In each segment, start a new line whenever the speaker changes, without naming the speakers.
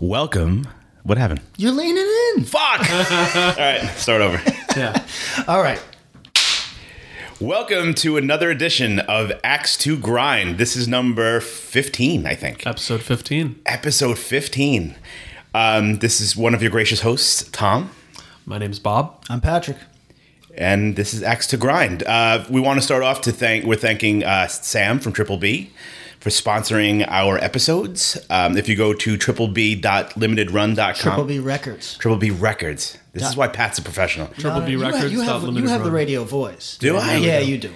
Welcome. What happened?
You're leaning in.
Fuck! All right, start over.
Yeah. All right.
Welcome to another edition of Axe to Grind. This is number 15, I think.
Episode 15.
Episode 15. Um, this is one of your gracious hosts, Tom,
My name's Bob.
I'm Patrick.
and this is Axe to Grind. Uh, we want to start off to thank, we're thanking uh, Sam from Triple B for sponsoring our episodes. Um, if you go to tripleb.limitedrun.com,
Triple B Records. Uh,
Triple B Records. This is why Pat's a professional.
Triple B
You have-
Records.
You have, you have the radio voice.
Do I?
Yeah, you do.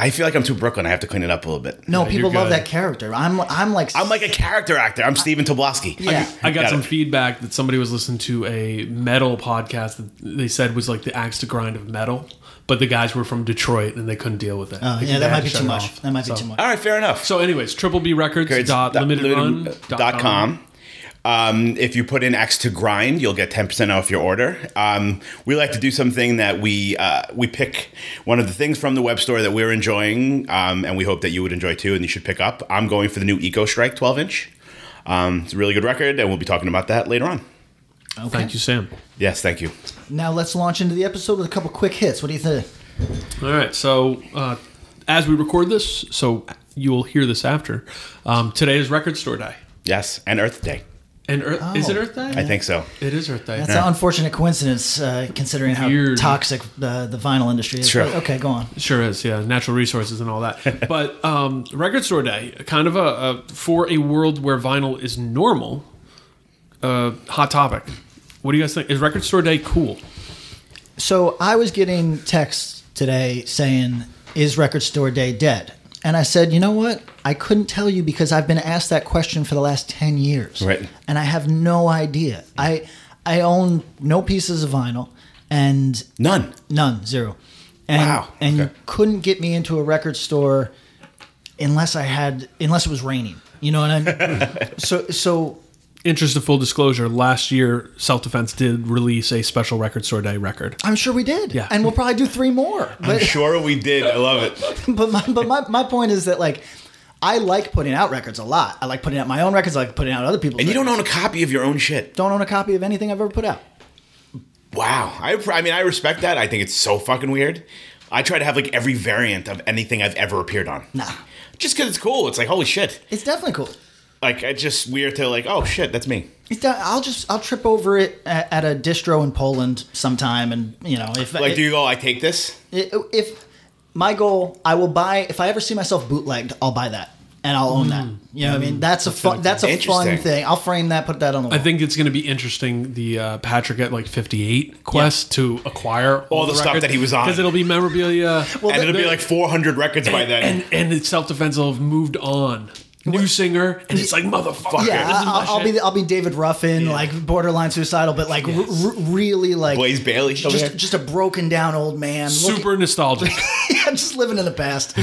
I feel like I'm too Brooklyn. I have to clean it up a little bit.
No,
Yeah,
people
you're
love
good.
that character. I'm I'm like
I'm like a character actor. I'm Steven Tobolsky.
yeah.
I got,
Got
some
it.
feedback that somebody was listening to a metal podcast that they said was like the axe to grind of metal, but the guys were from Detroit and they couldn't deal with it.
Oh,
They-
yeah,
they
that
had
might
to
be
shut
too
it
much.
off.
That might be
So-
too much.
All right, fair enough.
So, anyways, triple B records dot limitedrun dot com.
uh, com. Um, if you put in X to grind, you'll get 10% off your order. Um, we like to do something that we uh, we pick one of the things from the web store that we're enjoying, um, and we hope that you would enjoy too, and you should pick up. I'm going for the new Eco Strike 12 inch. Um, it's a really good record, and we'll be talking about that later on.
Okay.
Thank you, Sam.
Yes, thank you.
Now let's launch into the episode with a couple quick hits. What do you think?
All right. So, uh, as we record this, so you will hear this after, um, today is Record Store Day.
Yes, and Earth Day.
And Earth,
Oh.
is it Earth Day?
I think so.
it is Earth Day.
That's an unfortunate coincidence, uh, considering how
Weird.
toxic uh, the vinyl industry is.
Sure.
But Okay, go on.
Sure is, yeah. Natural resources and all that. but um, Record Store Day, kind of a, a for a world where vinyl is normal, uh, hot topic. What do you guys think? Is Record Store Day cool?
So I was getting texts today saying, "Is Record Store Day dead?" And I said, "You know what? I couldn't tell you because I've been asked that question for the last ten years,
Right.
And I have no idea. I I own no pieces of vinyl, and
None.
none, zero. And,
Wow,
And
okay.
you couldn't get me into a record store unless I had unless it was raining. You know what I mean? so so
Interest of full disclosure, last year Self Defense did release a special Record Store Day record.
I'm sure we did.
Yeah.
And we'll probably do three more. But
Sure, we did. I love it.
but my, but my, my point is that like I like putting out records a lot. I like putting out my own records. I like putting out other people's.
And you don't
records.
own a copy of your own shit.
don't own a copy of anything I've ever put out.
Wow. I, pr- I mean, I respect that. I think it's so fucking weird. I try to have like every variant of anything I've ever appeared on.
Nah.
Just because it's cool. It's like, holy shit.
It's definitely cool.
Like, it's just weird to like, oh shit, that's me.
It's de- I'll just I'll trip over it at, at a distro in Poland sometime, and you know if
Like,
it-
do you go, I take this?
if my goal i will buy if i ever see myself bootlegged i'll buy that and i'll own that you know what i mean that's a fun that's a fun
Interesting.
thing i'll frame that put that on the wall
I think it's going to be interesting. The uh, Patrick at like fifty eight quest to acquire all,
the stuff that he was on.
because it'll be memorabilia.
Well,
and
the-
it'll be
the-
like 400 records by then.
and and it's self defense will have moved on. New singer, and it's like motherfucker.
yeah
this is my
I, will I'll be
shit.
the, i'll be david ruffin like borderline suicidal but like r- r- really like
Blaze Bailey. over
just
here.
just a broken down old man looking-
super nostalgic.
yeah, just living in the past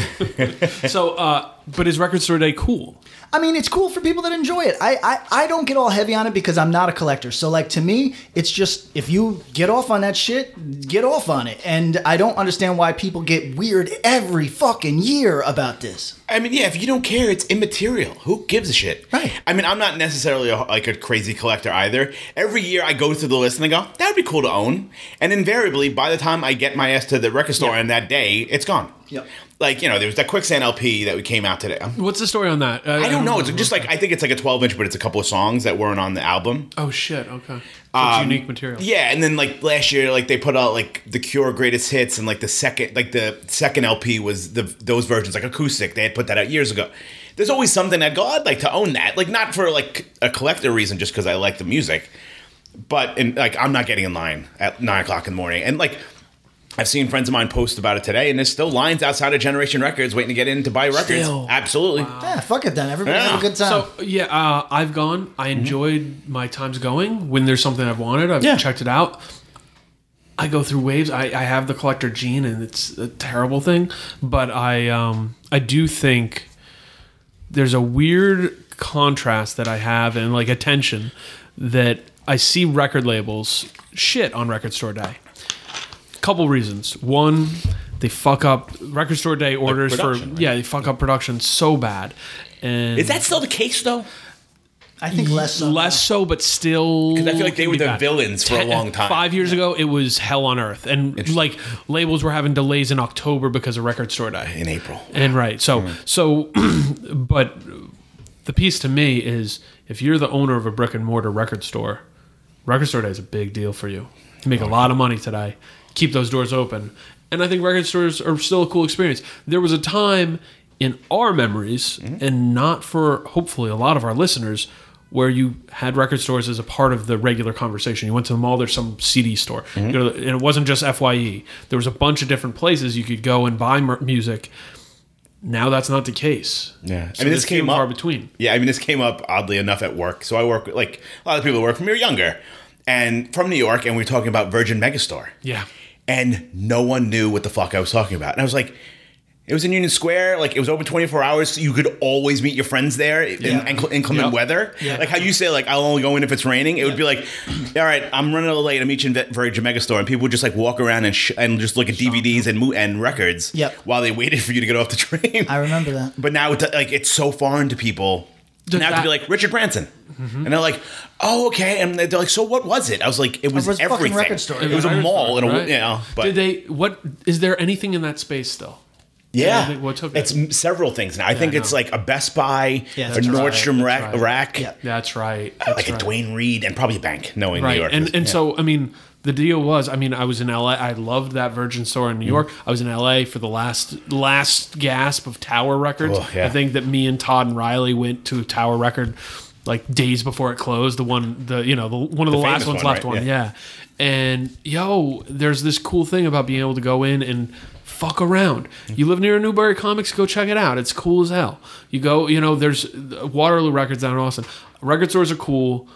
so, uh, but is Record Store Day cool?
I mean, it's cool for people that enjoy it. I, I, I don't get all heavy on it because I'm not a collector. So, like, to me, it's just if you get off on that shit, get off on it. And I don't understand why people get weird every fucking year about this.
I mean, yeah, if you don't care, it's immaterial. Who gives a shit?
Right.
I mean, I'm not necessarily a, like a crazy collector either. Every year I go through the list and I go, that would be cool to own. And invariably, by the time I get my ass to the record store on that day, it's gone.
Yep.
Like, you know, there was that Quicksand LP that we came out today. I'm-
What's the story on that? Uh,
I don't know. It's just like, I think it's like a 12 inch, but it's a couple of songs that weren't on the album.
oh shit, okay, so
Um,
it's unique material.
Yeah, and then like last year, like they put out like the Cure greatest hits, and like the second, like the second LP was the those versions like acoustic. They had put that out years ago. There's always something that go, I'd like to own that, like not for like a collector reason, just because I like the music. but and like I'm not getting in line at nine o'clock in the morning, and like. I've seen friends of mine post about it today, and there's still lines outside of Generation Records waiting to get in to buy records.
Still.
Absolutely.
Yeah, Ah, fuck it then. Everybody
Yeah.
have a good time.
So yeah, uh, I've gone. I enjoyed my times going. When there's something I've wanted, I've
Mm-hmm. Yeah.
checked it out. I go through waves. I, I have the collector gene, and it's a terrible thing. But I um, I do think there's a weird contrast that I have, and like a tension that I see record labels shit on Record Store Day. Couple reasons. One, they fuck up Record Store Day orders for
production, right?
yeah, they fuck up production so bad. And
Is that still the case though?
I think less so.
less so, but still.
'Cause I feel like they
can
were
be
the
bad.
villains for a long time.
Five years ago, it was hell on earth, and like labels were having delays in October because of record store day.
In April.
And right, so
Mm.
so, but the piece to me is if you're the owner of a brick and mortar record store, record store day is a big deal for you. You make a lot of money today. Keep those doors open, and I think record stores are still a cool experience. There was a time in our memories,
Mm-hmm.
and not for hopefully a lot of our listeners, where you had record stores as a part of the regular conversation. You went to the mall, there's some CD store.
Mm-hmm.
You go to the- and it wasn't just FYE. There was a bunch of different places you could go and buy mer- music. Now that's not the case.
Yeah.
So
I mean, this
it's few
came
and far
up-
between.
Yeah, I mean, this came up oddly enough at work. So I work with, like a lot of people that work from here younger and from New York, and we were talking about Virgin Megastore.
Yeah.
And no one knew what the fuck I was talking about. And I was like, it was in Union Square, like it was open 24 hours. So you could always meet your friends there in incl- inclement
Yep.
weather.
Yeah.
Like how you say, like, I'll only go in if it's raining. It would be like, all right, I'm running a little late. I'm each in Ve- Virgin Megastore. And people would just like walk around and, sh- and just look at DVDs and, mo- and records
Yep.
while they waited for you to get off the train.
I remember that.
But now it's like it's so foreign to people.
Does
now to
that-
be like Richard Branson, and they're like, "Oh, okay," and they're like, "So what was it?" I was like, "It was,
was a fucking
everything.
record store.
It was a
Record
mall,
store,
and a
right?
you know, but
Did they? What is there anything in that space still?
yeah,
did they- what took it?
it's m- several things now. I think
I
it's
know.
like a Best Buy,
Yeah,
a
that's right.
Nordstrom
That's
rack,
right.
rack
Yeah.
That's right. That's
like
right.
a Dwayne Reed, and probably a bank, knowing New
right
York.
and and so i mean the deal was i mean i was in la i loved that virgin store in new
Mm.
york i was in la for the last last gasp of tower records
Oh, yeah.
i think that me and todd and riley went to tower record like days before it closed the one the you know the one of the,
The famous
last ones
one,
left
right?
one
Yeah.
yeah. and yo there's this cool thing about being able to go in and fuck around
Mm.
you live near a newbury comics go check it out it's cool as hell you go you know there's uh, waterloo records down in austin record stores are cool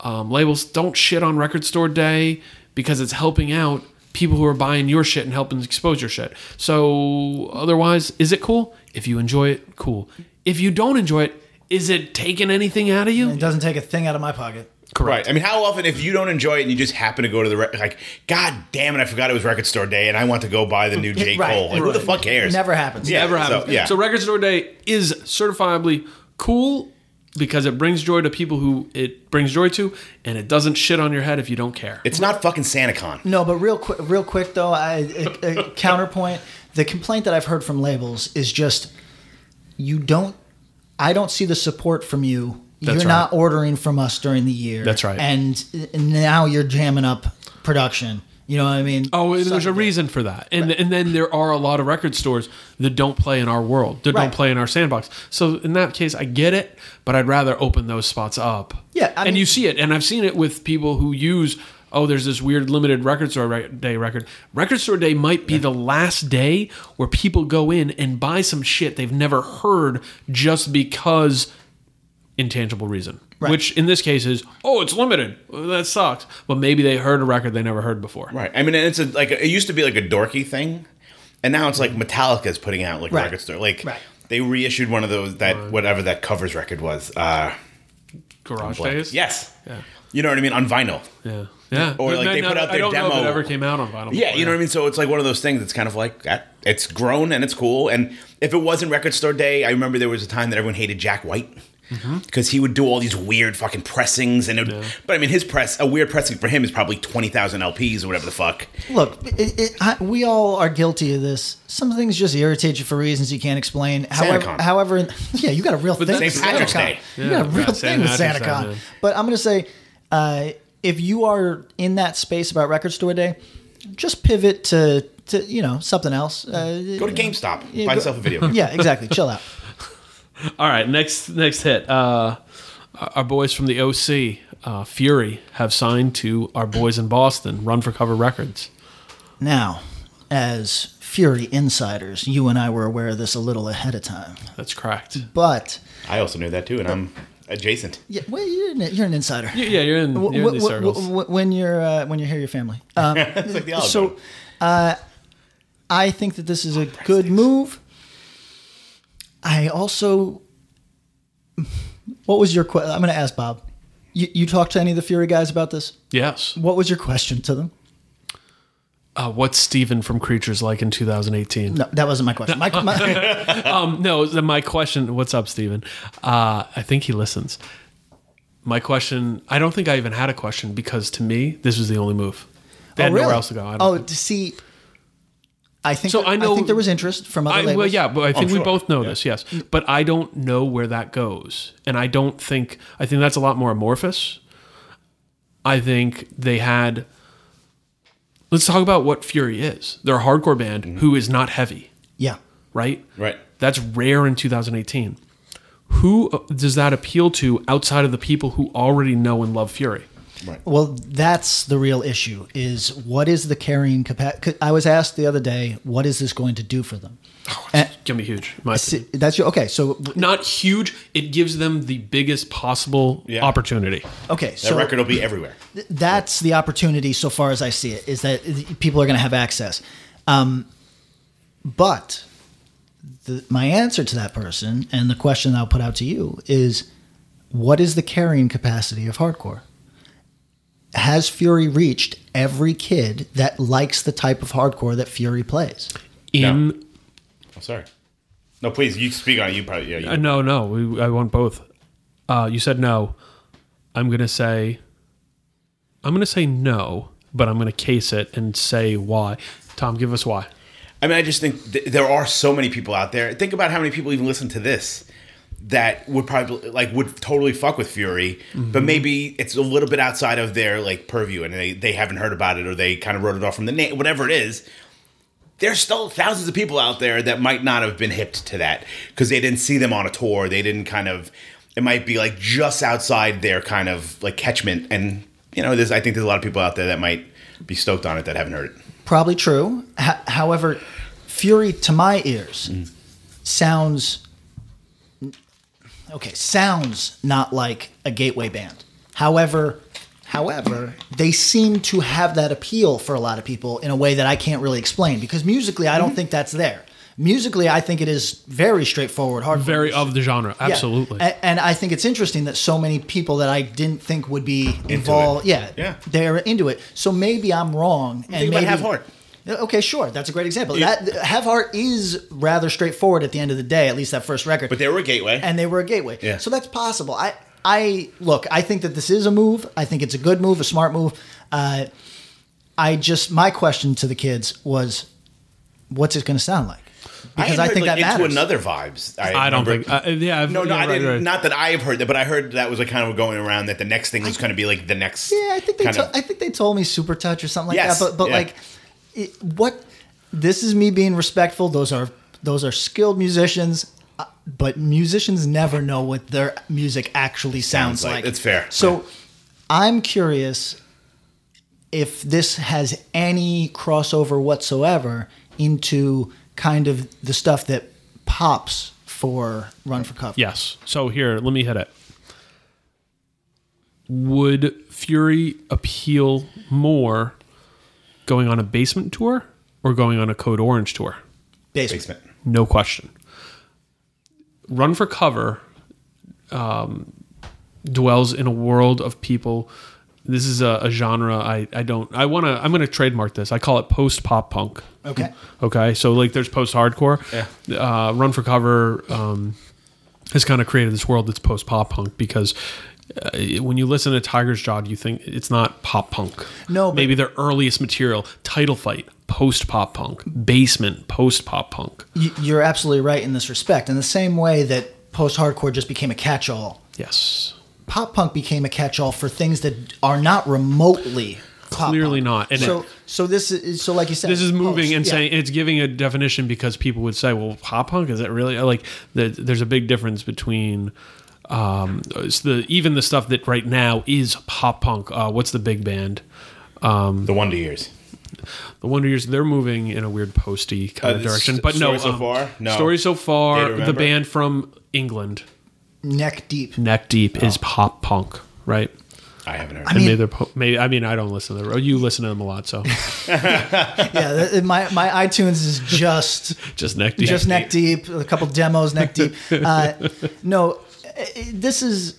um, labels don't shit on record store day because it's helping out people who are buying your shit and helping expose your shit so otherwise is it cool if you enjoy it cool if you don't enjoy it is it taking anything out of
It
you
doesn't take a thing out of my pocket.
Right. I mean, how often if you don't enjoy it and you just happen to go to the rec- like, God damn it, I forgot it was record store day, and I want to go buy the new J
Right.
Cole. Like, who the
Right.
fuck cares?
Never happens.
Yeah.
ever happens.
So, yeah.
So record store day is certifiably cool because it brings joy to people who it brings joy to, and it doesn't shit on your head if you don't care.
it's not fucking SantaCon.
No, but real quick, real quick though, I, a, a counterpoint. The complaint that I've heard from labels is just you don't. I don't see the support from you.
That's
you're
right.
not ordering from us during the year.
That's right.
And now you're jamming up production. You know what I mean?
Oh, and there's a
Suck it.
reason for that, and and then there are a lot of record stores that don't play in our world, that
Right.
don't play in our sandbox. So in that case, I get it, but I'd rather open those spots up.
Yeah, I
and
mean-
you see it, and I've seen it with people who use. Oh, there's this weird limited record store re- day record. Record store day might be the last day where people go in and buy some shit they've never heard just because intangible reason.
Right.
Which in this case is, oh, it's limited. Well, that sucks. But maybe they heard a record they never heard before.
Right. I mean, and it's a, like it used to be like a dorky thing, and now it's like Metallica is putting out like
Mm-hmm. Right.
record store. Like
Right.
they reissued one of those that whatever that covers record was. Uh,
Garage
what?
days.
Yes. You know what I mean on vinyl.
Yeah. Yeah.
Or, like,
No,
they
no,
put out
I
their
don't know if
demo.
it ever came out on vinyl.
Yeah, you know what I mean. So it's like one of those things. that's kind of like that. It's grown and it's cool. And if it wasn't Record Store Day, I remember there was a time that everyone hated Jack White because he would do all these weird fucking pressings. And it, but I mean, his press a weird pressing for him is probably twenty thousand LPs or whatever the fuck.
Look, it, it, I, we all are guilty of this. Some things just irritate you for reasons you can't explain.
SantaCon.
However, however, yeah, you got a real thing.
that's
with
St. Patrick's
SantaCon.
Day.
You got a
Yeah,
real
right,
thing with
St. Patrick's Day,
SantaCon.
man.
But I'm gonna say, uh, if you are in that space about Record Store Day, just pivot to to you know something else. Uh,
Go to GameStop,
Yeah,
buy
go-
yourself a video. game.
yeah, exactly. Chill out.
All right. Next next hit. Uh, our our boys from the OC. uh, Fury have signed to our boys in Boston, Run for Cover Records.
Now, as Fury insiders, you and I were aware of this a little ahead of time,
That's correct.
but
I also knew that too, and I'm adjacent.
yeah, well, you're an, you're an insider.
Yeah, you're in,
Wh-
you're in
wh-
these
wh-
circles.
wh- when you're uh, when you hear your family. Um,
It's like the olive
so, uh,
bone.
I think that this is a good move. I also, what was your question? I'm going to ask Bob. You, you talked to any of the Fury guys about this?
yes.
What was your question to them?
Uh, what's Steven from Creatures like in 2018?
No, that wasn't my question. My, my,
Um, no, th- my question. What's up, Steven? Uh, I think he listens. My question. I don't think I even had a question because to me, this was the only move. They
oh,
had
really?
nowhere else to go. I don't
oh,
think-
to see, I think
So I
I,
know-
think there was interest from other
I, well,
labels.
yeah, but I think we
Oh, sure.
both know this, yes. But I don't know where that goes, and I don't think I think that's a lot more amorphous. I think they had. Let's talk about what Fury is. They're a hardcore band who is not heavy,
yeah.
right?
Mm-hmm. Right.
That's rare in 2018. Who uh, does that appeal to outside of the people who already know and love Fury?
Well, that's the real issue is what is the carrying capacity? I was asked the other day, what is this going to do for them?
Oh,
Eh.
Give me huge. in my
See,
opinion.
that's your, okay. So,
not huge. It gives them the biggest possible
Yeah.
opportunity.
okay.
That
so
record will be everywhere.
that's the opportunity so far as I see it is that people are going to have access. Um, but the, my answer to that person and the question I'll put out to you is what is the carrying capacity of hardcore? Has Fury reached every kid that likes the type of hardcore that Fury plays?
In
No. I'm sorry. No, please. You speak on. it. You probably. Yeah. You,
Uh, no, no, we, I want both. Uh, you said no. I'm gonna say. I'm gonna say no, but I'm gonna case it and say why. Tom, give us why.
I mean, I just think th- there are so many people out there. Think about how many people even listen to this that would probably like would totally fuck with Fury, but maybe it's a little bit outside of their like purview, and they they haven't heard about it or they kind of wrote it off from the name, whatever it is. There's still thousands of people out there that might not have been hipped to that because they didn't see them on a tour. They didn't kind of. It might be like just outside their kind of like catchment, and you know, there's I think there's a lot of people out there that might be stoked on it that haven't heard it.
Probably true. H- however, Fury to my ears sounds okay. Sounds not like a gateway band. However, however, they seem to have that appeal for a lot of people in a way that I can't really explain because musically, I don't think that's there. Musically, I think it is very straightforward, hard,
Very of the genre,
yeah. Uh,
absolutely.
A- And, I think it's interesting that so many people that I didn't think would be involved, yeah,
Yeah.
they're into it. So maybe I'm wrong. and
Think about
maybe
Have Heart.
Okay, sure. That's a great example. That Have Heart is rather straightforward at the end of the day, at least that first record.
But they were a gateway.
and they were a gateway.
Yeah.
So that's possible. I I look, I think that this is a move. I think it's a good move, a smart move. Uh, I just my question to the kids was what's it going to sound like? Because I,
had heard,
think
like,
that
into
matters.
another vibes.
I don't
remember.
think. Uh, yeah, I've-
no, no,
yeah,
I
right,
didn't.
right.
Not that I have heard that, but I heard that was a kind of going around that the next thing was going to be like the next.
Yeah, I think they
kind
to-
of-
I think they told me super touch or something like
Yes,
that. But but
yeah.
like, it, what? This is me being respectful. Those are those are skilled musicians, uh, but musicians never know what their music actually sounds,
Sounds like.
like.
It's fair.
So I'm curious if this has any crossover whatsoever into kind of the stuff that pops for Run for Cover.
Yes. So here, let me hit it. Would Fury appeal more going on a basement tour or going on a Code Orange tour?
Basement.
basement.
No question. Run for cover um, dwells in a world of people. This is a, a genre I, I don't I want to I'm going to trademark this. I call it post pop punk.
Mm-hmm.
Okay.
Okay. So like there's post hardcore. Yeah. Uh, Run for cover um, has kind of created this world that's post pop punk because. Uh, when you listen to Tiger's Jaw, you think it's not pop punk.
No, but-
maybe their earliest material, Title Fight, post pop punk, Basement, post pop punk.
Y- You're absolutely right in this respect. In the same way that post hardcore just became a catch all,
Yes.
pop punk became a catch all for things that are not remotely pop
Clearly
punk.
not. And
so,
it-
so this is so like you said,
This is moving
post,
and
yeah.
saying it's giving a definition because people would say, "Well, pop punk is it really like?" The, there's a big difference between Um, it's the even the stuff that right now is pop punk. Uh, what's the big band?
The Wonder Years.
The Wonder Years. They're moving in a weird posty kind
Uh,
of
this-
direction. But
Story
no,
So
um,
Far? No.
Story so
Day
far.
to
The
Remember?
band from England,
Neck deep.
Neck Deep, is pop punk, right?
Oh. I haven't heard.
I
of
mean-
Maybe they're po- maybe. I mean, I don't listen to them. oh, You listen to them a lot, so
Yeah, th- th- my my iTunes is just
just Neck Deep.
just neck deep. a couple demos neck deep. Uh, no, eh, eh, this is.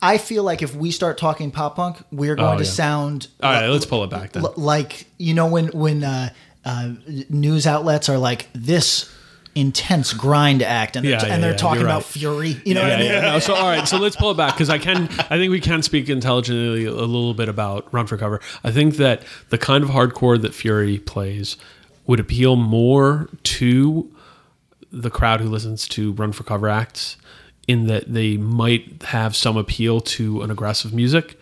I feel like if we start talking pop punk, we're going to
Oh, yeah.
sound
All right, let's pull it back then.
L- like you know when when uh, uh, news outlets are like this intense grind act and they're,
Yeah,
t-
yeah,
and they're
yeah,
talking
you're
about
right.
fury you know what
Yeah,
i mean
yeah, no, so all right, so let's pull it back because I can. I think we can speak intelligently a little bit about Run for Cover. I think that the kind of hardcore that Fury plays would appeal more to the crowd who listens to Run for Cover acts, in that they might have some appeal to an aggressive music,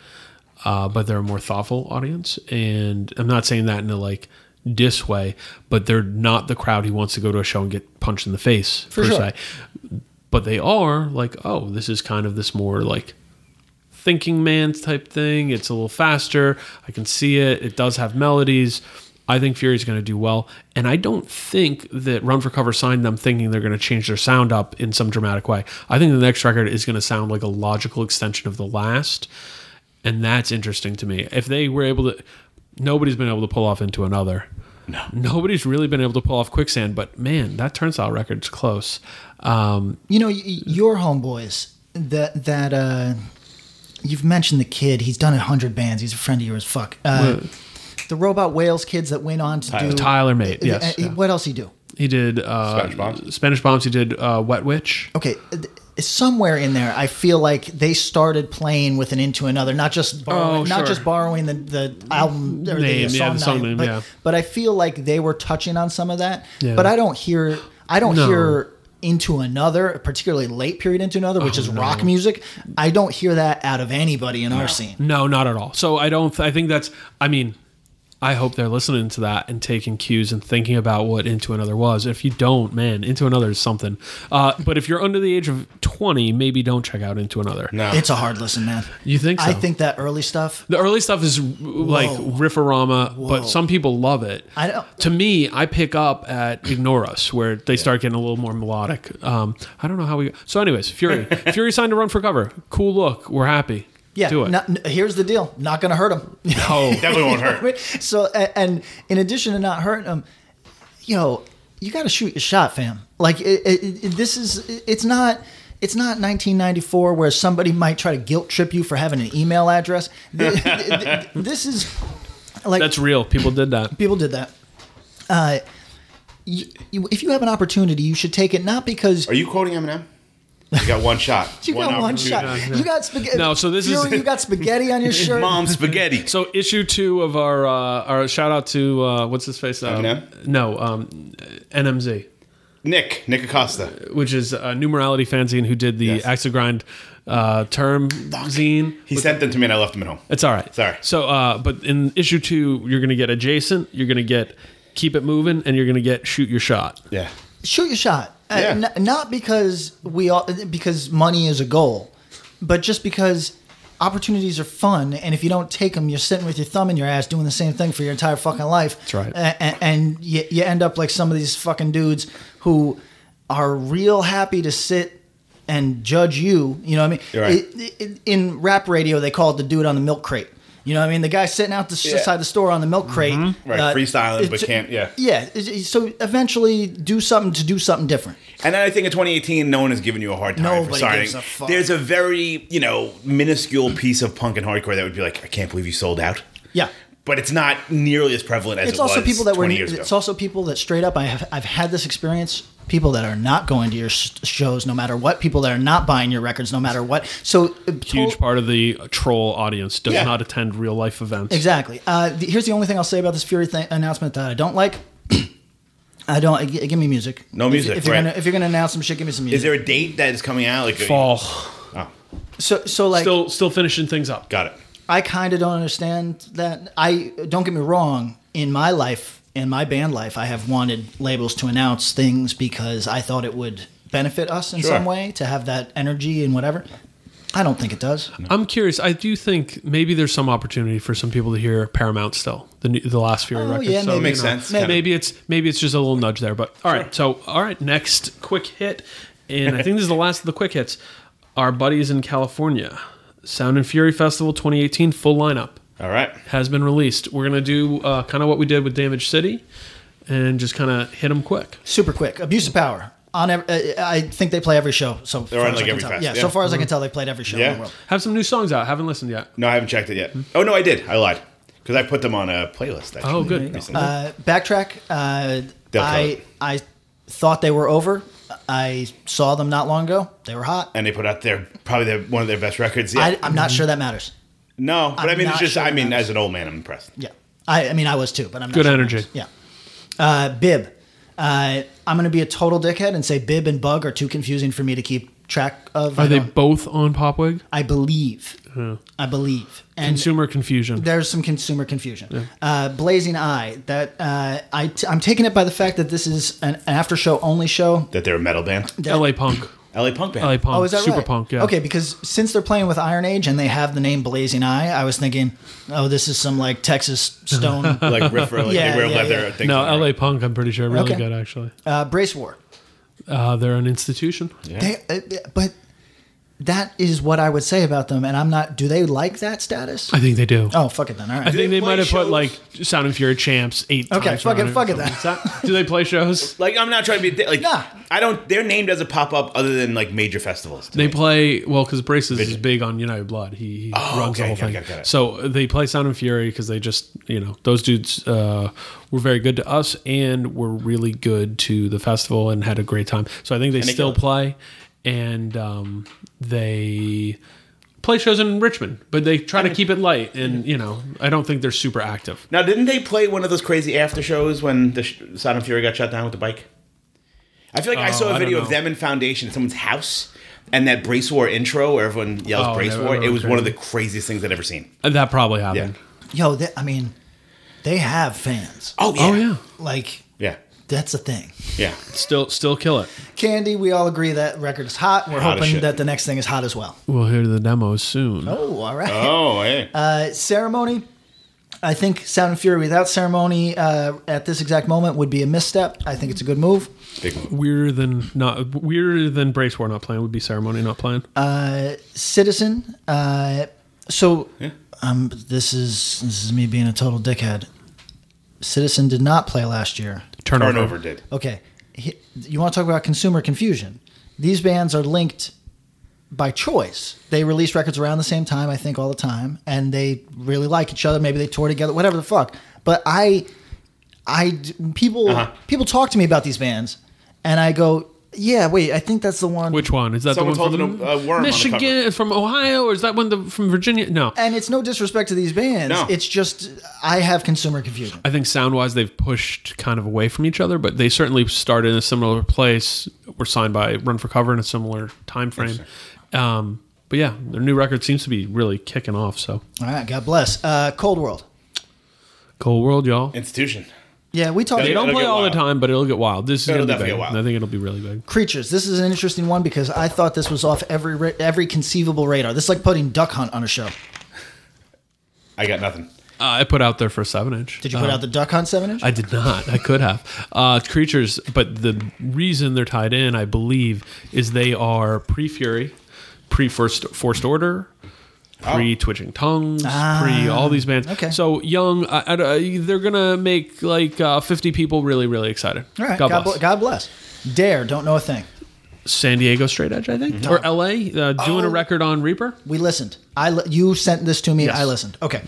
uh, but they're a more thoughtful audience. And I'm not saying that in a like diss way, but they're not the crowd who wants to go to a show and get punched in the face per
sure.
se but they are like, oh, this is kind of this more like thinking man's type thing. It's a little faster. I can see it. It does have melodies. I think Fury's going to do well. And I don't think that Run for Cover signed them thinking they're going to change their sound up in some dramatic way. I think the next record is going to sound like a logical extension of the last. And that's interesting to me. If they were able to, nobody's been able to pull off into another. No. Nobody's really been able to pull off Quicksand, but man, that Turnstile record's close. Um,
you know y- y- your homeboys that that uh you've mentioned the kid he's done a hundred bands he's a friend of yours fuck uh, the robot whales kids that went on to do
Tyler made.
Uh,
Yes,
uh,
yeah.
what else he do
he did uh,
Spanish Bombs?
Spanish bombs. He did uh, Wet Witch.
okay uh, th- somewhere in there i feel like they started playing with an into another not just borrowing,
Oh,
not
sure.
just borrowing the, the album or
Name, yeah,
the, song
the song
name,
name,
but,
yeah.
but i feel like they were touching on some of that
Yeah.
but i don't hear i don't
No.
hear into another particularly late period into another which is rock music i don't hear that out of anybody in our scene
Oh, No, not at all. So I don't. I think that's. I mean, I hope they're listening to that and taking cues and thinking about what Into Another was. If you don't, man, Into Another is something. Uh, but if you're under the age of twenty, maybe don't check out Into Another.
No.
it's a hard listen man
You think? So?
i think that early stuff
The early stuff is like riffarama, but some people love it.
I don't-
To me, I pick up at Ignore Us, where they start getting a little more melodic. Um, I don't know how we. So, anyways, Fury, Fury signed to run for cover. Cool look. We're happy.
yeah
do it.
no- n- here's the deal not gonna hurt them
Definitely won't hurt.
Right? So, a- and in addition to not hurting them, yo, you got to shoot your shot, fam. Like it, it, it- this is, it's not. It's not 1994 where somebody might try to guilt trip you for having an email address. Th- th- th- This is like
That's real. People did that.
people did that. Uh, you, you, if you have an opportunity, you should take it not because
Are you quoting Eminem? You got one shot.
you got one shot.
opportunity.
You got spaghetti.
No, so this is-
Fury, you got spaghetti on your shirt.
Mom spaghetti.
So, issue two of our uh, our shout out to uh, what's his face? Um,
Eminem?
No, um, NMZ.
Nick, Nick Acosta.
Which is a numerality fanzine who did the
Yes.
Axe to Grind uh, term zine.
He sent them to me and I left them at home.
It's all right.
Sorry.
So, uh, but in issue two, you're going to get adjacent. You're going to get keep it moving, and you're going to get shoot your shot.
Yeah.
shoot your shot. Uh,
Yeah.
n- not because we all because money is a goal, but just because opportunities are fun, and if you don't take them, you're sitting with your thumb in your ass doing the same thing for your entire fucking life. That's
right.
And, and you, you end up like some of these fucking dudes who are real happy to sit and judge you. You know what I mean?
You're right.
It- it- in rap radio, they call it the dude on the milk crate. You know what I mean? The guy sitting out the s-
Yeah. Mm-hmm.
side of the store on the milk crate,
Right,
uh,
freestyling, but
it's-
can't. Yeah.
yeah. it- it- So eventually, do something to do something different.
And then I think in 2018, no one has given you a hard time for
Nobody
signing.
gives a fuck.
There's a very, you know, minuscule piece of punk and hardcore that would be like, I can't believe you sold out.
Yeah.
But it's not nearly as prevalent as
It's
it
also
was
people that were.
20 years ago.
It's also people that straight up. I have. I've had this experience. People that are not going to your sh- shows, no matter what. People that are not buying your records, no matter what. So uh,
Huge
to-
part of the troll audience does
Yeah.
not attend real life events.
Exactly. Uh, the, here's the only thing I'll say about this Fury thing, announcement that I don't like. I don't. g- Give me music.
No
If-
music,
If, you're
right.
gonna if you're gonna announce some shit, give me some music.
Is there a date that is coming out? Like uh,
Fall.
so so like
still, still finishing things up.
Got it.
I kind of don't understand that. I don't get me wrong. In my life, in my band life, I have wanted labels to announce things because I thought it would benefit us in
Sure.
some way to have that energy and whatever? I don't think it does.
I'm curious. I do think maybe there's some opportunity for some people to hear Paramount still the new- the last Fury
Oh,
record.
yeah, maybe.
Makes
you know,
sense,
Maybe,
kinda.
it's maybe it's just a little nudge there. But all right. So all right, next quick hit, and I think this is the last of the quick hits. Our buddies in California, Sound and Fury Festival 2018 full lineup
All right.
has been released. We're gonna do uh, kind of what we did with Damage City, and just kind of hit them quick.
Super quick. Abuse of power. On ev- uh, I think they play every show. So
on,
far
like,
as I can
every
tell.
fest,
Yeah,
yeah. Mm-hmm.
so far as I can tell, they played every show in
Yeah.
the world.
Have some new songs out. Haven't listened yet.
No, I haven't checked it yet.
Hmm?
Oh no, I did. I lied because I put them on a playlist. Actually,
Oh, good.
recently.
Uh, backtrack. Uh,
They'll
I
cover.
I thought they were over. I saw them not long ago. They were hot.
and they put out their probably their, one of their best records. Yeah. Mm-hmm.
I, I'm not sure that matters.
no, but i
I'm
mean, it's
not
just
sure
I mean,
about
as an old man, I'm impressed.
Yeah, I, I mean I was too, but I'm not
Good
sure.
energy.
Yeah, uh, Bib. Uh, I'm going to be a total dickhead and say Bib and Bug are too confusing for me to keep track of.
Are
I,
they
don't-
both on Popwig?
I believe. I believe. And
Consumer confusion.
there's some consumer confusion. Uh, Blazing Eye. That uh, I t- I'm taking it by the fact that this is an after show only show.
That they're a metal band,
LA Punk.
LA punk band.
LA Punk.
Oh, is that
Super
right?
Punk. Yeah.
Okay, because since they're playing with Iron Age and they have the name Blazing Eye, I was thinking, oh, this is some like Texas Stone
like riff, like
Yeah,
they wear
yeah,
leather
yeah.
things.
No,
on their-
LA Punk. I'm pretty sure really
Okay.
good actually.
uh, Brace War.
Uh, they're an institution.
They, uh, but that is what I would say about them, and I'm not. Do they like that status?
I think they do.
Oh, fuck it then. All right.
I think
they
they
play
might have put
shows?
like Sound and Fury champs eight.
Okay,
times
fuck it,
around
fuck it
something
then.
like that. Do they play shows?
Like I'm not trying to be like
Nah.
I don't. Their name doesn't pop up other than like major festivals. to
They
me.
play well because Braces is big on United Blood. He, he runs
Oh, okay,
the
got it,
whole thing.
got it, got it.
So they play Sound and Fury because they just you know those dudes uh, were very good to us and were really good to the festival and had a great time. So I think they
they
still
kill it.
play, and um, they play shows in Richmond, but they try to keep it light. And
Mm-hmm.
you know I don't think they're super active.
now, didn't they play one of those crazy after shows when the sh- Sodom and Fury got shut down with the bike? I feel like I
Oh,
saw
I
a
don't
video
know.
of them in Foundation at someone's house. And that Brace War intro, where everyone yells
Oh,
Brace
they-
War,
they
it
were
was one of the
crazy.
craziest things I'd ever seen.
That probably happened.
Yo, they, I mean, they have fans.
Oh yeah.
Oh yeah.
Like,
Yeah.
that's a thing.
Yeah.
Still, still kill it.
Candy, we all agree that record is hot. We're
Hot as
hoping
shit.
that the next thing is hot as well.
We'll hear the demos soon.
Oh, all right.
Oh, hey.
Uh, ceremony. I think Sound and Fury without ceremony uh, at this exact moment would be a misstep. I think it's a good move.
Big move.
Weirder than not. Weirder than Brace War not playing would be ceremony not playing.
Uh, Citizen. Uh, so um, this is this is me being a total dickhead. Citizen did not play last year.
turnover.
Turnover did.
Okay, He- you want to talk about consumer confusion? These bands are linked by choice. They release records around the same time, I think, all the time, and they really like each other. Maybe they tour together, whatever the fuck. But I, I d- people people talk to me about these bands, and I go, yeah, wait, I think that's the one.
Which one is that?
Someone's
the one
holding
from
a- a uh, worm on the
Michigan from Ohio, or is that one the, from Virginia? No,
and it's no disrespect to these bands.
No.
It's just I have consumer confusion.
I think sound wise they've pushed kind of away from each other, but they certainly started in a similar place. Were signed by Run for Cover in a similar time frame. Um, but yeah, their new record seems to be really kicking off. So
All right, God bless. Uh, Cold World.
Cold World, y'all.
Institution.
Yeah, we talked
They
about
don't
It'll
play
get
all the
wild.
time, but it'll get wild. This is
It'll
gonna be
definitely
big.
get wild.
I think it'll be really big.
creatures. This is an interesting one because I thought this was off every ra- every conceivable radar. This is like putting Duck Hunt on a show.
I got nothing.
Uh, I put out there for a seven inch. Uh,
Did you put out the Duck Hunt seven inch?
Uh-huh. I did not. I could have. Uh, creatures, but the reason they're tied in, I believe, is they are pre Fury, pre First Forced Order, pre Twitching Tongues, pre all these bands.
Oh. Ah. okay.
So young, I, I, I- they're gonna make like uh, fifty people really, really excited.
All right,
God,
God,
bless.
bl- God bless. Dare, don't know a thing.
San Diego Straight Edge, I think,
Mm-hmm.
or L.A. Uh, doing a
Oh.
record on Reaper.
We listened. I li- you sent this to me.
Yes.
I listened. Okay,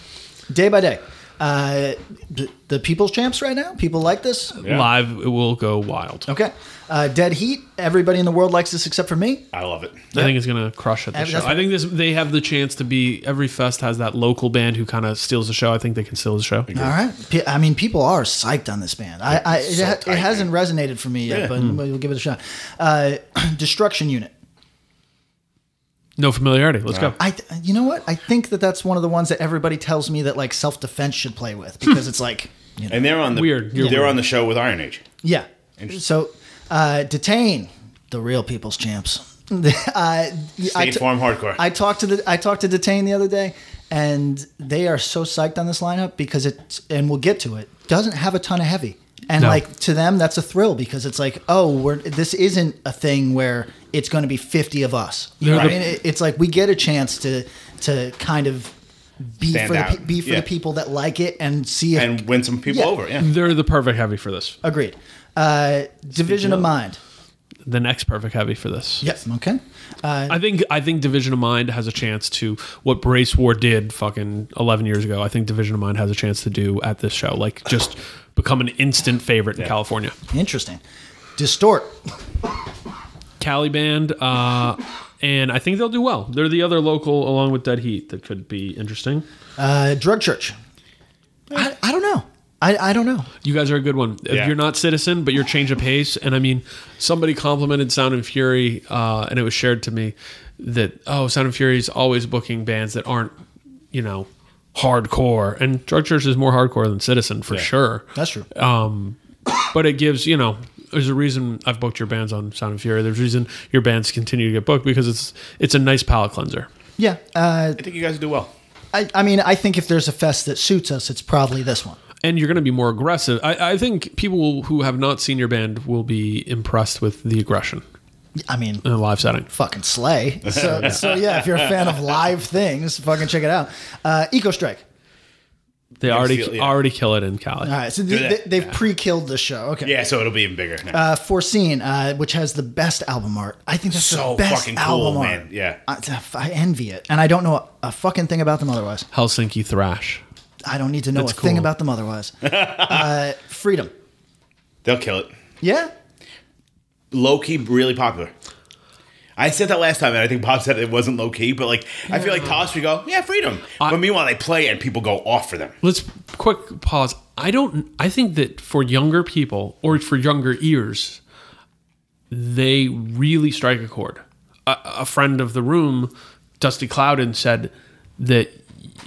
day by day. Uh, the, the people's champs right now. People like this.
Yeah.
Live, it will go wild.
Okay, uh, Dead Heat. Everybody in the world likes this except for me.
I love it.
I think it's gonna crush at the
And
show.
that's-
I think this they have the chance to be. Every fest has that local band who kind of steals the show. I think they can steal the show.
All right. P- I mean, people are psyched on this band. I, I it,
So
ha-
tight,
it hasn't resonated for me yet,
Yeah. Hmm.
but we'll give it a shot. Uh, Destruction Unit.
No familiarity. Let's go.
I, th- you know what? I think that that's one of the ones that everybody tells me that like self defense should play with because it's like, you know,
And they're on the
Weird. You're
They're
weird.
on the show with Iron Age.
yeah. So, uh, detain. the real people's champs. uh, I
State
t-
Farm Hardcore.
I talked to the I talked to Detain the other day, and they are so psyched on this lineup because it and we'll get to it doesn't have a ton of heavy, and
No.
like to them that's a thrill because it's like oh we're this isn't a thing where it's going to be fifty of us. You know what
They're
I
the-
mean? It- It's like we get a chance to to kind of be
Stand
for the,
out.
pe- be for
Yeah.
the people that like it and see if
and win some people
Yeah.
over. Yeah.
They're the perfect heavy for this.
agreed. Uh, division of
of-
mind.
The next perfect heavy for this.
Yes. Okay.
I think I think Division of Mind has a chance to what Brace War did fucking eleven years ago. I think Division of Mind has a chance to do at this show, like just become an instant favorite in California.
Interesting. Distort.
Cali band, uh, and I think they'll do well. They're the other local along with Dead Heat that could be interesting.
Uh, drug church. I, I don't know. I, I don't know.
You guys are a good one.
Yeah.
If you're not citizen, but you're change of pace, and I mean, somebody complimented Sound and Fury, uh, and it was shared to me that oh, Sound and Fury is always booking bands that aren't, you know, hardcore, and Drug Church is more hardcore than Citizen for sure.
That's true.
but it gives you know there's a reason I've booked your bands on Sound and Fury. There's a reason your bands continue to get booked because it's it's a nice palate cleanser.
yeah. Uh,
I think you guys do well.
I, I mean, I think if there's a fest that suits us, it's probably this one.
and you're going to be more aggressive. I, I think people who have not seen your band will be impressed with the aggression
I mean,
in a live setting.
fucking slay. So, so yeah, if you're a fan of live things, fucking check it out. Uh, Eco Strike.
They already
feel- yeah.
already kill it in Cali.
All right. So they,
that.
they, have pre killed the show. Okay.
Yeah, so it'll be even bigger. now.
Uh, Foreseen, uh, which has the best album art. I think that's
So
the best
fucking cool,
album art.
man. Yeah.
I, I envy it. And I don't know a, fucking thing about them otherwise.
Helsinki thrash.
I don't need to know
That's
a thing
cool.
about them otherwise. uh, freedom.
They'll kill it.
Yeah.
Low key, really popular. I said that last time, and I think Bob said it wasn't low key, but like I feel like Toss, we go, yeah, freedom. but meanwhile, they play and people go off for them.
Let's quick pause. I don't. I think that for younger people or for younger ears, they really strike a chord. A, a friend of the room, Dusty Clouden, said that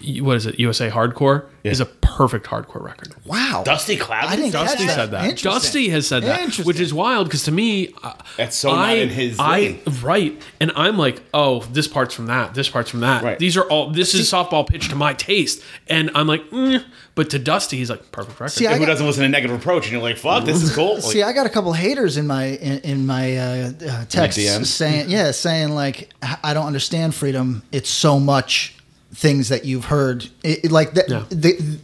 y- what is it? USA Hardcore is a perfect hardcore record.
Wow.
Dusty Cloud.
I didn't
Dusty
catch that.
said that.
Interesting.
Dusty has said that,
Interesting.
which is wild because to me, uh,
That's so
I,
not in his
I
lane.
right, and I'm like, oh, this part's from that, this part's from that.
Right.
These are all. This is softball pitch to my taste, and I'm like, mm. but to Dusty, he's like perfect record.
See, I
Who
got-
doesn't listen to negative approach? And you're like, fuck, this is cool. Like,
See, I got a couple haters in my in, in my uh, uh,
DMs?
texts saying, yeah, saying like, "I- I don't understand freedom. It's so much things that you've heard, it, it- like that.
Yeah.
The,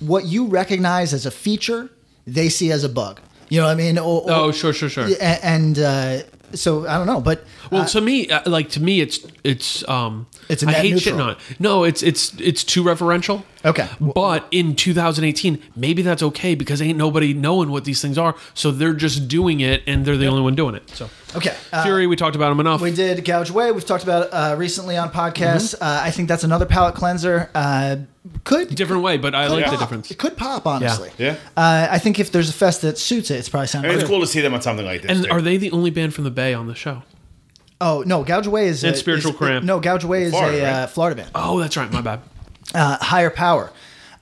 what you recognize as a feature, they see as a bug. You know what I mean? Or, or-
oh, sure, sure, sure.
a- And uh, so I don't know, but
Well, to me, uh, like to me, it's it's um,
It's a
I
net
hate
neutral.
shitting on. it. No, it's it's it's too referential.
Okay.
but in 2018, maybe that's okay because ain't nobody knowing what these things are, so they're just doing it, and they're the only one doing it. So
okay. Uh,
Fury, we talked about him enough.
We did Gouge Way. We've talked about uh, recently on podcasts. Uh, I think that's another palate cleanser. Uh, could
Different way, but I
could
like the
pop.
difference.
It could pop, honestly.
Yeah.
Uh, I think if there's a fest that suits it, it's
I
probably
mean,
sounding
it's
cool.
cool to see them on something like this.
And
too.
are they the only band from the Bay on the show?
Oh no, Gouge Way is
And
a,
Spiritual
is-
Cramp.
No, Gouge Way is
Florida,
a uh,
right?
Florida band.
Oh, that's right. My bad.
Uh, higher power,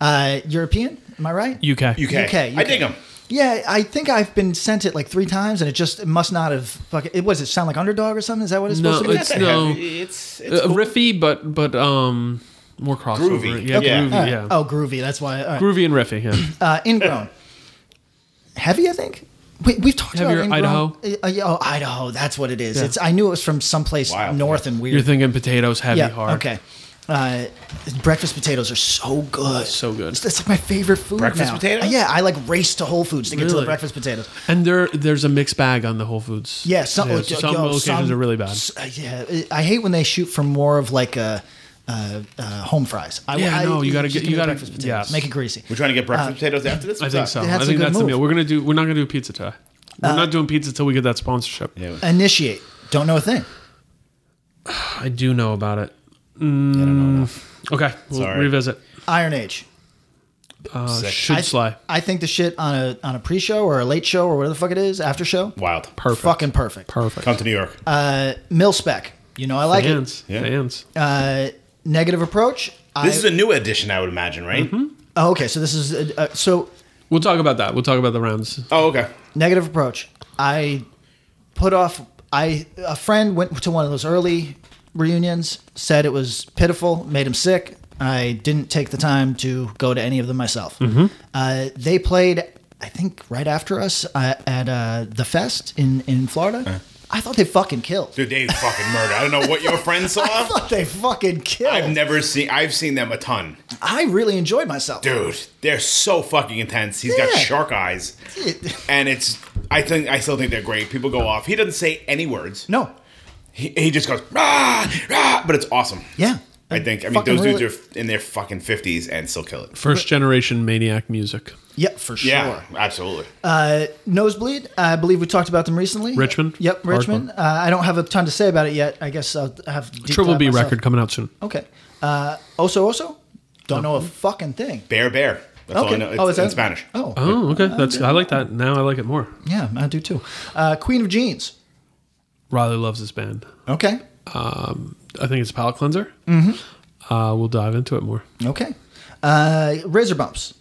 uh, European. Am I right?
UK.
UK.
UK,
I
UK.
dig them.
Yeah, I think I've been sent it like three times, and it just it must not have. Fuck, it was it sound like underdog or something? Is that what it's
No,
supposed to be?
it's no
It's, it's
uh, riffy, but but um more crossover.
Groovy.
Yeah,
Okay.
groovy.
Alright.
Yeah,
Oh, groovy. That's why. all right.
groovy and riffy. Yeah.
Uh, ingrown. Heavy, I think. We, we've talked
Heavier
about
Idaho?
Ingrown. Uh, yeah, oh, Idaho. That's what it is. It's. I knew it was from someplace
Wow.
north and
You're
weird.
thinking potatoes heavy
yeah.
hard.
Okay. Uh, breakfast potatoes are so good.
So good.
It's- That's like my favorite food.
Breakfast
now.
potatoes?
Uh, yeah, I like race to Whole Foods to get to the
Really?
breakfast potatoes.
And there there's a mixed bag on the Whole Foods.
Yeah, some,
Yeah,
oh,
so
yo-
some
yo,
locations
some-
are really bad.
s- uh, yeah, uh, I hate when they shoot for more of like a. Uh, uh, home fries. I,
Yeah,
I,
no, you gotta
just
get-
give me
you gotta-
breakfast potatoes.
yes.
Make it greasy.
We're trying to get breakfast potatoes after this.
I
What's
think
up?
so.
That's
I
a
think
good Uh,
that's the
move.
meal. We're gonna do. We're not gonna do pizza today. We're not doing pizza till we get that sponsorship.
Yeah.
Initiate. Don't know a thing.
I do know about it. Mm,
I don't know enough.
Okay, we'll
Sorry.
revisit.
Iron Age.
Uh,
Sick.
should
I-
slide.
I think the shit on a on a pre-show or a late show or whatever the fuck it is after show.
Wild.
Perfect.
Fucking perfect. Uh,
Perfect.
Come to New York.
Mil spec. You know I like
Fans.
Yeah.
Fans.
it. Uh, negative approach. I,
this is a new edition, I would imagine, right?
Mm-hmm.
oh, okay. So this is uh, uh, so
We'll talk about that. We'll talk about the rounds.
Oh, okay.
negative approach. I put off. I a friend went to one of those early reunions, said it was pitiful, made him sick. I didn't take the time to go to any of them myself.
Mm-hmm.
Uh, they played, I think, right after us uh, at uh, the fest in in Florida. I thought they fucking killed.
Uh. Dude, they fucking murder. I don't know what your friend
I
saw.
thought they fucking killed.
I've never seen. I've seen them a ton,
I really enjoyed myself.
dude. They're so fucking intense. He's got
Yeah.
shark eyes,
It-
and it's. I think I still think they're great. People go off. He doesn't say any words.
no,
He, he just goes rah, rah, but it's awesome.
yeah.
I think. I mean,
Fucking
those dudes
really-
are in their fucking fifties and still kill it.
First generation maniac music.
Yeah, for sure. Uh,
Yeah, absolutely.
Nosebleed. I believe we talked about them recently.
Richmond?
Yep,
Hard
Richmond.
one.
Uh, I don't have a ton to say about it yet. I guess I'll have deep
Triple
dive
B
myself.
record coming out soon.
Okay. Uh, oso oso. Don't know a fucking thing.
bear, bear. That's all I know. It's,
Oh, is
it's
that-
in Spanish.
Oh,
Oh, okay. That's I like that. Now I like it more.
yeah, I do too. Uh, Queen of Jeans.
Riley loves this band.
Okay.
I think it's a palate cleanser. Mm-hmm. Uh, we'll dive into it more.
Okay. Uh, Razor Bumps.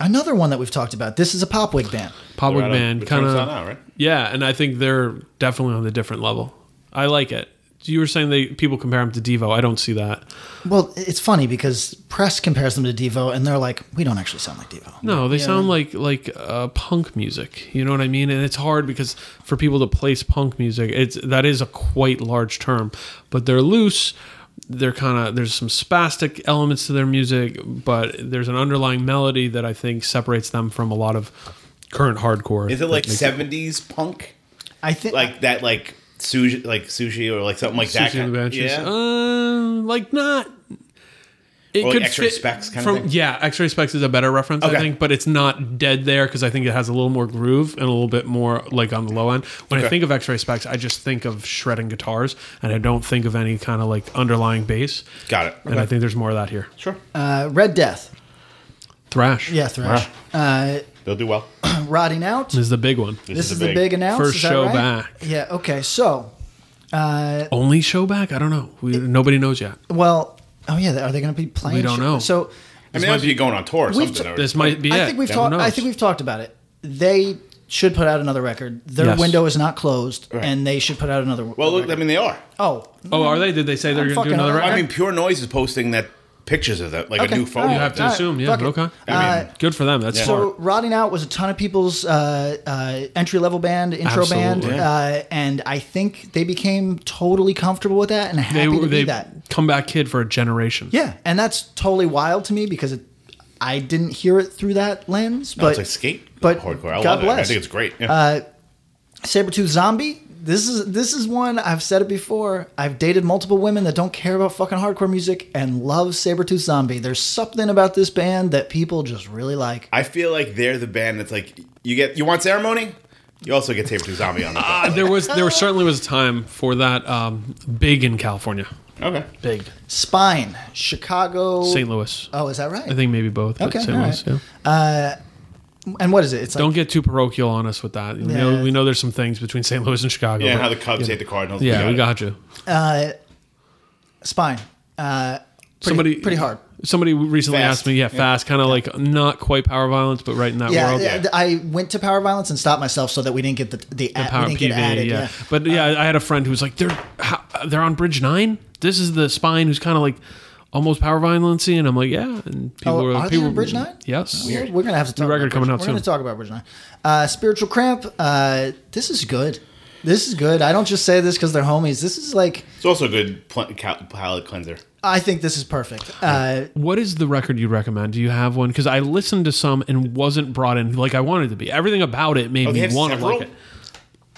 Another one that we've talked about. This is a pop wig band.
Pop
Right
Wig
on.
band,
Which
kind
one's that now,
of.
right?
Yeah, and I think they're definitely on a different level. I like it. You were saying they people compare them to Devo. I don't see that.
Well, it's funny because press compares them to Devo, and they're like, we don't actually sound like Devo.
No, they sound like like uh, punk music. You know what I mean? And it's hard because for people to place punk music, it's that is a quite large term. But they're loose. They're kind of there's some spastic elements to their music, but there's an underlying melody that I think separates them from a lot of current hardcore.
Is it
that
like
makes
seventies punk?
I think
Like that? Like sushi? Like sushi or like something like that?
Sushi and the
kind-
Banshees.
yeah.
Um, like not. It
Or like X-ray Specs kinda
from
thing?
yeah, X-ray specs is a better reference,
Okay.
I think, but it's not dead there because I think it has a little more groove and a little bit more like on the low end. When I
Okay.
think of X-ray specs, I just think of shredding guitars, and I don't think of any kind of like underlying bass.
Got it.
And I think there's more of that here.
Sure.
uh, Red Death.
Thrash,
Yeah, Thrash. Uh,
They'll do well.
rotting Out.
is the big one.
This is the big, announce.
First
is that
show
right?
back.
Yeah. Okay. So,
Only show back? I don't know. We, nobody knows yet.
well, oh yeah, are they going to be playing?
We don't
show-
know.
So,
I mean, might be going on tour or
We've
something.
t-
or-
This might be
I
it.
think we've
Who
talked. I
knows?
think we've talked about it. They should put out another record. Their
Yes.
window is not closed, and they should put out another.
well, look. I mean, they are.
oh,
Oh, are they? Did they say they're
I'm
going to
fucking
do another?
around.
record?
I mean, Pure Noise is posting that pictures of that, like
Okay.
a new photo.
All
You have to
Alright,
assume, yeah.
fuck it. Uh,
Okay.
I mean,
Good for them. That's smart.
So Rotting Out was a ton of people's uh, uh, entry level band, intro band,
Absolutely.
uh, and I think they became totally comfortable with that and happy to be that.
comeback kid for a generation.
Yeah, and that's totally wild to me because it, I didn't hear it through that lens. But
it's like skate,
but
hardcore. I love it. I
God bless. Uh,
think it's great. Yeah.
Sabretooth Zombie. This is this is one I've said it before. I've dated multiple women that don't care about fucking hardcore music and love Sabretooth Zombie. There's something about this band that people just really like.
I feel like they're the band that's like you get you want ceremony, you also get Taper Two Zombie on the
Uh,
bill.
there was there was certainly was a time for that um, big in California.
okay.
Big.
Spine, Chicago,
St. Louis.
Oh, is that right?
I think maybe both. but
Okay,
St.
all
Louis,
right.
yeah.
And what is it? It's like
Don't get too parochial on us with that. We,
Yeah.
know, we know there's some things between St. Louis and Chicago.
Yeah,
but-
how the Cubs hate the Cardinals.
yeah, we
it.
got you.
uh, Spine. Uh, pretty,
Somebody
pretty hard.
Somebody recently
Fast.
asked me, yeah, fast, kind of like not quite power violence, but right in that
Yeah,
world.
yeah, I went to Power Violence and stopped myself so that we didn't get the the, ad,
Power
we didn't
PV,
get added.
yeah.
Yeah. Uh,
But yeah, I had a friend who was like, they're how, they're on Bridge Nine. This is the spine who's kind of like almost power violency, and I'm like, yeah. And people
Oh,
were
are they
people,
on Bridge Nine?
Yes.
We're, we're gonna have to talk.
record
about
coming
Bridge-
out
We're
soon.
gonna talk about Bridge Nine. Uh, Spiritual Cramp. Uh, this is good. This is good. I don't just say this because they're homies. This is like
It's also a good pl- cal- palate cleanser.
I think this is perfect. Uh,
What is the record you recommend? Do you have one? Because I listened to some and wasn't brought in like I wanted to be. Everything about it made
Oh, they
me
have
want to
several?
like it.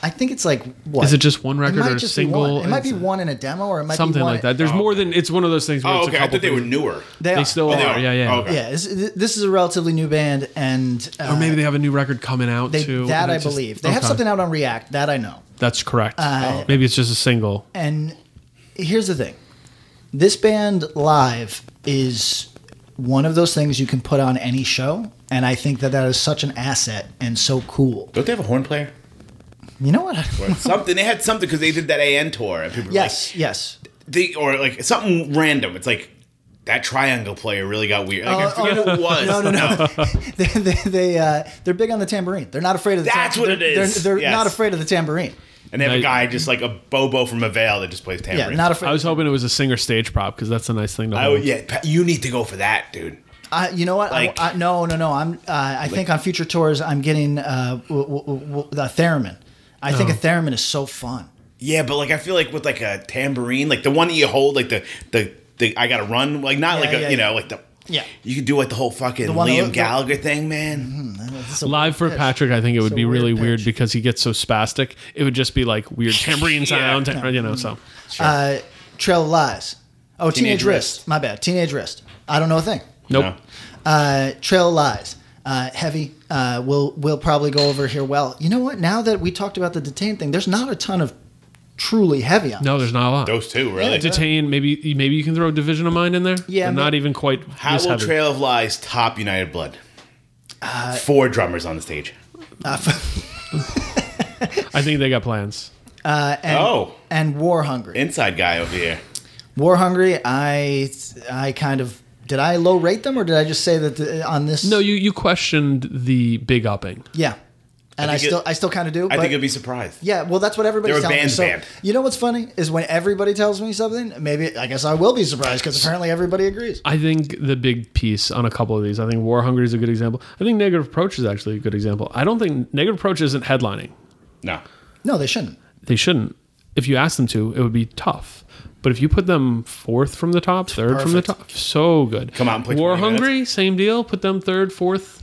I think it's like what
Is it just one record
might
or a
just be
single?
one. It might be
It's-
one in a demo or it might
Something
be one
like that. There's more than it's one of those things. Where
Oh,
it's
okay.
a
I
couple
thought they were
things.
newer.
They,
They
are.
still
Oh, they
are.
are.
Yeah, yeah.
Oh, okay.
Yeah, this, this is a relatively new band, and uh,
Or maybe they have a new record coming out
they-
too.
that
and
I
it's just-
believe they have
okay.
something out Uh, on React that I know.
That's correct. Maybe it's just a single.
And here's the thing this band live is one of those things you can put on any show. And I think that that is such an asset and so cool.
Don't they have a horn player?
You know what?
Or something. They had something because they did that AN tour and people were
yes,
like,
yes.
they or like something random. It's like that triangle player really got weird. Like, I
Oh,
forget who it was.
No, no, no. they, they, they, uh, they're big on the tambourine. They're not afraid of the
That's
tambourine.
what it
They're,
is.
they're
Yes.
not afraid of the tambourine.
and they have
Now-
a guy just like a bobo from a veil that just plays
Yeah,
tambourine.
not afraid.
I was hoping it was a singer stage prop because that's a nice thing to
I
hold.
would, yeah, Pa- you need to go for that, dude.
I, you know what?
Like-
I, I, no, no, no. I'm. Uh, I think on future tours, I'm getting uh, w- w- w- the theremin. I think
Oh.
a theremin is so fun.
Yeah, but like I feel like with like a tambourine, like the one that you hold, like the the, the I gotta run, like not
Yeah,
like a
yeah,
you
yeah.
know like the
Yeah.
you could do like the whole fucking
one that Mm-hmm.
Liam
look-
Gallagher thing, man.
It's a
Live for
pitch.
Patrick, I think it would
a
be really
weird
weird
pitch.
because he gets so spastic. It would just be like weird tambourine sound, you know. So
Uh, Trail of Lies. Oh, Teenage,
Teenage
Wrist.
Wrist.
My bad. Teenage Wrist. I don't know a thing.
nope.
No.
Uh, Trail of Lies. Uh, heavy. Uh, we'll we'll probably go over here. Well, you know what? Now that we talked about the detained thing, there's not a ton of truly heavy on.
No, there's not a lot.
Those two, really.
Detain. Maybe maybe you can throw Division of Mind in there.
Yeah,
They're
may-
not even quite.
How
this
will
heavy.
Trail of Lies top United Blood?
Uh,
Four drummers on the stage.
I think they got plans.
Uh, and,
Oh.
and War Hungry.
Inside guy over here.
War Hungry. I I kind of did I low rate them or did I just say that the, on this?
No, you you questioned the big upping.
Yeah, and I,
think it-
still I still kind of do.
I
but-
think you'd be surprised.
Yeah, well, that's what everybody's
They're a
telling me.
band's
So,
band.
you know what's funny is when everybody tells me something, maybe I guess I will be surprised because apparently everybody agrees.
I think the big piece on a couple of these. I think War Hungry is a good example. I think Negative Approach is actually a good example. I don't think Negative Approach isn't headlining.
No.
No, they shouldn't.
They shouldn't. If you asked them to, it would be tough. But if you put them fourth from the top, third from the top, so good.
Come out and play
War
20 minutes.
Hungry, same deal. Put them third, fourth.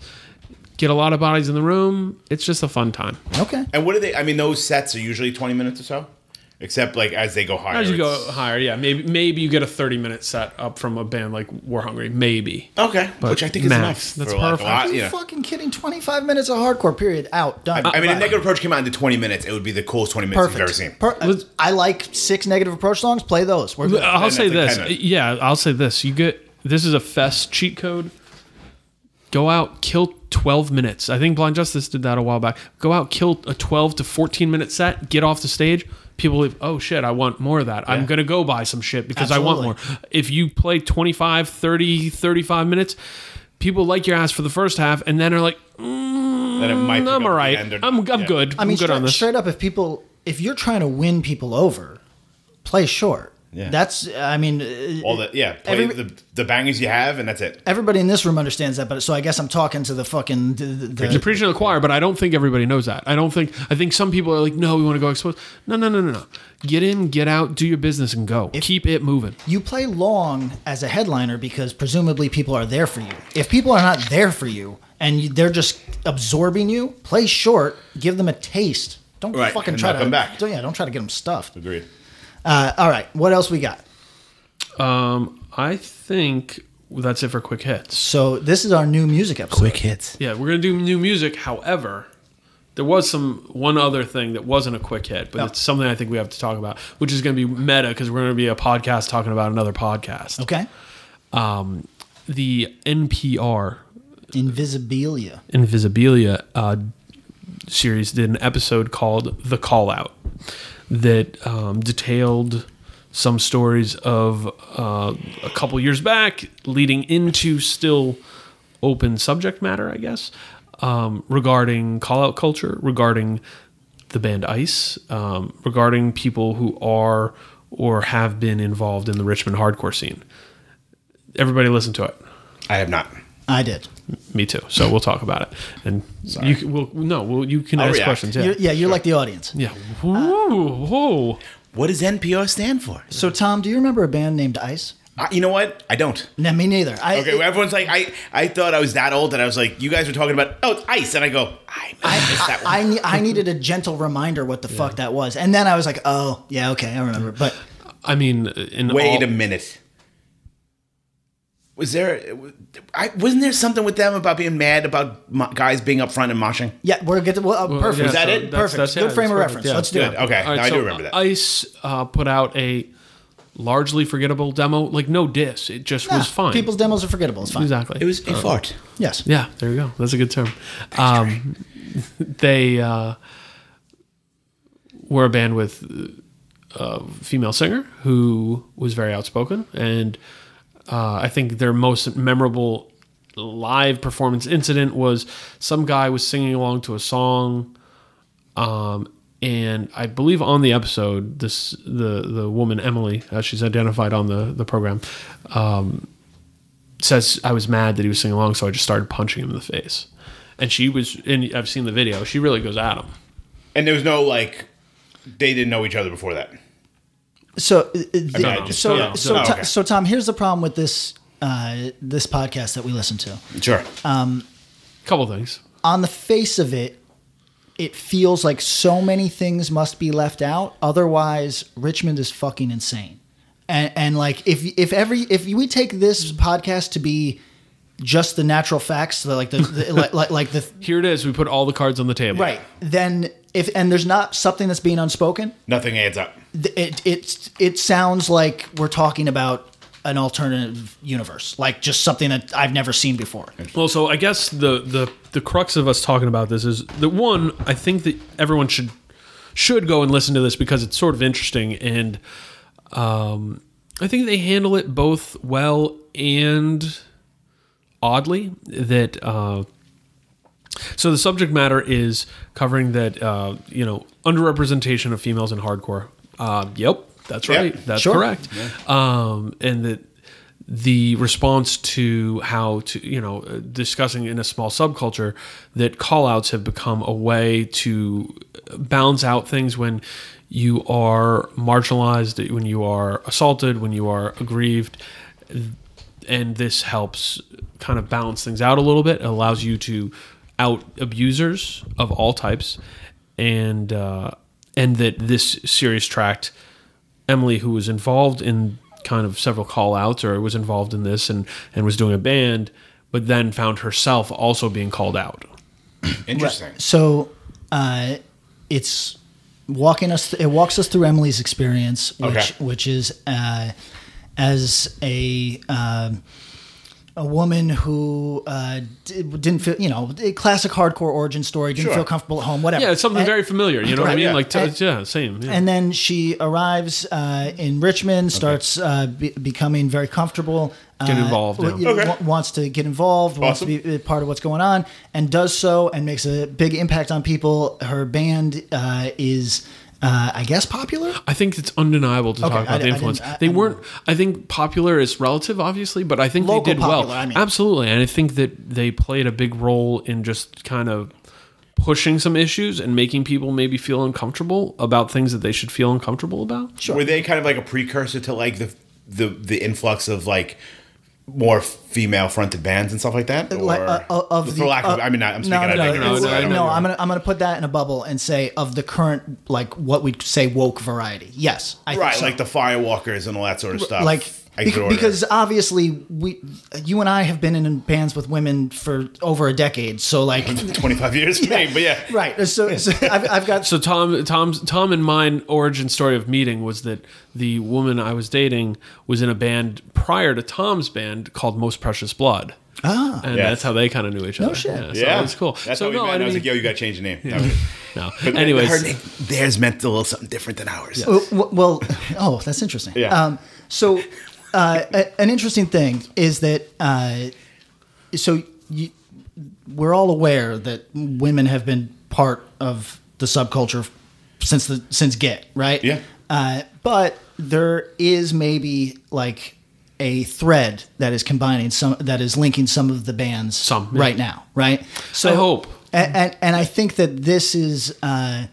Get a lot of bodies in the room. It's just a fun time.
Okay.
And what are they? I mean, those sets are usually 20 minutes or so, except like as they go higher.
As you go
it's-
higher, yeah, maybe maybe you get a thirty minute set up from a band like War Hungry, maybe.
Okay.
But
Which I think is
max,
enough.
that's
for, like, a
perfect.
lot,
Are you
you know.
fucking kidding? Twenty-five minutes of hardcore. Period. Out. Done.
I mean,
Bye.
if Negative Approach came out into 20 minutes, it would be the coolest 20 minutes
Perfect.
you've ever seen.
Per-
Was-
I like six negative approach songs. Play those. We're good.
I'll
Then
say
that's
this.
like kinda-
Yeah, I'll say this. You get this is a fest cheat code. Go out, kill twelve minutes. I think Blind Justice did that a while back. Go out, kill a twelve to fourteen minute set. Get off the stage. People leave. Oh shit! I want more of that. I'm gonna go buy some shit because I want
Absolutely.
more. If you play 25, 30, 35 minutes, people like your ass for the first half, and then are like, "Mm,
Then it might pick up
"I'm
the
all right.
end or-
I'm I'm
yeah.
good.
I mean,
I'm good
stra-
on this."
straight up, if people, if you're trying to win people over, play short.
Yeah.
That's. I mean, uh,
All the yeah, play
Every-
the, the bangers you have, and that's it.
everybody in this room understands that, but so I guess I'm talking to the fucking the, the,
You're preaching to the choir, but I don't think everybody knows that. I don't think. I think some people are like, "No, we want to go expose." No, no, no, no, no. Get in, get out, do your business, and go. Keep it moving.
you play long as a headliner because presumably people are there for you. If people are not there for you and you, they're just absorbing you, play short, give them a taste. Don't
Right,
fucking
and
try to
they'll come back.
Don't, yeah, don't try to get them stuffed.
Agreed.
Uh, all right, what else we got?
Um, I think that's it for quick hits.
So this is our new music episode.
hits.
Yeah, we're gonna do new music. However, there was some one other thing that wasn't a quick hit, but it's something I think we have to talk about, which is gonna be meta because we're gonna be a podcast talking about another podcast.
Okay,
The NPR
Invisibilia.
Invisibilia uh, series did an episode called "The Call Out" that um, detailed some stories of uh, a couple years back, leading into still open subject matter, I guess, um, regarding call out culture, regarding the band Ice, um, regarding people who are or have been involved in the Richmond hardcore scene. Everybody, listen to it.
I have not.
I did.
Me too. So we'll talk about it, and you can, will no, well, you can
I'll
ask
react.
questions. Yeah,
You're, yeah, you're like the audience.
yeah. Whoa,
Uh,
whoa.
What does NPR stand for?
So Tom, do you remember a band named Ice?
I, you know what? I don't.
No, me neither. I,
Okay, well, everyone's like, I, I thought I was that old, and I was like, you guys were talking about oh, it's ice, and I go, I, missed that one.
I, ne- I needed a gentle reminder what the fuck that was, and then I was like, oh yeah, okay, I remember. But
I mean, in
Wait
all-
a minute. Was there? I wasn't there something with them about being mad about mo- guys being up front and moshing?
Yeah, we're good. To, well, uh, perfect.
yeah,
Is that
so
it?
that's-
perfect.
that's- yeah,
Good frame
that's
of
perfect,
reference.
yeah.
Let's do
Good.
it.
Okay,
All right,
now I
so
do remember that.
Ice uh, put out a largely forgettable demo, like no diss. It just
Yeah,
was fine.
Ah, People's demos are forgettable. It's fine.
exactly.
it was a fart.
Yes.
Yeah, there you go. That's a good term. Um, they uh, were a band with uh, a female singer who was very outspoken, and uh, I think their most memorable live performance incident was some guy was singing along to a song, um, and I believe on the episode, this the the woman Emily, uh, she's identified on the the program, um, says I was mad that he was singing along, so I just started punching him in the face, and she was. And I've seen the video. She really goes at him.
And there was no like, they didn't know each other before that.
So, uh, the-
don't know.
so,
Yeah.
so,
Oh,
Tom-
okay.
so, Tom. Here's the problem with this uh, this podcast that we listen to.
Sure.
Couple things.
On the face of it, it feels like so many things must be left out. Otherwise, Richmond is fucking insane. And, and like, if if every if we take this podcast to be just the natural facts, like the, the like, like like the
Here it is. We put all the cards on the table.
right, then if and there's not something that's being unspoken,
Nothing adds up.
th- it it it sounds like we're talking about an alternative universe, like just something that I've never seen before.
Well, so I guess the the the crux of us talking about this is that one. I think that everyone should should go and listen to this because it's sort of interesting, and um, I think they handle it both well and oddly. That uh, so the subject matter is covering that uh, you know underrepresentation of females in hardcore. Uh, yep, that's
Yeah,
right. That's
sure.
correct. Um, and that the response to how to you know uh, discussing in a small subculture that call outs have become a way to balance out things when you are marginalized when you are assaulted when you are aggrieved and this helps kind of balance things out a little bit it allows you to out abusers of all types and uh, and that this serious tract Emily, who was involved in kind of several call outs or was involved in this and, and was doing a band, but then found herself also being called out.
Interesting.
So, uh, it's walking us. It walks us through Emily's experience, which
Okay.
which is uh, as a. Um, a woman who uh, d- didn't feel, you know, a classic hardcore origin story, didn't
Sure.
feel comfortable at home, whatever.
Yeah, it's something
And-
very familiar. You know what I mean?
yeah.
Like, t-
And-
yeah, same. Yeah.
And then she arrives uh, in Richmond, starts uh, be- becoming very comfortable.
Get
uh,
involved,
w-
yeah.
you know,
Okay.
wa- wants to get involved, wants to
Awesome.
be a part of what's going on, and does so, and makes a big impact on people. Her band uh, is, uh, I guess, popular.
I think it's undeniable to
Okay, I
talk about
di-
the
I
influence.
didn't- I-
they
I
weren't. I think popular is relative, obviously, but I think
Local
they did well.
popular, I mean.
Absolutely, and I think that they played a big role in just kind of pushing some issues and making people maybe feel uncomfortable about things that they should feel uncomfortable about.
Were they kind of like a precursor to like the the the influx of like more female fronted bands and stuff like that? Or
Like, uh, uh, of
for
the,
lack of,
uh,
I mean, I'm speaking
no,
out of
no,
ignorance.
no,
I don't
no,
know.
I'm gonna I'm gonna put that in a bubble and say of the current like what we would say woke variety. Yes, I think
Right,
so.
like the firewalkers and all that sort of stuff.
like
Exit
bec-
order.
because obviously we you and I have been in bands with women for over a decade so like
25 years, maybe, but yeah.
right so, so I've, I've got
So Tom, Tom's, Tom and mine origin story of meeting was that the woman I was dating was in a band prior to Tom's band called Most Precious Blood. Ah, and
Yeah.
that's how they kind of knew each other.
shit.
Yeah, so
Yeah,
it's cool.
That's
so
how we
no,
met.
I
and I, was
mean-
like, "Yo, you got to change the name."
no.
But
Anyways,
her name- theirs meant a little something different than ours.
Oh, w- well, oh, that's interesting.
Yeah.
Um, so, uh, a- an interesting thing is that uh, so you, we're all aware that women have been part of the subculture since the since get right.
Yeah.
Uh, but there is maybe like a thread that is combining some that is linking some of the bands
Some, yeah.
right now, right? So
I hope.
and, and, and I think that this is uh,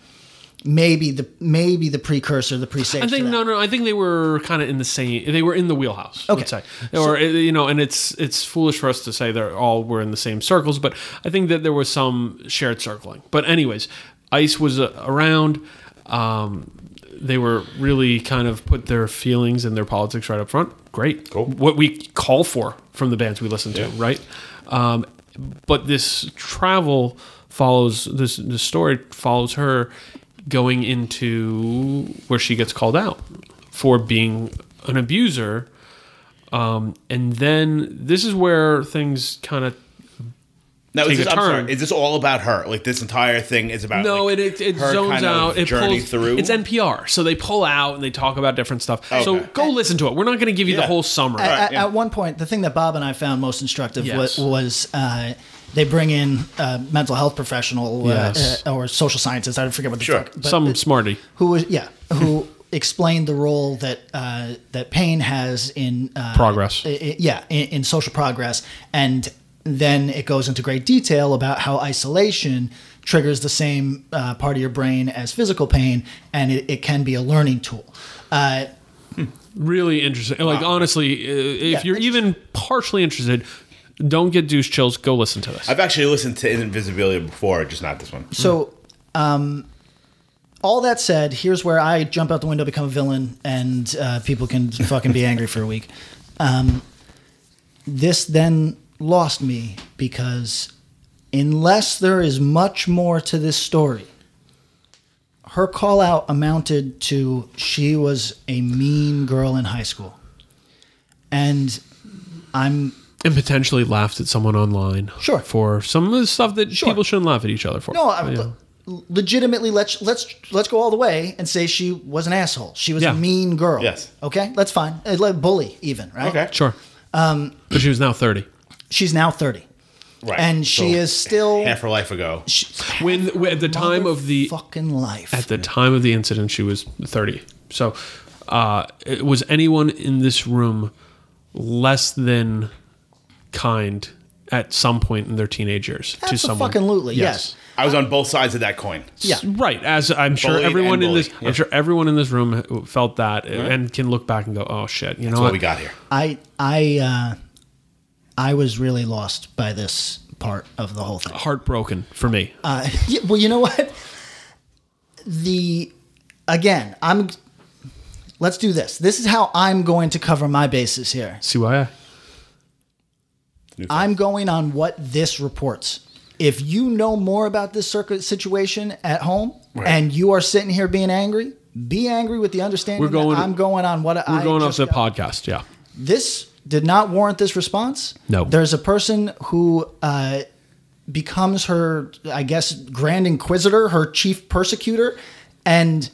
maybe the maybe the precursor, the presage.
I
to
think
that.
no, no. I think they were kind of in the same. They were in the wheelhouse.
Okay.
let's say. or uh, you know, and it's it's foolish for us to say they're all were in the same circles, but I think that there was some shared circling. But anyways, Ice was uh, around. Um, they were really kind of put their feelings and their politics right up front. Great,
Cool.
What we call for from the bands we listen to, right? Um, but this travel follows this. The story follows her going into where she gets called out for being an abuser. Um, and then this is where things kind of
Now, is
Take
this,
a
I'm sorry,
turn.
is this all about her? Like this entire thing is about
no,
like,
it it, it
her
zones
kind of
out. It
journey
pulls
through.
It's NPR, so they pull out and they talk about different stuff. So
Okay.
go listen to it. We're not going to give you the
Yeah.
whole summary.
All right.
at,
yeah.
at one point, the thing that Bob and I found most instructive
Yes.
was, was uh, they bring in a mental health professional uh,
Yes.
uh, or social scientist. I forget what the
Sure.
fuck. but-
Some smarty.
who was yeah who explained the role that uh, that pain has in uh,
Progress.
i- i- yeah in, in social progress and then it goes into great detail about how isolation triggers the same uh, part of your brain as physical pain and it, it can be a learning tool uh,
Really interesting. Like honestly, uh, if
Yeah,
you're
that's-
even partially interested, don't get douche chills. Go listen to this.
I've actually listened to Invisibility before, just not this one.
so um, all that said here's where i jump out the window become a villain and uh, people can fucking be angry for a week Um, this then lost me because unless there is much more to this story, her call out amounted to she was a mean girl in high school. And I'm
and potentially laughed at someone online.
Sure.
For some of the stuff that
Sure.
people shouldn't laugh at each other for.
no, I'm,
You know?
legitimately let's let's let's go all the way and say she was an asshole. She was
Yeah.
a mean girl.
Yes.
Okay, that's fine. Uh, like Bully even, right?
Okay.
Sure.
Um,
but she was now 30.
She's now thirty,
Right.
and she
So,
is still
half her life ago.
When, when at the time of the
fucking life.
at the time of the incident she was 30. So, uh, it- was anyone in this room less than kind at some point in their teenage years to someone?
Absolutely, yes.
I was on both sides of that coin.
Yeah.
Right, as I'm sure
Bullied
everyone
and
in this,
bullied, yeah.
I'm sure everyone in this room felt that and can look back and go, "Oh shit," you know
That's
what?
what we got here.
I I uh, I was really lost by this part of the whole thing.
Oh. Heartbroken for me.
Uh, yeah, well, you know what? The again, I'm. Let's do this. This is how I'm going to cover my bases here.
CYI.
I'm going on what this reports. If you know more about this circuit situation at home and you are sitting here being angry, be angry with the understanding
We're going-
that I'm going on what
We're
I
going off
just
the
got-
podcast. Yeah.
this did not warrant this response.
No.
There's a person who uh, becomes her, I guess, grand inquisitor, her chief persecutor, and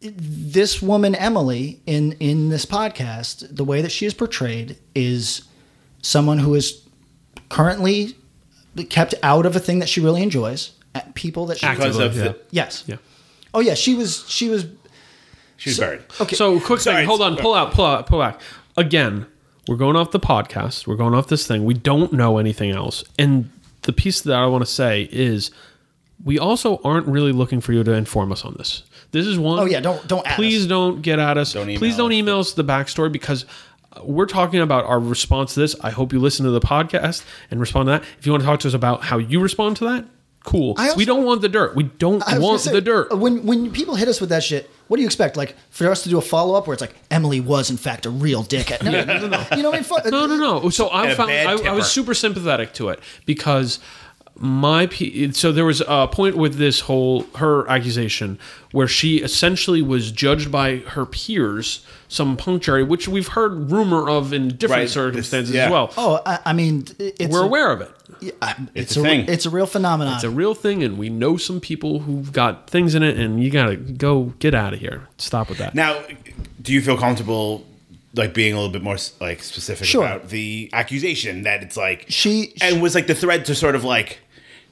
this woman Emily in in this podcast, the way that she is portrayed is someone who is currently kept out of a thing that she really enjoys. At people that she
Because of
Yeah.
the,
yes,
Yeah.
oh yeah, she was she was
she was buried.
okay.
So quick
Sorry.
thing. Hold on. Pull out. Pull out. Pull back. Again, we're going off the podcast. We're going off this thing. We don't know anything else. And the piece that I want to say is, we also aren't really looking for you to inform us on this. This is one.
Oh, yeah, don't- don't at
Please
us.
don't get at us.
email
please don't
us.
email us the backstory because. uh, We're talking about our response to this. I hope you listen to the podcast and respond to that. If you want to talk to us about how you respond to that, cool.
I also-
we don't want the dirt. We don't
I was
want
gonna say, uh,
the dirt.
When when people hit us with that shit, what do you expect? Like for us to do a follow up where it's like Emily was in fact a real dickhead. No, no, no, no. You know what I mean? Fuck-
No, no, no. So I
And a
found
bad
I, I
temper.
was super sympathetic to it because my p- so there was a point with this whole her accusation where she essentially was judged by her peers some punctuary which we've heard rumor of in different
Right, this-
circumstances
yeah.
as well
Oh, I, I mean, it's
we're
a,
aware of it
It's,
a
a
thing.
It's a real phenomenon.
it's a real thing and we know some people who've got things in it and you gotta go get out of here stop with that
Now, do you feel comfortable like being a little bit more like specific
Sure.
about the accusation that it's like
She-
and was like the thread to sort of like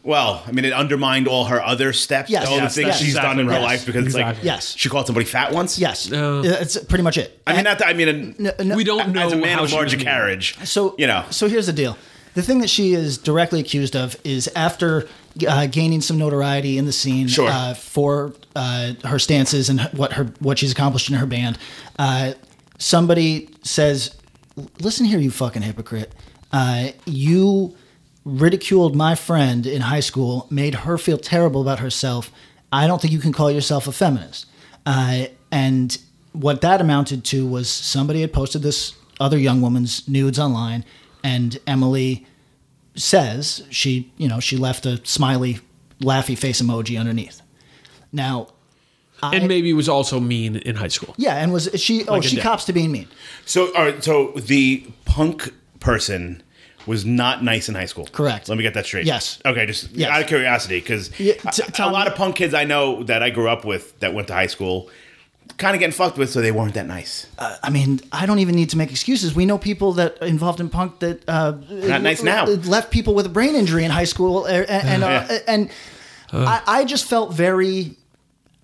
well, I mean, it undermined all her other steps,
Yes.
all
Yes,
the things
that's
she's done
exactly
in her
right.
life because it's like
Exactly.
Yes.
she called somebody fat once.
yes,
Uh,
it's pretty much it.
I mean, not that I mean,
No, no.
we don't know
as a man
how
of
she
larger
was-
carriage.
So
you know,
So here's the deal. The thing that she is directly accused of is after uh, gaining some notoriety in the scene
Sure.
uh, for uh, her stances and what her what she's accomplished in her band. Uh, somebody says, "Listen here, you fucking hypocrite. Uh, you ridiculed my friend in high school, made her feel terrible about herself. I don't think you can call yourself a feminist." Uh, and what that amounted to was somebody had posted this other young woman's nudes online, and Emily says she, you know, she left a smiley, laughy face emoji underneath. Now,
and maybe was also mean in high school
yeah, and was she? Oh,
Like a
she
dick.
cops to being mean.
So, all right, so the punk person was not nice in high school.
Correct.
Let me get that straight.
Yes.
Okay, just
Yes.
out of curiosity, because
Yeah, t-
a
tell
lot
me-
of punk kids I know that I grew up with that went to high school kind of getting fucked with, so they weren't that nice.
I mean, I don't even need to make excuses. We know people that are involved in punk that uh,
Not nice now.
left people with a brain injury in high school, uh, and and, uh,
Yeah.
and I, I just felt very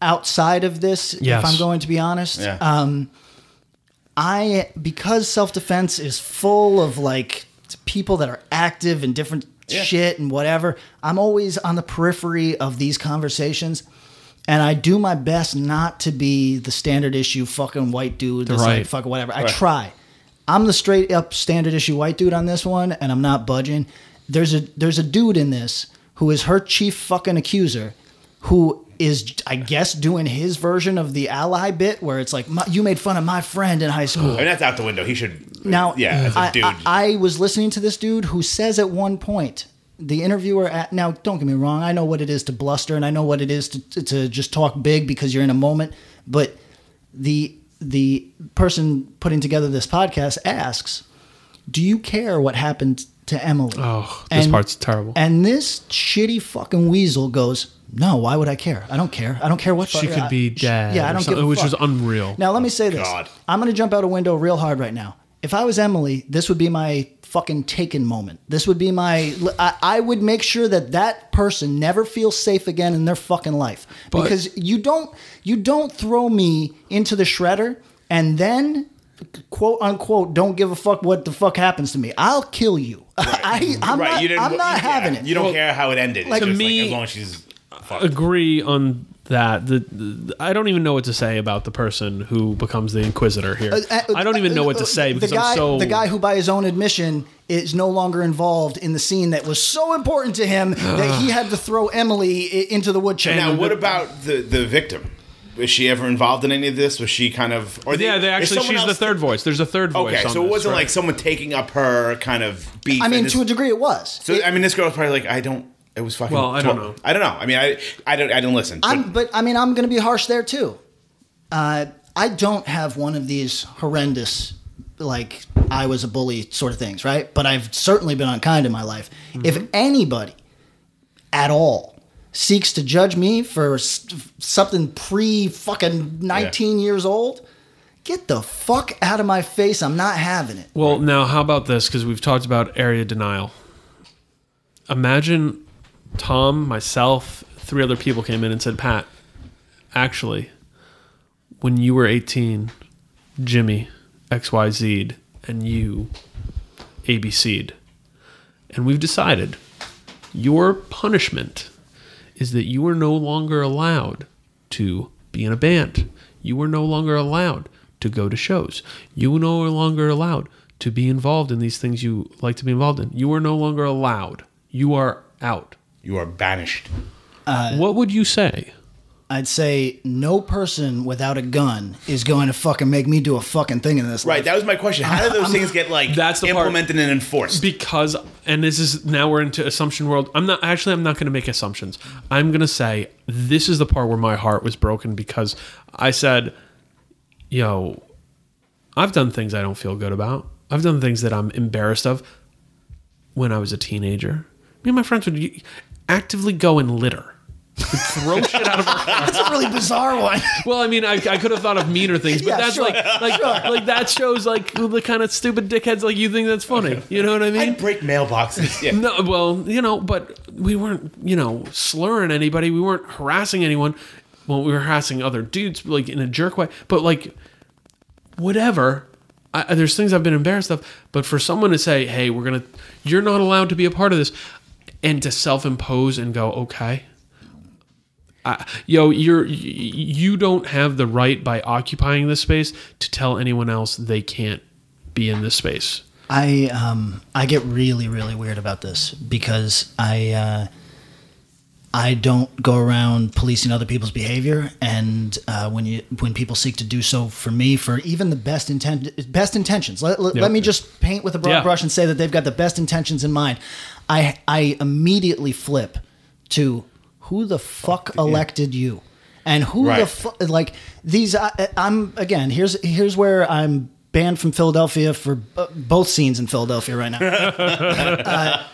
outside of this.
Yes.
If I'm going to be honest,
Yeah.
um, I because self defense is full of like people that are active and different
Yeah.
shit and whatever. I'm always on the periphery of these conversations. And I do my best not to be the standard issue fucking white dude that's
Right.
like fuck whatever. I try. I'm the straight up standard issue white dude on this one, and I'm not budging. There's a there's a dude in this who is her chief fucking accuser, who is I guess doing his version of the ally bit where it's like my, you made fun of my friend in high school.
I mean, that's out the window. He should.
Now,
yeah, as
I-
a dude.
I, I was listening to this dude who says at one point, the interviewer. At, now, don't get me wrong. I know what it is to bluster, and I know what it is to, to, to just talk big because you're in a moment. But the the person putting together this podcast asks, "Do you care what happened to Emily?"
Oh, this part's terrible.
And this shitty fucking weasel goes. No, why would I care? I don't care. I don't care what
She
fu-
could be
I- sh-
dead
Yeah, I
or
don't give
something,
a
which
fuck.
was unreal. Oh,
Now let me say this.
God.
I'm going to jump out a window real hard right now. If I was Emily, this would be my fucking taken moment. This would be my. I, I would make sure that that person never feels safe again in their fucking life
But-
because you don't you don't throw me into the shredder and then quote unquote don't give a fuck what the fuck happens to me. I'll kill you. I, I'm
right,
not,
you didn't,
I'm not
yeah,
having it.
You don't care how it ended.
like-
it's
To
just
me-
like, as long as she's fucked.
agree on that. The, the- I don't even know what to say about the person who becomes the inquisitor here.
Uh, uh,
I don't even know what
uh,
to say because
the guy,
I'm so
the guy who, by his own admission, is no longer involved in the scene that was so important to him that he had to throw Emily i- into the wood chipper.
now, what about the the victim? Was she ever involved in any of this? Was she kind of? Or
yeah, they
is
actually
someone
she's the
else-
third voice. There's a third voice.
Okay,
on
so it
this,
wasn't
right?
like someone taking up her kind of beef.
I
and
mean,
this-
to a degree, it was.
So I mean, this girl's probably like, I don't. It was fucking.
Well, I don't know.
I don't know. I mean, I I don't. I didn't listen. but-
I'm, but I mean, I'm going to be harsh there too. Uh, I don't have one of these horrendous, like I was a bully sort of things, right? But I've certainly been unkind in my life. If anybody at all seeks to judge me for s- something pre fucking 19 years old, get the fuck out of my face. I'm not having it.
Well, now how about this? Because we've talked about area denial. Imagine Tom, myself, three other people came in and said, "Pat, actually, when you were 18, Jimmy X Y Z'd and you ABC'd, and we've decided your punishment is that you are no longer allowed to be in a band. You are no longer allowed to go to shows. You are no longer allowed to be involved in these things you like to be involved in. You are no longer allowed. You are out.
you are banished.
what would you say?
I'd say no person without a gun is going to fucking make me do a fucking thing in this life.
Right. That was my question. How do those things get like
That's the part-
implemented and enforced?
Because and this is now we're into assumption world. I'm not actually I'm not going to make assumptions. I'm going to say this is the part where my heart was broken because I said, "Yo, I've done things I don't feel good about. I've done things that I'm embarrassed of when I was a teenager. Me and my friends would y- actively go and litter. We'd throw shit out of our
That's a really bizarre one.
Well, I mean, I, I could have thought of meaner things, but
Yeah,
that's
sure,
like like like that shows like the kind of stupid dickheads like you think that's funny. You know what I
I
mean?
break mailboxes. Yeah.
No, well, you know, but we weren't, you know, slurring anybody. We weren't harassing anyone. Well, we were harassing other dudes, like in a jerk way. But like, whatever. I, I- there's things I've been embarrassed of. But for someone to say, "Hey, we're gonna," you're not allowed to be a part of this, and to self-impose and go, "Okay." I, yo, you're y- you don't have the right by occupying this space to tell anyone else they can't be in this space.
I um I get really really weird about this because I uh, I don't go around policing other people's behavior, and uh, when you when people seek to do so for me for even the best intent best intentions. Let, let, let me just paint with a broad
Yeah.
brush and say that they've got the best intentions in mind. I I immediately flip to who the fuck, elected you, and who the
Right.
fuck fu- like these I, i'm again here's here's where i'm banned from philadelphia for b- both scenes in philadelphia right now uh,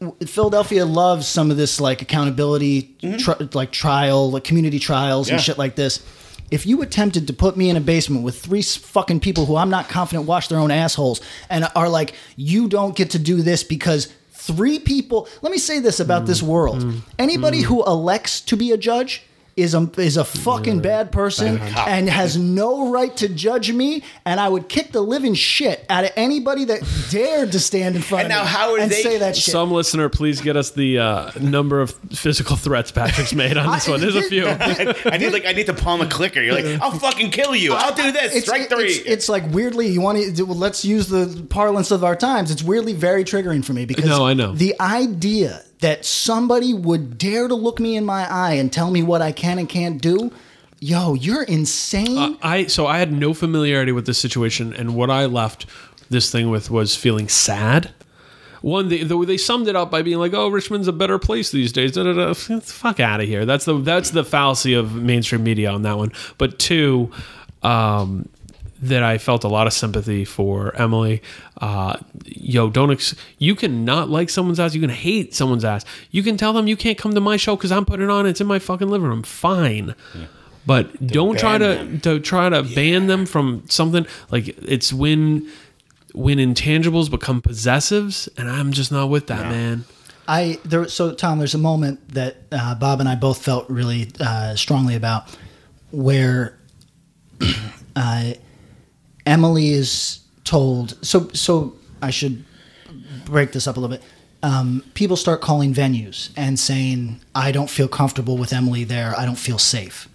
w- philadelphia loves some of this like accountability tr- like trial like community trials
Mm-hmm. Yeah.
and shit like this if you attempted to put me in a basement with three s- fucking people who I'm not confident wash their own assholes and are like, you don't get to do this because three people. Let me say this
Mm.
about this world: anybody who elects to be a judge. Is a, is a fucking bad person and has no right to judge me, and I would kick the living shit out of anybody that dared to stand in front
And
of
now
me
how are
and
they-
say that shit.
Some listener, please get us the uh, number of physical threats Patrick's made on this one. There's a few.
I need like I need to palm a clicker. You're like, I'll fucking kill you. I'll do this. Strike three.
It's, it's like weirdly, you want to well, let's use the parlance of our times. It's weirdly very triggering for me because
No, I know.
the idea that somebody would dare to look me in my eye and tell me what I can and can't do. Yo, you're insane.
I so I had no familiarity with this situation, and what I left this thing with was feeling sad. One, they, though they summed it up by being like, "Oh, Richmond's a better place these days." Da, da, da. Fuck out of here. That's the that's the fallacy of mainstream media on that one. But two, um, that I felt a lot of sympathy for Emily. Uh, yo, don't ex- you can not like someone's ass. You can hate someone's ass. You can tell them you can't come to my show because I'm putting it on. It's in my fucking living room. Fine. But don't
ban
try to
them.
to try to ban them from something like it's when when intangibles become possessives and I'm just not with that man.
I there. So Tom, there's a moment that uh, Bob and I both felt really uh, strongly about, where uh, Emily is told. So so I should break this up a little bit. Um, people start calling venues and saying, "I don't feel comfortable with Emily there. I don't feel safe."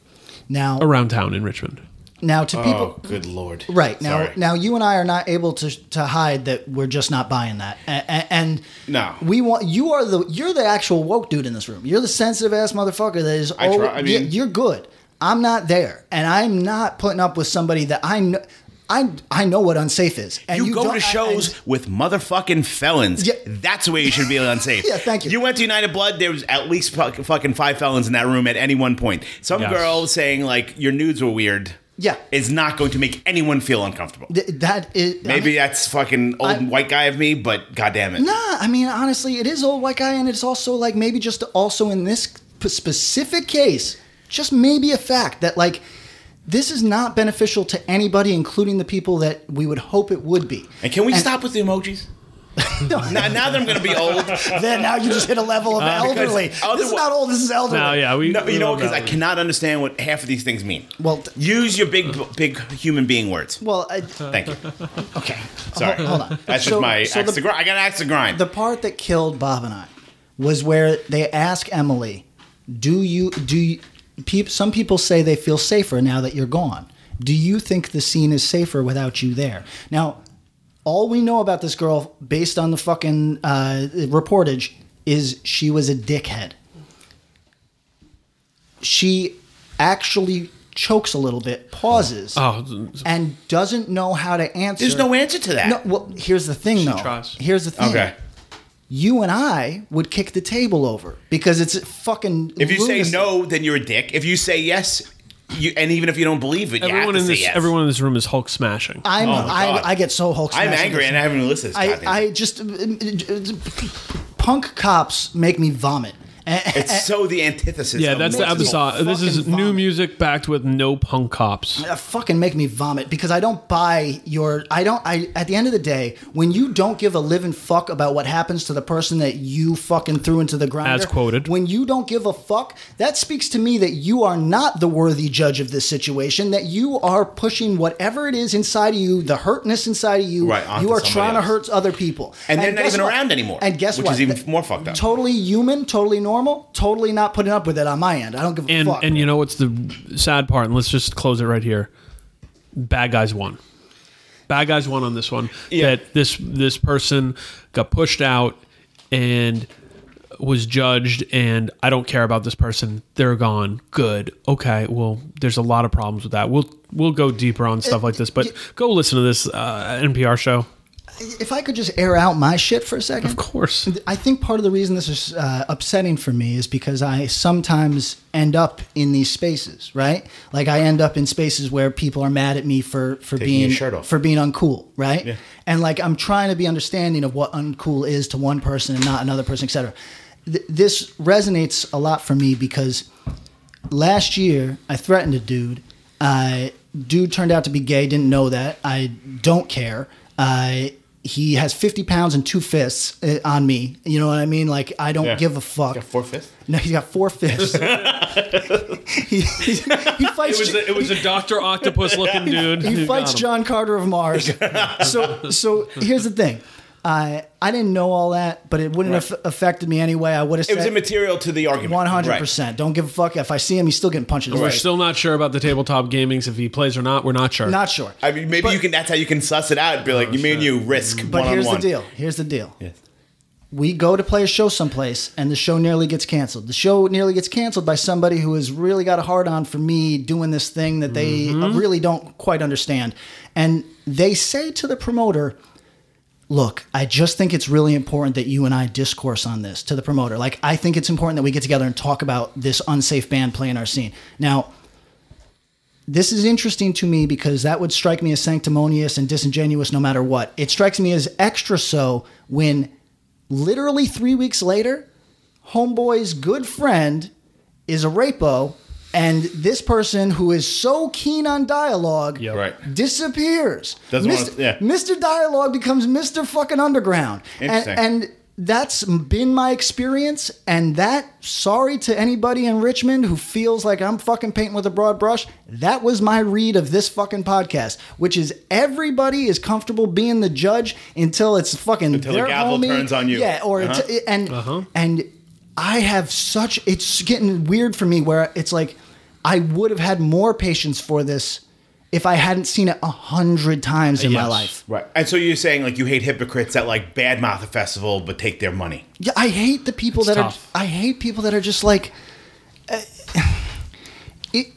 Now,
Around town in Richmond.
now to
oh,
people,
good lord.
Right now,
Sorry.
now you and I are not able to to hide that we're just not buying that, A- a- and
No.
we want you are the you're the actual woke dude in this room. You're the sensitive ass motherfucker that is.
I
al-
try- I
Yeah,
mean-
you're good. I'm not there, and I'm not putting up with somebody that I know. I I know what unsafe is. And
you, go
don't-
to
I- I-
shows with motherfucking felons.
Yeah.
That's where you should be unsafe.
Yeah, thank you.
You went to United Blood. There was at least fuck- fucking five felons in that room at any one point. Some
Yes.
girl saying like your nudes were weird.
Yeah.
is not going to make anyone feel uncomfortable.
th- that is
Maybe that's fucking old
I-
white guy of me, but goddamn it.
Nah, I mean, honestly, it is old white guy, and it's also like maybe just also in this p- specific case, just maybe a fact that like this is not beneficial to anybody, including the people that we would hope it would be.
And can we stop with the emojis? now, now that I'm going to be old,
Then now you just hit a level of elderly.
Uh, otherwi-
This is not old. This is elderly.
No, yeah, we.
no,
we
you know
love
because
that
I
one.
cannot understand what half of these things mean.
Well, t-
use your big, big human being words.
Well, I,
Thank you.
okay.
Uh, Sorry,
Hold on.
That's
So-
just my
so
axe
the-
to grind. I got an axe to grind.
the part that killed Bob and I was where they ask Emily, "Do you do you, peop, some people say they feel safer now that you're gone? Do you think the scene is safer without you there?" Now, all we know about this girl based on the fucking uh, reportage is she was a dickhead. She actually chokes a little bit, pauses,
Oh,
and doesn't know how to answer.
There's no answer to that.
No, well, here's the thing, though.
tries.
Here's the thing
okay.
you and I would kick the table over because it's fucking.
If you
lunacy.
say no, then you're a dick. If you say yes, you and even if you don't believe it, you have
everyone
to
in
say
this
yes.
everyone in this room is Hulk smashing.
I'm,
Oh, my God.
I, I get so Hulk.
I'm
smashing
angry
this.
and I haven't even listened to this.
I,
goddamn-
I just uh, punk cops make me vomit. And-
it's so the antithesis.
yeah,
of
that's the
what's-
makes me
episode. This is
fucking
new
vomit.
music backed with no punk cops.
uh, fucking make me vomit because I don't buy your I don't I at the end of the day when you don't give a living fuck about what happens to the person that you fucking threw into the ground
As quoted.
when you don't give a fuck that speaks to me that you are not the worthy judge of this situation that you are pushing whatever it is inside of you the hurtness inside of you
Right, onto
you are
somebody
trying to
else.
hurt other people
And they're not
guess
even
what?
around anymore,
and guess
which
what
is even
Th-
more fucked up.
totally human totally normal totally not putting up with it on my end I don't give a
And
fuck
and you know what's the sad part? And let's just close it right here. Bad guys won. Bad guys won on this one. That this this person got pushed out and was judged and I don't care about this person. They're gone. Good. Okay. Well, there's a lot of problems with that. We'll we'll go deeper on stuff like this, but go listen to this uh, NPR show.
if I could just air out my shit for a second
Of course.
I think part of the reason this is uh, upsetting for me is because I sometimes end up in these spaces, right? Like I end up in spaces where people are mad at me for for
Taking
being
your shirt off.
for being uncool, right? And like I'm trying to be understanding of what uncool is to one person and not another person, etc. Th- this resonates a lot for me because last year I threatened a dude. Uh, dude turned out to be gay. Didn't know that. I don't care. Uh, he has 50 pounds and two fists uh, on me. You know what I mean? Like, I don't
Yeah.
give a fuck.
Yeah, four fifths.
No, he's got four fists. he, he, he
It
fights.
was a, it was a Doctor Octopus looking dude.
he
who got
fights
him.
John Carter of Mars. so, so here's the thing. I I didn't know all that, but it wouldn't have affected me anyway. I would have
It was
said
immaterial to the argument.
one hundred
Right.
percent. Don't give a fuck if I see him. He's still getting punched in the
We're
face.
still not sure about the tabletop gamings if he plays or not. We're not sure.
Not sure.
I mean, maybe you can. That's how you can suss it out.
Oh,
Be like, you mean you risk one
But
on
here's
one.
the deal. Here's the deal. We go to play a show someplace, and the show nearly gets canceled. The show nearly gets canceled by somebody who has really got a hard on for me doing this thing that they uh, really don't quite understand. And they say to the promoter, Look, I just think it's really important that you and I discourse on this to the promoter. Like, I think it's important that we get together and talk about this unsafe band playing our scene. Now, this is interesting to me because that would strike me as sanctimonious and disingenuous no matter what. It strikes me as extra so when literally three weeks later, Homeboy's good friend is a rapo, and this person who is so keen on dialogue
Yep.
Right.
disappears.
Doesn't wanna-
Mr.
yeah.
Mr. Dialogue becomes Mr. Fucking Underground. And,
Interesting.
and that's been my experience. And that, sorry to anybody in Richmond who feels like I'm fucking painting with a broad brush, that was my read of this fucking podcast, which is everybody is comfortable being the judge until it's fucking
Until the
their
gavel
homie.
turns on you.
Yeah, or
Uh-huh.
it's, and and I have such it's getting weird for me where it's like I would have had more patience for this if I hadn't seen it a hundred times in my
Yes.
life.
Right. And so you're saying like you hate hypocrites that like badmouth a festival but take their money.
Yeah, I hate the people
It's
that
tough.
are I hate people that are just like. uh, It,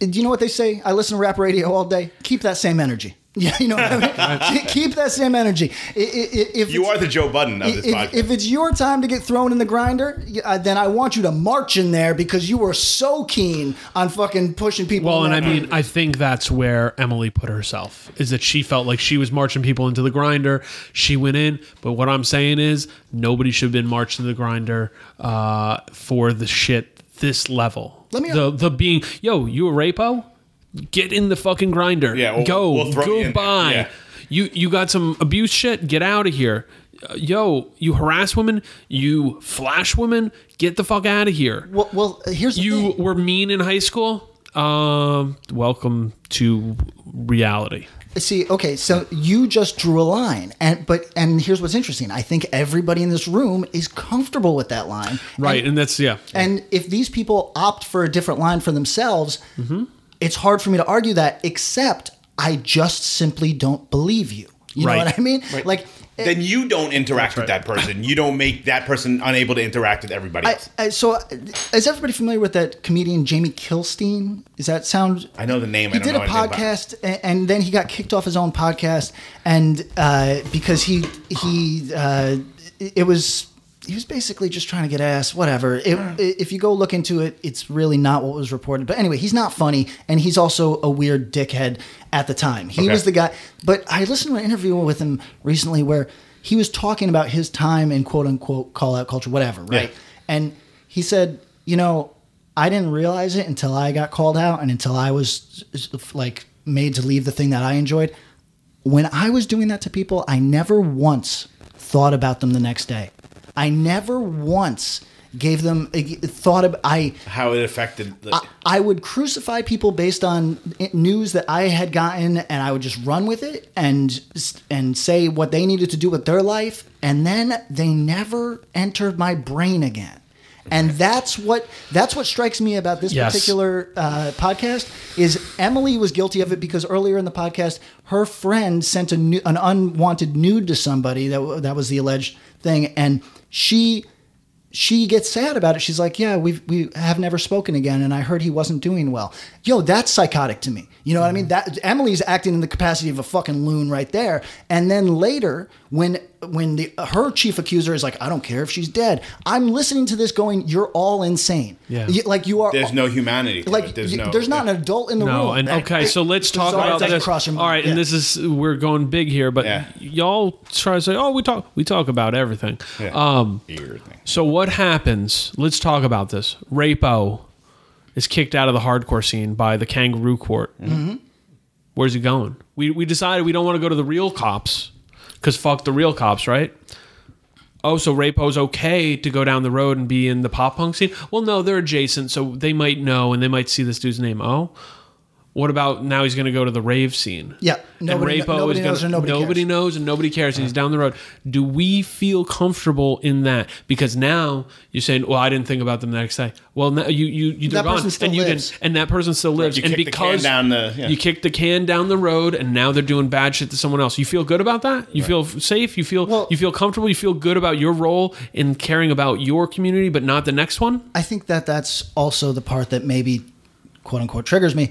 it, do you know what they say? I listen to rap radio all day. Keep that same energy. Yeah, you know what I mean? Keep that same energy. I- I- I- if
You
it's-
are the Joe Budden of this
if,
podcast.
if it's your time to get thrown in the grinder, y- uh, then I want you to march in there because you were so keen on fucking pushing people.
Well,
in
and I
that
mean,
grinder.
I think that's where Emily put herself is that she felt like she was marching people into the grinder. She went in, but what I'm saying is nobody should have been marched to the grinder uh, for the shit this level.
Let me-
the the being yo, you a rapo? Get in the fucking grinder.
Yeah, we'll-
go
we'll throw you in there.
goodbye.
Yeah.
You you got some abuse shit. Get out of here. Uh, Yo, you harass women. You flash women. Get the fuck out of here
well, well, uh, here's the
you
thing.
were mean in high school um welcome to reality
See, okay, so you just drew a line, and but and here's what's interesting. I think everybody in this room is comfortable with that line,
right and, that's yeah
And if these people opt for a different line for themselves,
Mm-hmm.
it's hard for me to argue that, except I just simply don't believe you. You
Right.
know what I mean? Like,
then you don't interact with that person. You don't make that person unable to interact with everybody
I,
else.
I, so, uh, is everybody familiar with that comedian Jamie Kilstein? Does that sound?
I know the name.
He
I don't
did
know
a
anything about it.
podcast, a- and then he got kicked off his own podcast, and uh, because he he uh, it was he was basically just trying to get ass. Whatever. It, If you go look into it, it's really not what was reported. But anyway, he's not funny, and he's also a weird dickhead at the time. He
Okay.
was the guy. But I listened to an interview with him recently where he was talking about his time in quote unquote call out culture, whatever, right?
Yeah.
And he said, you know, I didn't realize it until I got called out and until I was like made to leave the thing that I enjoyed. When I was doing that to people, I never once thought about them the next day. I never once gave them eh, thought of I
How it affected. The,
I, I would crucify people based on i- news that I had gotten, and I would just run with it and s- and say what they needed to do with their life, and then they never entered my brain again. And that's what that's what strikes me about this
Yes.
particular uh, podcast is Emily was guilty of it because earlier in the podcast her friend sent a nu- an unwanted nude to somebody that w- that was the alleged thing, and she she gets sad about it. She's like, "Yeah, we we have never spoken again, and I heard he wasn't doing well." Yo, that's psychotic to me. You know what I mean? That Emily's acting in the capacity of a fucking loon right there. And then later, when when the her chief accuser is like, "I don't care if she's dead," I'm listening to this going, "You're all insane."
Yeah.
You- like you are.
there's no humanity. to
like
it. There's
y-
no.
there's not an adult in the room.
no and
that-
okay so let's talk
all
about
that
this
cross your mind,
all right
yeah.
and this is we're going big here but
Yeah.
y'all try to say oh we talk we talk about everything
Yeah.
um
Weird thing.
so what happens let's talk about this rapo is kicked out of the hardcore scene by the kangaroo court. Where's he going? We we decided we don't want to go to the real cops because fuck the real cops, right? Oh, so Rapo's okay to go down the road and be in the pop punk scene? Well, no, they're adjacent, so they might know and they might see this dude's name. Oh, what about now? He's going to go to the rave scene.
Yeah, nobody
and
kn-
Rapo
nobody
is going
knows
to
or nobody cares.
knows and nobody cares. And he's down the road. Do we feel comfortable in that? Because now you're saying, "Well, I didn't think about them the next day." Well, now you you, you they're
That
gone,
person still
and you
lives.
can, and that person still lives.
you
and
kick the can
because
down the- yeah.
you kick the can down the road, and now they're doing bad shit to someone else. You feel good about that. You feel f- safe. You feel
Well-
you feel comfortable. You feel good about your role in caring about your community, but not the next one.
I think that that's also the part that maybe, quote unquote, triggers me.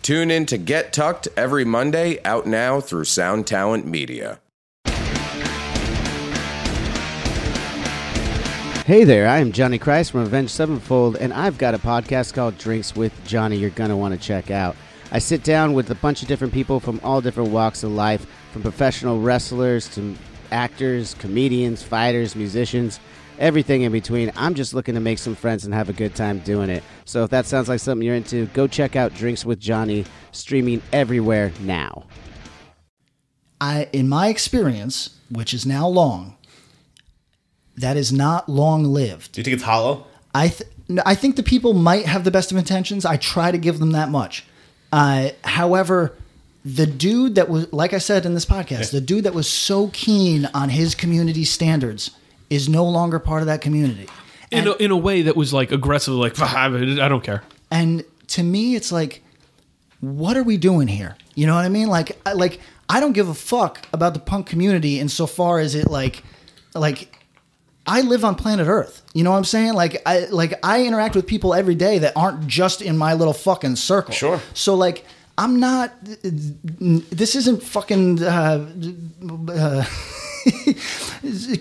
Tune in to Get Tucked every Monday, out now through Sound Talent Media.
Hey there, I am Johnny Christ from Avenged Sevenfold, and I've got a podcast called Drinks with Johnny you're going to want to check out. I sit down with a bunch of different people from all different walks of life, from professional wrestlers to actors, comedians, fighters, musicians, everything in between. I'm just looking to make some friends and have a good time doing it. So if that sounds like something you're into, go check out Drinks with Johnny, streaming everywhere now.
I, in my experience, which is now long, that is not long lived.
Do you think it's hollow?
I th- no, I think the people might have the best of intentions. I try to give them that much. Uh, however, the dude that was, like I said in this podcast, the dude that was so keen on his community standards is no longer part of that community.
In a, in a way that was like aggressively, like I don't care.
And to me, it's like, what are we doing here? You know what I mean? Like, I, like I don't give a fuck about the punk community insofar as it like, like. I live on planet Earth. You know what I'm saying? Like I like I interact with people every day that aren't just in my little fucking circle.
Sure.
So like I'm not. This isn't fucking uh, uh,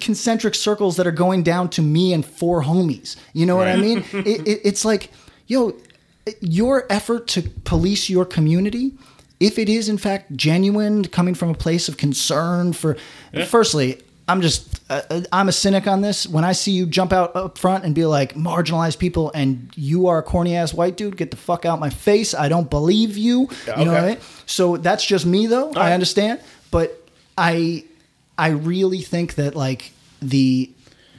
concentric circles that are going down to me and four homies. You know what I mean? it, it, it's like, yo, your effort to police your community, if it is in fact genuine, coming from a place of concern for, firstly, I'm just, uh, uh, I'm a cynic on this. When I see you jump out up front and be like, marginalized people, and you are a corny ass white dude, get the fuck out my face. I don't believe you. You know what I
okay.
mean? So that's just me, though. I
right.
understand, but I, I really think that like the,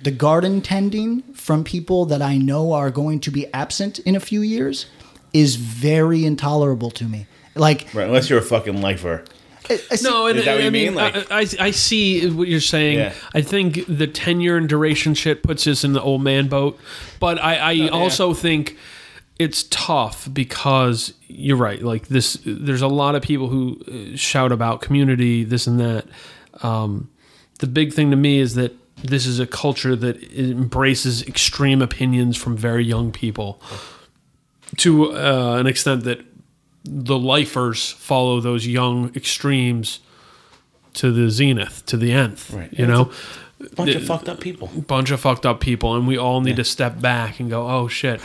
the garden tending from people that I know are going to be absent in a few years is very intolerable to me. Like,
Right, unless you're a fucking lifer.
I- I see-
No, and,
Is that what
I
you mean?
mean,
Like-
I, I, I see what you're saying.
Yeah.
I think the tenure and duration shit puts us in the old man boat, but I, I also think it's tough because you're right. Like this, there's a lot of people who uh, shout about community, this and that. Um, the big thing to me is that this is a culture that embraces extreme opinions from very young people to uh, an extent that the lifers follow those young extremes to the zenith, to the nth.
Right.
You know,
Bunch of fucked up people.
bunch of fucked up people, and we all need to step back and go, oh shit,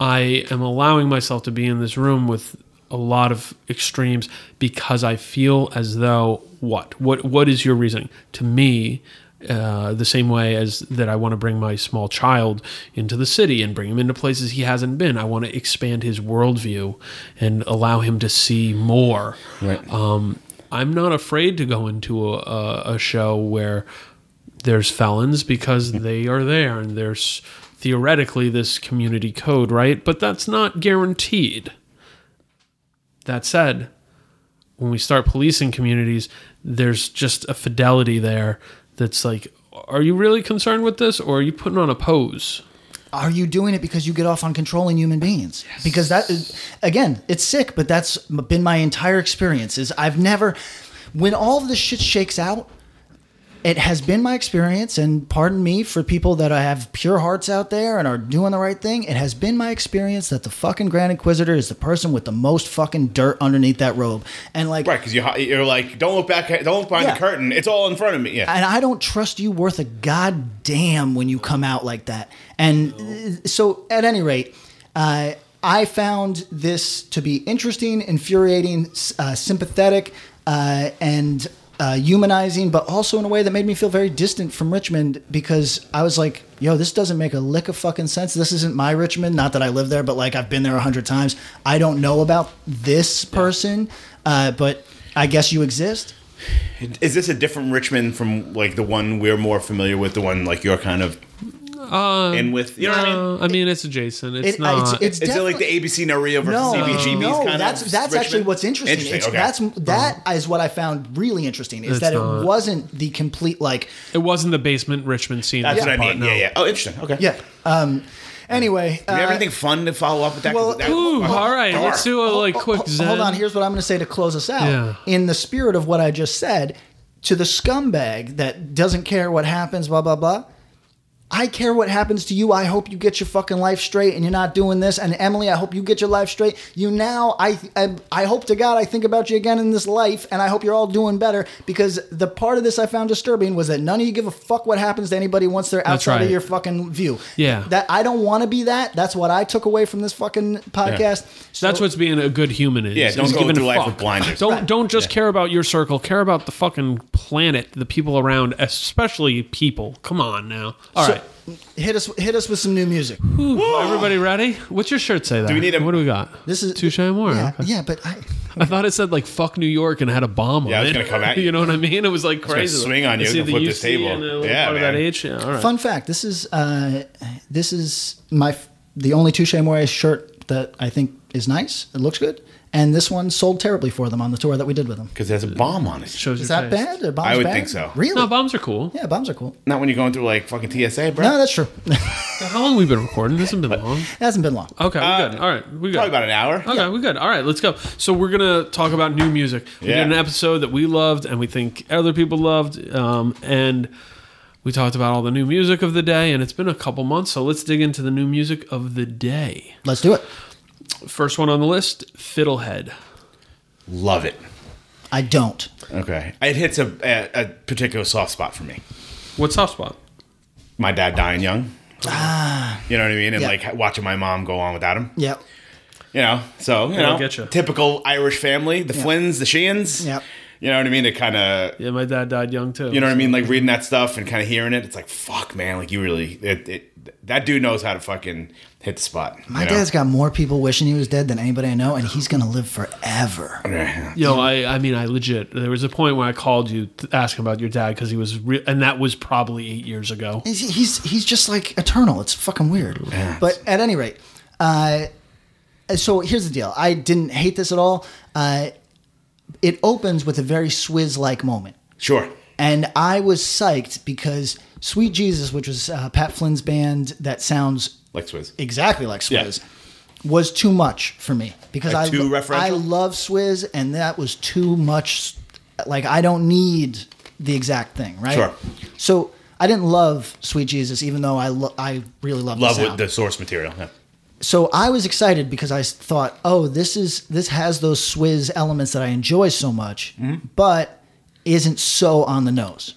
I am allowing myself to be in this room with a lot of extremes because I feel as though what what what is your reasoning to me? Uh, the same way as that, I want to bring my small child into the city and bring him into places he hasn't been. I want to expand his worldview and allow him to see more.
Right.
Um, I'm not afraid to go into a, a, a show where there's felons because they are there and there's theoretically this community code, right? But that's not guaranteed. That said, when we start policing communities, there's just a fidelity there that's like, are you really concerned with this or are you putting on a pose?
Are you doing it because you get off on controlling human beings? Because that is, again, it's sick, but that's been my entire experience. Is I've never, when all of this shit shakes out, it has been my experience, and pardon me for people that have pure hearts out there and are doing the right thing. It has been my experience that the fucking Grand Inquisitor is the person with the most fucking dirt underneath that robe, and like,
Right, because you, you're like, don't look back, don't look behind
Yeah.
the curtain. It's all in front of me. Yeah.
and I don't trust you worth a goddamn when you come out like that. And uh, so, at any rate, uh, I found this to be interesting, infuriating, s- uh, sympathetic, uh, and uh, humanizing, but also in a way that made me feel very distant from Richmond because I was like, yo, this doesn't make a lick of fucking sense. This isn't my Richmond. Not that I live there, but like I've been there a hundred times. I don't know about this person, uh, but I guess you exist.
Is this a different Richmond from like the one we're more familiar with, the one like you're kind of in with? You know what I mean?
Uh, Um, I mean, it's adjacent. It's
It- uh,
not.
Is it like the ABC Noria versus CBGB's
no,
kind
that's
of?
that's actually
Richmond?
what's interesting. It's,
okay.
That's that is what I found really interesting is
It's
that
not.
it wasn't the complete like
it wasn't the basement Richmond scene.
That's
that
what I
part,
mean.
no.
Yeah, yeah. Oh, interesting. Okay.
yeah. Um, anyway,
Do you have
uh,
anything fun to follow up with that? 'Cause
well,
that- oh,
Ooh, all right.
darn.
Let's do a like
Ho-
quick
ho-
zen.
Hold on. Here's what I'm going to say to close us out.
Yeah.
In the spirit of what I just said, to the scumbag that doesn't care what happens, blah blah blah. I care what happens to you. I hope you get your fucking life straight and you're not doing this. And Emily, I hope you get your life straight. You now, I, I, I hope to God I think about you again in this life, and I hope you're all doing better. Because the part of this I found disturbing was that none of you give a fuck what happens to anybody once they're outside of
right.
your fucking view.
Yeah.
that I don't want to be that. That's what I took away from this fucking podcast. So-
That's what's being a good human is.
Yeah,
is
don't go
giving a
through life
fuck.
with blinders.
Don't don't just care about your circle. Care about the fucking planet, the people around, especially people. Come on now. All right,
Hit us hit us with some new music.
Ooh, everybody ready? What's your shirt say? That do
we need a-
What do we got?
This is
touche more.
Yeah,
Okay.
yeah, but I
I thought it said like "fuck New York" and had a bomb
Yeah,
on
I was
it.
gonna come at you.
you know what I mean? It was like
gonna
crazy.
swing on
I
you
see
and
the
flip
UC
this table.
and a little
Yeah,
part of that
man.
H. Yeah, all right.
fun fact, this is uh this is my f- the only Touche Amore shirt that I think is nice. It looks good. And this one sold terribly for them on the tour that we did with them.
Because there's a bomb on it.
Shows
Is
your
that
taste.
bad? Are bombs
I would
bad?
think so.
Really?
No, bombs are cool.
yeah, bombs are cool.
Not when you're going through like fucking TSA, bro.
No, that's true. it
How long we been recording? This hasn't been long.
hasn't been long.
Okay, we good. All right, we good.
uh, Probably about an hour.
Okay, we're good. All right, let's go. So we're gonna talk about new music. We
Yeah.
did an episode that we loved and we think other people loved, um, and we talked about all the new music of the day. And it's been a couple months, so let's dig into the new music of the day.
Let's do it.
First one on the list, Fiddlehead.
Love it.
I don't.
Okay. It hits a, a, a particular soft spot for me.
What's soft spot?
My dad dying young. You know what I mean? And
Yeah.
like watching my mom go on without him.
Yeah.
You know, so, you
It'll
know,
get ya.
typical Irish family, the Flynns, the Sheehan's.
Yep.
You know what I mean? It kind of
Yeah, my dad died young too.
You know what I mean? Like reading that stuff and kind of hearing it, it's like fuck, man. Like you really, it, it, that dude knows how to fucking hit the spot.
My
you know?
dad's got more people wishing he was dead than anybody I know, and he's gonna live forever.
Yo, I, I mean, I legit. There was a point where I called you t- asking about your dad because he was, re- and that was probably eight years ago.
He's he's, he's just like eternal. It's fucking weird. But at any rate, uh, so here's the deal. I didn't hate this at all. Uh, it opens with a very Swizz like moment.
Sure.
And I was psyched because Sweet Jesus, which was uh, Pat Flynn's band that sounds
Like Swizz.
exactly like
Yeah.
Swizz, was too much for me because
Like
I
too referential?
I love Swizz and that was too much. Like I don't need the exact thing, right?
Sure.
So I didn't love Sweet Jesus, even though I lo- I really love
Love
the
with
sound.
the source material. Yeah.
So I was excited because I s- thought, oh, this is this has those Swizz elements that I enjoy so much, but isn't so on the nose.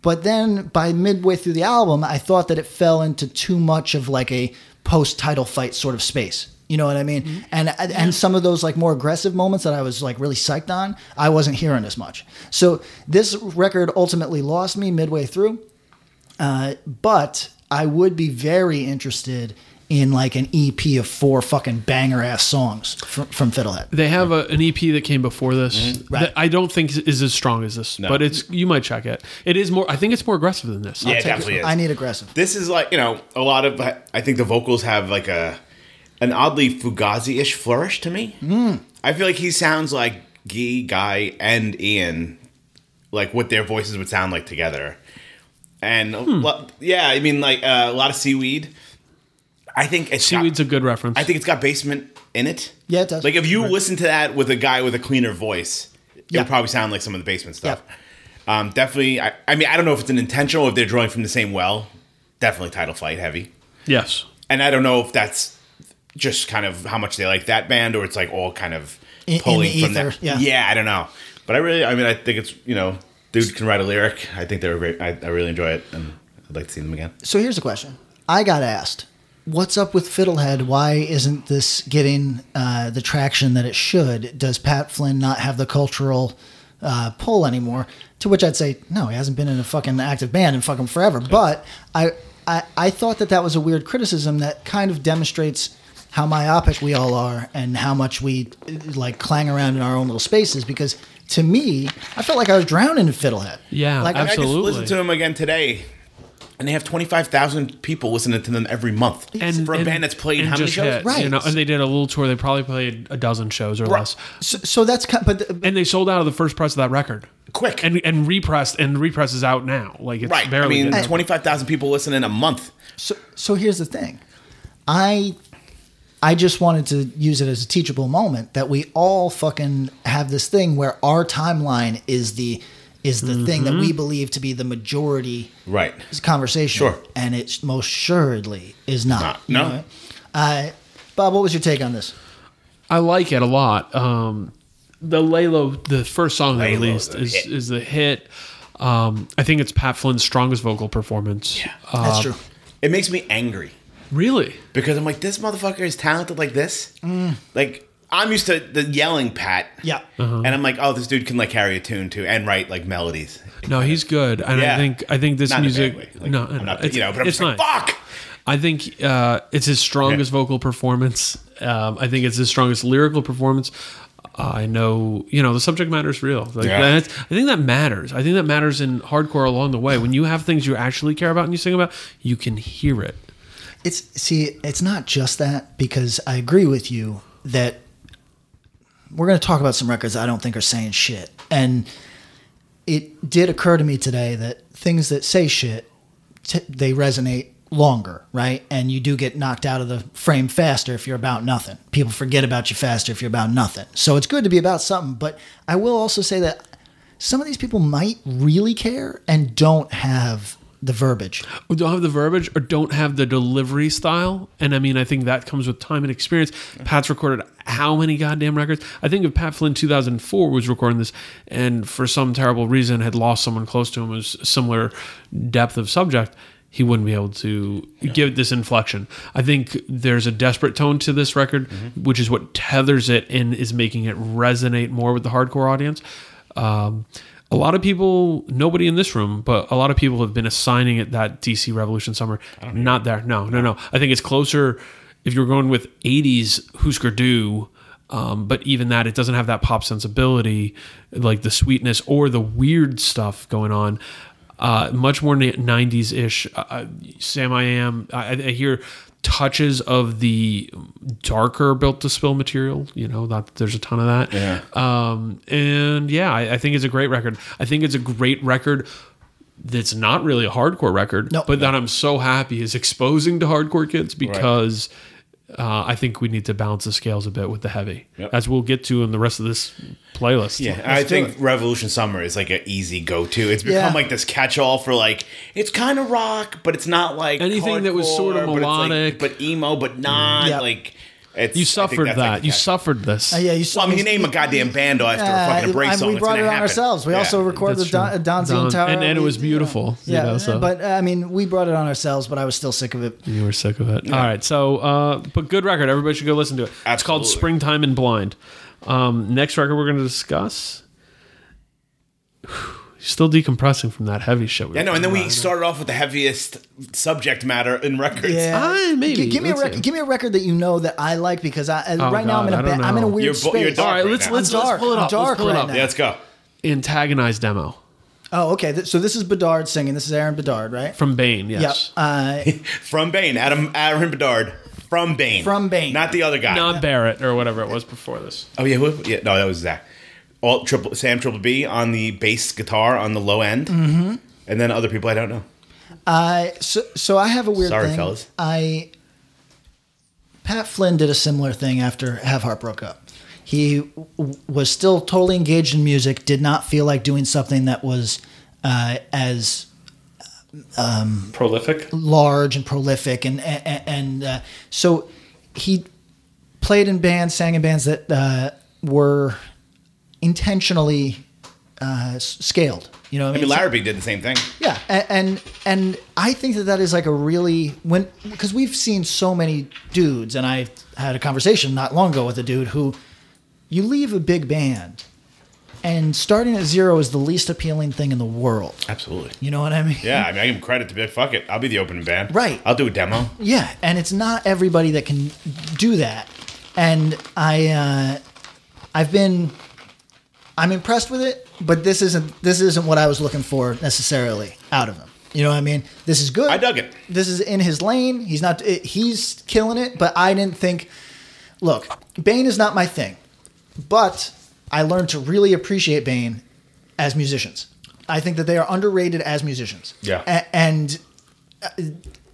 But then by midway through the album, I thought that it fell into too much of like a post-title fight sort of space. You know what I mean? And and some of those like more aggressive moments that I was like really psyched on, I wasn't hearing as much. So this record ultimately lost me midway through but I would be very interested in like an EP of four fucking banger ass songs from, from Fiddlehead.
They have a, an EP that came before this
Mm-hmm.
Right.
that I don't think is as strong as this, but it's you might check it. It is more. I think it's more aggressive than this.
Yeah, it definitely is.
I need aggressive.
this is like you know a lot of I think the vocals have like a an oddly Fugazi-ish flourish to me. Mm. I feel like he sounds like Guy, Guy, and Ian, like what their voices would sound like together. And a lo- yeah, I mean like uh, a lot of seaweed. I think it's got-
Seaweed's a good reference.
I think it's got basement in it.
Yeah, it does.
Like if you listen to that with a guy with a cleaner voice, it
Yeah.
would probably sound like some of the basement stuff.
Yeah.
Um, definitely. I, I mean, I don't know if it's an intentional if they're drawing from the same well. Definitely title fight heavy,
yes.
and I don't know if that's just kind of how much they like that band or it's like all kind of
In- in
pulling
the
from that.
ether, yeah.
I don't know. But I really, I mean, I think it's you know, dude can write a lyric. I think they're great. I, I really enjoy it, and I'd like to see them again.
So here's a question. I got asked, what's up with Fiddlehead? Why isn't this getting uh, the traction that it should? Does Pat Flynn not have the cultural uh, pull anymore? To which I'd say, no, he hasn't been in a fucking active band in fucking forever. But I, I, I thought that that was a weird criticism that kind of demonstrates how myopic we all are and how much we uh, like clang around in our own little spaces because to me i felt like i was drowning in fiddlehead
Yeah,
like I,
absolutely.
I just listened to them again today, and they have twenty five thousand people listening to them every month.
And
for a
and-
band that's played
and
how many
just
shows?
hit,
Right.
You know, and they did a little tour. They probably played a dozen shows or less,
so, so that's kind but, but
and they sold out of the first press of that record
Quick.
and and repressed and repress is out now. Like it's
right. I
barely.
mean,
getting-
twenty five thousand people listening a month.
So, so here's the thing, I, I just wanted to use it as a teachable moment that we all fucking have this thing where our timeline is the is the thing that we believe to be the majority
Mm-hmm. Right.
conversation,
Sure.
and it most assuredly is not.
Not-
you
no.
know? Uh, Bob, what was your take on this?
I like it a lot. Um, the Laylo, the first song they
Laylo's
released,
a
is
hit.
is the hit. Um, I think it's Pat Flynn's strongest vocal performance. Yeah.
That's true.
It makes me angry
Really?
because I'm like, this motherfucker is talented like this.
Mm.
Like I'm used to the yelling Pat.
Yeah.
Uh-huh.
And I'm like, oh, this dude can like carry a tune too and write like melodies.
No, he's good, and I
Yeah.
think I think this
Not
music.
in a bad way. Like,
no,
I'm
no,
not,
it's,
you know, but I'm
it's
just like,
not.
fuck.
I think uh, it's his strongest vocal performance. Um, I think it's his strongest lyrical performance. I know, you know, the subject matter is real. Like,
Yeah.
that's, I think that matters. I think that matters in hardcore along the way. When you have things you actually care about and you sing about, you can hear it.
It's see, it's not just that because I agree with you that we're going to talk about some records I don't think are saying shit. And it did occur to me today that things that say shit t- they resonate longer, right? And you do get knocked out of the frame faster if you're about nothing. People forget about you faster if you're about nothing. So it's good to be about something, but I will also say that some of these people might really care and don't have the verbiage.
Or don't have the verbiage or don't have the delivery style. And I mean, I think that comes with time and experience. Pat's recorded how many goddamn records? I think if Pat Flynn 2004 was recording this and for some terrible reason had lost someone close to him was similar depth of subject, he wouldn't be able to give this inflection. I think there's a desperate tone to this record, which is what tethers it and is making it resonate more with the hardcore audience. Um, a lot of people, nobody in this room, but a lot of people have been assigning it that DC Revolution summer. Not there. No, no, no. I think it's closer if you're going with 80s Husker Du. Um, but even that, it doesn't have that pop sensibility, like the sweetness or the weird stuff going on. Uh, much more na- 90s ish. Uh, Sam I Am, I, I hear touches of the darker built to spill material. You know, not that there's a ton of that. Yeah. Um, and yeah, I, I think it's a great record. I think it's a great record that's not really a hardcore record,
No.
but that I'm so happy is exposing to hardcore kids because. Uh, I think we need to balance the scales a bit with the heavy,
Yep.
as we'll get to in the rest of this playlist.
Yeah, I think Revolution Summer is like an easy go to. It's become
Yeah.
like this catch all for like it's kind of rock, but it's not like
Anything that was sort of
hardcore, but it's, like-
melodic.
but, emo, but not
Yeah.
like it's,
you
I think
suffered
that's,
that.
like, the
you
catch-
suffered this.
Uh, yeah, you
Well, I mean, you
saw-
name a goddamn band after
Yeah,
a fucking a break
I-
song.
Uh, We
it's
brought
gonna
it on
happen.
ourselves. We
Yeah.
also recorded
That's
Don, uh,
true.
Don's
Don-
entire
and- and it was beautiful, you
uh, Yeah,
know, so.
but uh, I mean, we brought it on ourselves. But I was still sick of it.
You were sick of it. All right. So, uh, but good record. Everybody should go listen to it. It's called
Absolutely.
Springtime and Blind. Um, next record we're going to discuss. still decompressing from that heavy shit. We
I
were
know, and then
talking
we
about.
started off with the heaviest subject matter in records.
Ah, maybe.
Gi- give me a
Let's
record.
see.
Give me a record that you know that I like because I and
Oh,
right now I'm
God,
in a
I don't
ba- I'm in a
know.
weird
You're bo-
space.
you're
All
dark.
right,
Right
let's
now.
let's,
I'm
let's pull it
dark.
up.
I'm
Let's pull it
dark
up.
right
Yeah, let's go.
Antagonize demo
Oh, okay. Th- So this is Bedard singing. This is Aaron Bedard, right?
from Bane.
Yep.
Yes.
Uh,
From Bane, Adam Aaron Bedard. From Bane.
From Bane.
Not the other guy.
Not Barrett or whatever it was before this.
Oh yeah, who, yeah. No, that was Zach. All triple Sam Triple B on the bass guitar on the low end, mm-hmm. and then other people I don't know.
I so, so I have a weird
Sorry,
thing.
fellas.
I Pat Flynn did a similar thing after Have Heart broke up. He w- w- was still totally engaged in music. Did not feel like doing something that was uh, as
Prolific.
large and prolific and and, and uh, so he played in bands sang in bands that uh, were intentionally uh, s- scaled you know what
I mean, Larrabee did the same thing.
yeah, a- and and I think that that is like a really when because we've seen so many dudes, and I had a conversation not long ago with a dude who you leave a big band, and starting at zero is the least appealing thing in the world.
Absolutely.
You know what I mean?
Yeah, I mean, I give him credit to be like, fuck it, I'll be the opening band.
Right.
I'll do a demo.
Yeah, and it's not everybody that can do that. And I, uh, I've been, I'm impressed with it, but this isn't this isn't what I was looking for necessarily out of him. You know what I mean? This is good.
I dug it.
This is in his lane. He's not. It, he's killing it. But I didn't think. Look, Bane is not my thing, but I learned to really appreciate Bane as musicians. I think that they are underrated as musicians.
Yeah.
A- and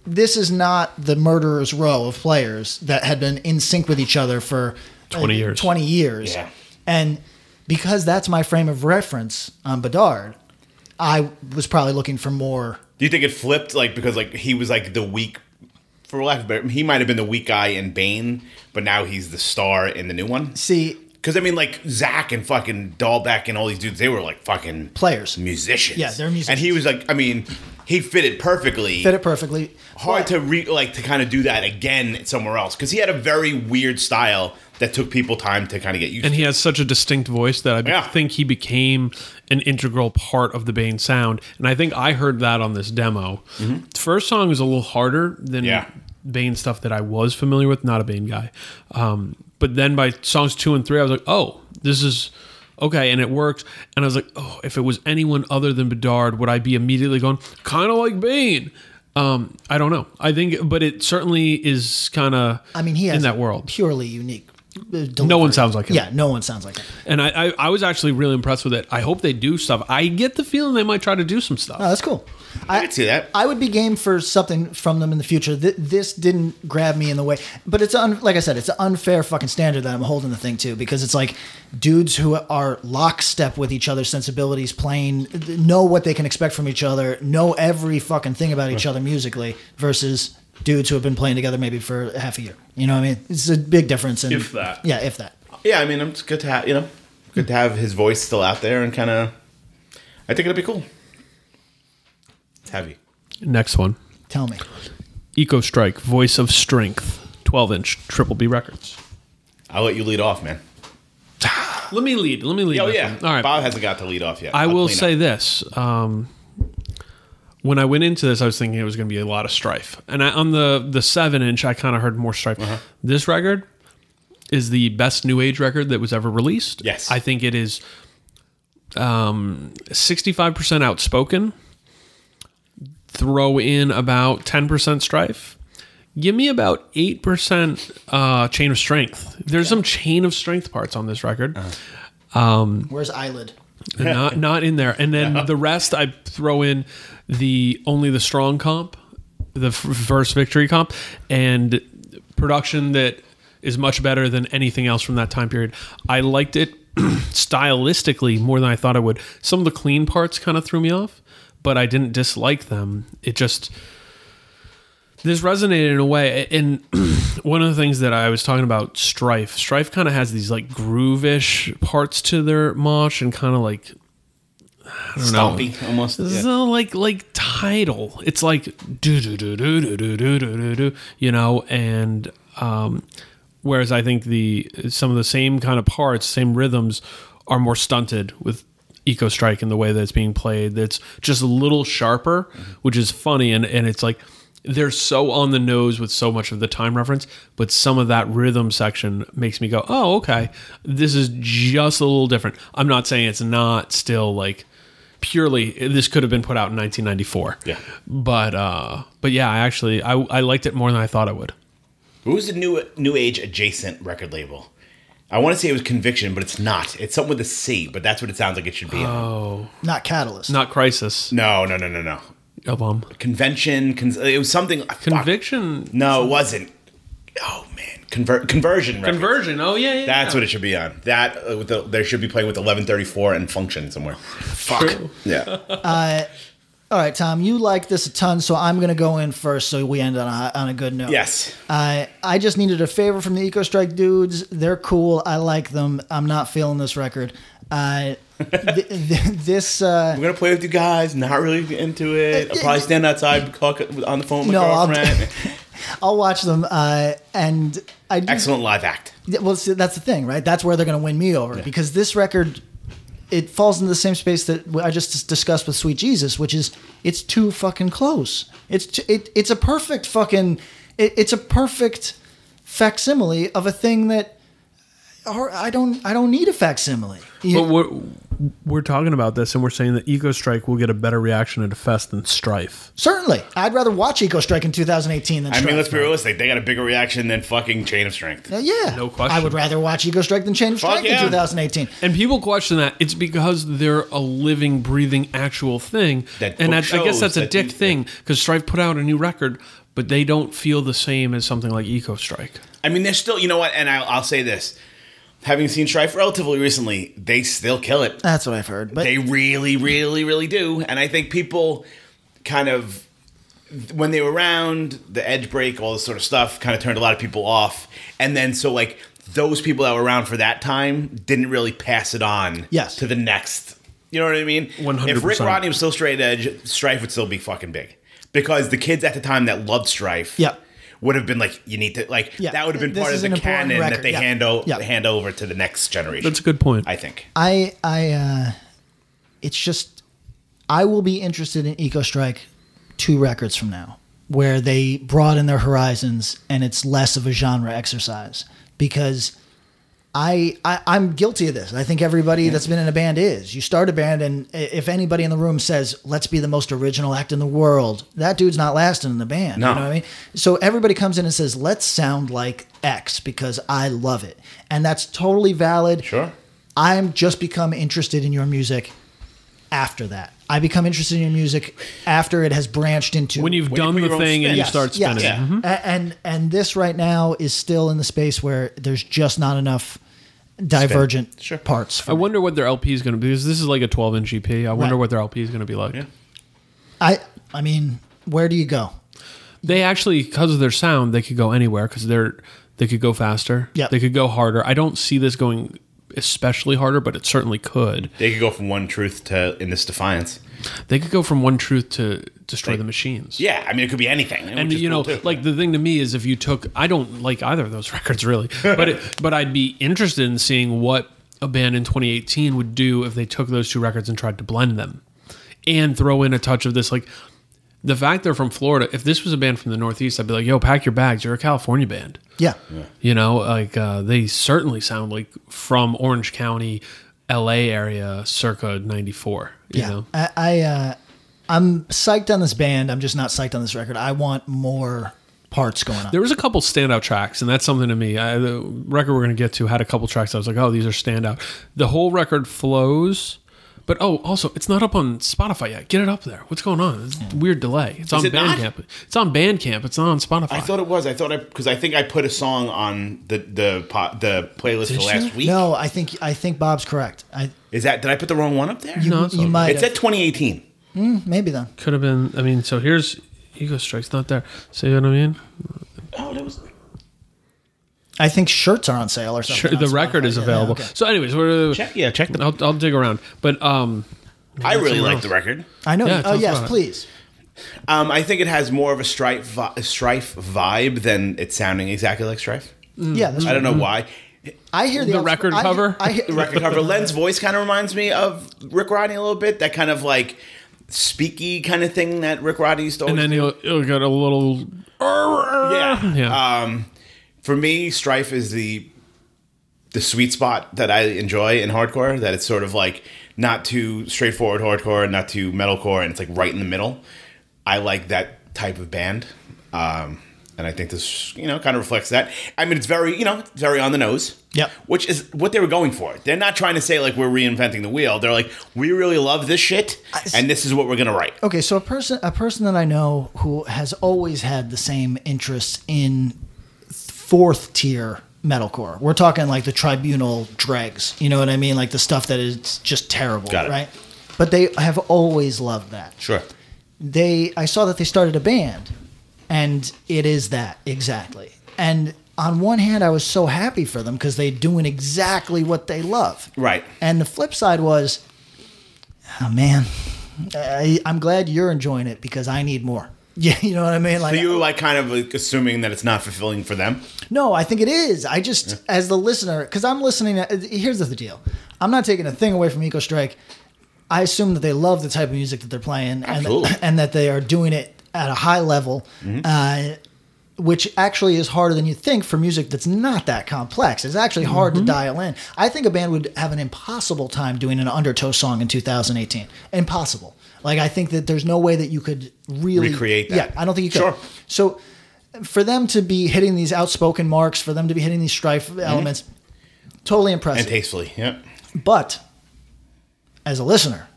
this is not the murderer's row of players that had been in sync with each other for
20 years.
20 years.
Yeah.
And because that's my frame of reference on Bedard, I was probably looking for more.
Do you think it flipped? Like because like he was like the weak, for lack of a better, he might have been the weak guy in Bane, but now he's the star in the new one.
See,
Because I mean, like Zach and fucking Dahlbeck and all these dudes, they were like fucking
Players.
musicians.
Yeah, they're
And he
musicians.
was like, I mean, he fitted perfectly.
fit it perfectly.
hard
But-
to re like to kind of do that again somewhere else because he had a very weird style that took people time to kind of get used
And
to.
he has such a distinct voice that I be-
Yeah.
think he became an integral part of the Bane sound. And I think I heard that on this demo. The first song is a little harder
Mm-hmm.
than
Yeah.
Bane stuff that I was familiar with, not a Bane guy. Um, but then by songs two and three, I was like, oh, this is okay. And it works. And I was like, oh, if it was anyone other than Bedard, would I be immediately going, kind of like Bane? Um, I don't know. I think, but it certainly is kind of.
I mean, he has
in that world.
purely unique. uh,
No one sounds like him.
Yeah, no one sounds like him.
And I, I, I was actually really impressed with it. I hope they do stuff. I get the feeling they might try to do some stuff.
Oh, that's cool.
I could see that.
I would be game for something from them in the future. Th- this didn't grab me in the way, but it's un- like I said, it's an unfair fucking standard that I'm holding the thing to because it's like dudes who are lockstep with each other's sensibilities, playing, know what they can expect from each other, know every fucking thing about each other musically, versus dudes who have been playing together maybe for half a year. You know what I mean? It's a big difference. In,
If that.
yeah, if that.
yeah, I mean, it's good to have you know, good to have his voice still out there and kind of. I think it'll be cool. It's heavy.
Next one
Tell me.
Eco Strike, Voice of Strength, 12 inch, Triple B Records.
I'll let you lead off, man.
Let me lead. Let me lead.
Oh
this
yeah,
one. All right.
Bob hasn't got to lead off yet.
I
I'll
will
clean
say
up.
this. Um, when I went into this, I was thinking it was going to be a lot of strife. And I, on the, the seven inch, I kind of heard more strife.
Uh-huh.
This record is the best new age record that was ever released.
Yes.
I think it is um, 65% outspoken. Throw in about 10% strife. Give me about 8% uh, chain of strength. There's some chain of strength parts on this
Uh-huh.
record
Where's eyelid?
not not in there. And then the rest, I throw in the only the strong comp, the f- first victory comp, and production that is much better than anything else from that time period. I liked it stylistically more than I thought I would. Some of the clean parts kind of threw me off, but I didn't dislike them. It just this resonated in a way and one of the things that i was talking about strife strife kind of has these like groovish parts to their mosh and kind of like i don't know
Stompy, almost.
this
yeah.
is a, like like title. It's like do do do do do do do do do do. You know, and um, whereas I think the some of the same kind of parts, same rhythms, are more stunted with Eco Strike and the way that it's being played. That's just a little sharper,
Mm-hmm.
which is funny, and and it's like they're so on the nose with so much of the time reference, but some of that rhythm section makes me go, oh okay, this is just a little different. I'm not saying it's not still like purely this could have been put out in 1994
Yeah.
but uh but yeah i actually i i liked it more than i thought i would
Who's the new new age adjacent record label? I want to say it was Conviction, but it's not. It's something with a C, but that's what it sounds like it should be.
Oh.
Not Catalyst.
not crisis
No, no, no, no, no.
album
Convention. Con- it was something. fuck.
conviction
No, it wasn't. Oh man, Conver- conversion. Records.
conversion oh yeah, yeah
That's what it should be on. That uh, with the, they should be playing with 1134 and function somewhere. Fuck. Yeah.
All right, Tom, you like this a ton, so I'm going to go in first so we end on a, on a good note.
yes.
I I just needed a favor from the Eco Strike dudes. They're cool. I like them. I'm not feeling this record. Uh, th- th- this uh,
I'm gonna play with you guys. Not really into it. I'll probably stand outside, talk on the phone with my
No, I'll-
girlfriend.
I'll watch them. Uh, and I do,
Excellent live act.
Yeah, well, see, that's the thing, right? That's where they're going to win me over because this record it falls into the same space that I just discussed with Sweet Jesus, which is it's too fucking close. It's t- it, it's a perfect fucking it, it's a perfect facsimile of a thing that or I don't I don't need a facsimile. You-
but we're, we're talking about this and we're saying that eco strike will get a better reaction at a fest than strife
certainly, I'd rather watch Eco Strike in 2018 than
I mean,
Strike.
let's be realistic. They got a bigger reaction than fucking Chain of Strength.
Uh, yeah,
No question.
I would rather watch Eco Strike than Chain of
Fuck
Strike
yeah.
in 2018.
and people question that it's because they're a living breathing actual thing
That
and I,
book
I guess
shows
that's a
that
dick
you-
thing because strife put out a new record but they don't feel the same as something like eco strike
I mean, they're still. You know what? And I'll, I'll say this: having seen Strife relatively recently, they still kill it.
That's what I've heard. But
They really, really, really do. And I think people kind of when they were around the edge break, all this sort of stuff, kind of turned a lot of people off. And then so like those people that were around for that time didn't really pass it on
Yes.
to the next. You know what I mean?
100%.
If Rick Rodney was still straight edge, Strife would still be fucking big because the kids at the time that loved Strife,
Yep.
would have been like you need to like
Yeah.
that would have been
This
part
is
of the
an important
canon
record.
that they
Yeah.
hand, o-
Yeah.
hand over to the next generation.
that's a good point
I think.
I I uh it's just I will be interested in Eco Strike two records from now where they broaden their horizons and it's less of a genre exercise because I, I I'm guilty of this. I think everybody that's been in a band is. You start a band and i- if anybody in the room says, "Let's be the most original act in the world," that dude's not lasting in the band.
No.
You know what I mean? So everybody comes in and says, "Let's sound like X because I love it," and that's totally valid.
Sure.
I'm just become interested in your music after that. I become interested in your music after it has branched into
when you've
When you
done
put
the
your own
thing
spin.
and you
Yes,
start spinning Mm-hmm.
yes.
it.
Yeah.
A- and and this right now is still in the space where there's just not enough divergent parts.
I
For
wonder what their LP is going to be because this is like a 12 inch EP. I wonder
Right.
what their LP is going to be like.
I I mean, where do you go?
They actually, because of their sound, they could go anywhere because they're they could go faster.
Yeah.
they could go harder. I don't see this going especially harder, but it certainly could.
They could go from one truth to in this defiance.
They could go from one truth to destroy the machines.
Yeah, I mean it could be anything.
And you know, like the thing to me is if you took, I don't like either of those records really, but it, but I'd be interested in seeing what a band in 2018 would do if they took those two records and tried to blend them, and throw in a touch of this like the fact they're from Florida. If this was a band from the Northeast, I'd be like, yo, pack your bags. You're a California band.
Yeah.
You know, like uh, they certainly sound like from Orange County, L.A. area, circa '94. You
Yeah.
know,
I, I uh, I'm psyched on this band. I'm just not psyched on this record. I want more parts going on.
There was a couple standout tracks, and that's something to me. I, the record we're going to get to had a couple tracks. I was like, oh, these are standout. The whole record flows, but oh, also it's not up on Spotify yet. Get it up there. What's going on? It's a weird delay. It's on
it not?
Bandcamp. It's on Bandcamp. It's not on Spotify.
I thought it was. I thought I because I think I put a song on the the po- the playlist for last week.
no, I think I think Bob's correct. I
Is that did I put the wrong one up there?
you,
it's
you
all
might
It said
have.
2018.
maybe then.
could have been. I mean, so here's Ego Strikes. Not there. See what I mean?
Oh, that was.
I think shirts are on sale or something.
Sure,
on
the
Spotify.
record is
Yeah,
available.
okay.
So, anyways, we're,
Check- yeah, check the-
I'll, I'll dig around, but um,
I really
something
like
else.
the record.
I know.
Yeah,
oh
tell us
yes,
about it.
please.
Um, I think it has more of a strife vi- strife vibe than it's sounding exactly like strife.
Yeah, that's
Mm-hmm.
I don't know why.
I hear the,
Hmm. The
obs-
record
I-
cover?
I, hear-
the record cover. Len's voice kind of reminds me of Rick Rodney a little bit. That kind of like speaky kind of thing that Rick Rodney used to
and
always
then
do.
he'll, he'll get a little.
yeah.
Yeah.
Um, for me, Strife is the the sweet spot that I enjoy in hardcore. That it's sort of like not too straightforward hardcore, not too metalcore, and it's like right in the middle. I like that type of band, um, and I think this you know kind of reflects that. I mean, it's very you know it's very on the nose.
Yep.
Which is what they were going for. They're not trying to say like we're reinventing the wheel. They're like we really love this shit, and this is what we're gonna write.
Okay, so a person a person that I know who has always had the same interest in fourth tier metalcore. We're talking like the tribunal dregs. You know what I mean? Like the stuff that is just terrible,
Got it.
right? But they have always loved that.
Sure.
They I saw that they started a band and it is that exactly. And on one hand I was so happy for them cuz they're doing exactly what they love.
Right.
And the flip side was oh man, I, I'm glad you're enjoying it because I need more. Yeah, you know what I mean? Like
So you were like kind of like assuming that it's not fulfilling for them.
no, I think it is. I just, as the listener, because I'm listening. uh, Here's the deal: I'm not taking a thing away from Eco Strike. I assume that they love the type of music that they're playing, and,
Absolutely. Mm-hmm.
and that they are doing it at a high level, uh, which actually is harder than you think for music that's not that complex. It's actually hard
Mm-hmm.
to dial in. I think a band would have an impossible time doing an Undertow song in 2018. Impossible. Like I think that there's no way that you could really
Recreate that.
Yeah, I don't think you could.
Sure.
So for them to be hitting these outspoken marks, for them to be hitting these strife
Mm-hmm.
elements, totally impressive.
and tastefully. Yep.
but as a listener,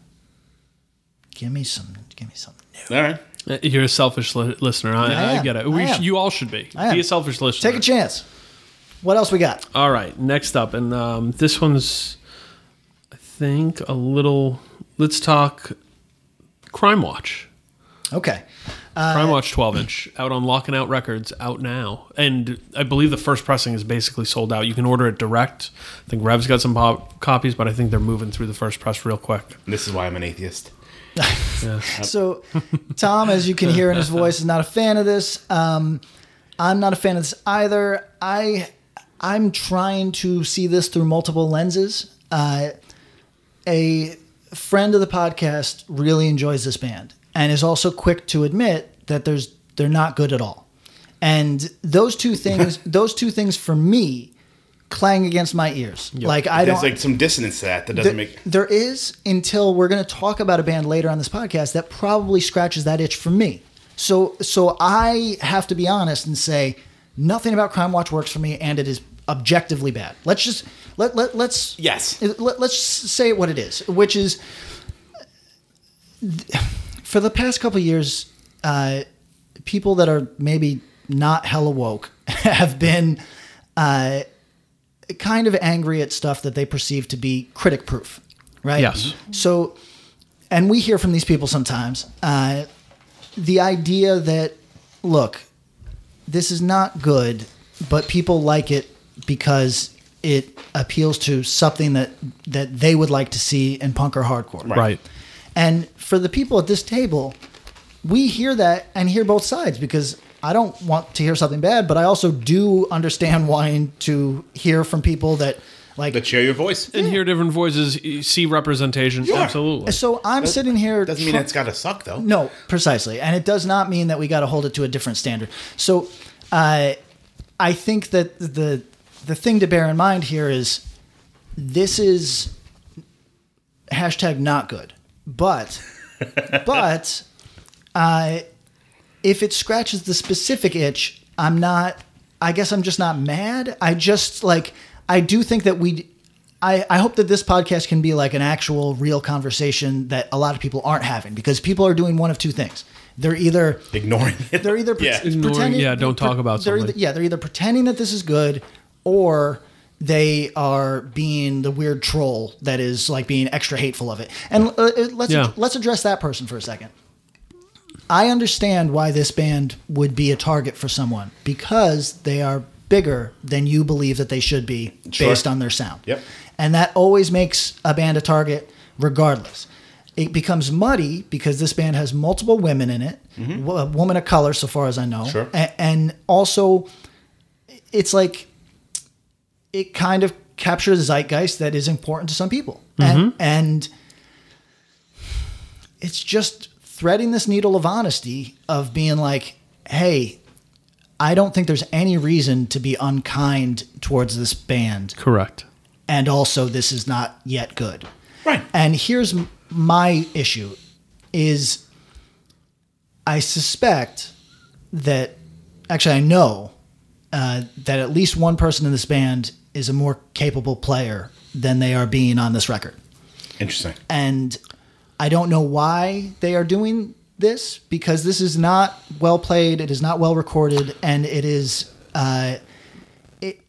give me some, give me some.
All right.
You're a selfish li- listener. I,
I
I,
am.
get it.
I
We, sh-
am.
you all should be.
I am.
Be a selfish listener.
Take a chance. What else we got?
All right, next up, and um, this one's, I think, a little. Let's talk Crime Watch.
Okay, Uh,
Crime Watch 12 inch out on Locking Out Records, out now. And I believe the first pressing is basically sold out. You can order it direct. I think Rev's got some pop- copies, but I think they're moving through the first press real quick.
This is why I'm an atheist.
so Tom, as you can hear in his voice, is not a fan of this. Um, I'm not a fan of this either. I I'm trying to see this through multiple lenses. Uh, a friend of the podcast really enjoys this band and is also quick to admit that there's they're not good at all. And those two things, those two things for me, clang against my ears. Like I
There's
don't
like some dissonance to that that doesn't
there-
make.
there is until we're going to talk about a band later on this podcast that probably scratches that itch for me. So so I have to be honest and say nothing about Crime Watch works for me, and it is objectively bad. Let's just let let let's
Yes.
let, let's say what it is, which is for the past couple of years, uh, people that are maybe not hella woke have been uh, kind of angry at stuff that they perceive to be critic proof, right?
Yes.
So, and we hear from these people sometimes uh, the idea that, look, this is not good, but people like it because it appeals to something that that they would like to see in punk or hardcore.
Right.
And for the people at this table, we hear that and hear both sides because I don't want to hear something bad, but I also do understand wanting to hear from people that like.
But share your voice.
And hear different voices, y- see representation. Absolutely.
so I'm sitting here.
Doesn't mean
try-
it's got to suck though.
No, precisely, and it does not mean that we got to hold it to a different standard. So, uh, I think that the the thing to bear in mind here is this is hashtag not good, but but uh, if it scratches the specific itch, I'm not. I guess I'm just not mad. I just like I do think that we. I, I hope that this podcast can be like an actual real conversation that a lot of people aren't having because people are doing one of two things. They're either
Ignoring it.
they're either pre-
Yeah.
Ignoring-
pretending.
yeah, don't talk about
they're
something.
Either, yeah, they're either pretending that this is good, or they are being the weird troll that is like being extra hateful of it. And uh, uh, let's
Yeah.
let's address that person for a second. I understand why this band would be a target for someone because they are bigger than you believe that they should be
Sure.
based on their sound.
Yep.
And that always makes a band a target, regardless. It becomes muddy because this band has multiple women in it, wo- a woman of color, so far as I know.
Sure.
A- and also, it's like it kind of captures a zeitgeist that is important to some people. And, and it's just threading this needle of honesty of being like, hey, I don't think there's any reason to be unkind towards this band
Correct.
and also this is not yet good.
Right.
And here's m- my issue is I suspect that actually I know uh, that at least one person in this band is a more capable player than they are being on this record.
Interesting.
And I don't know why they are doing this because this is not well played, it is not well recorded, and it is. Uh, it,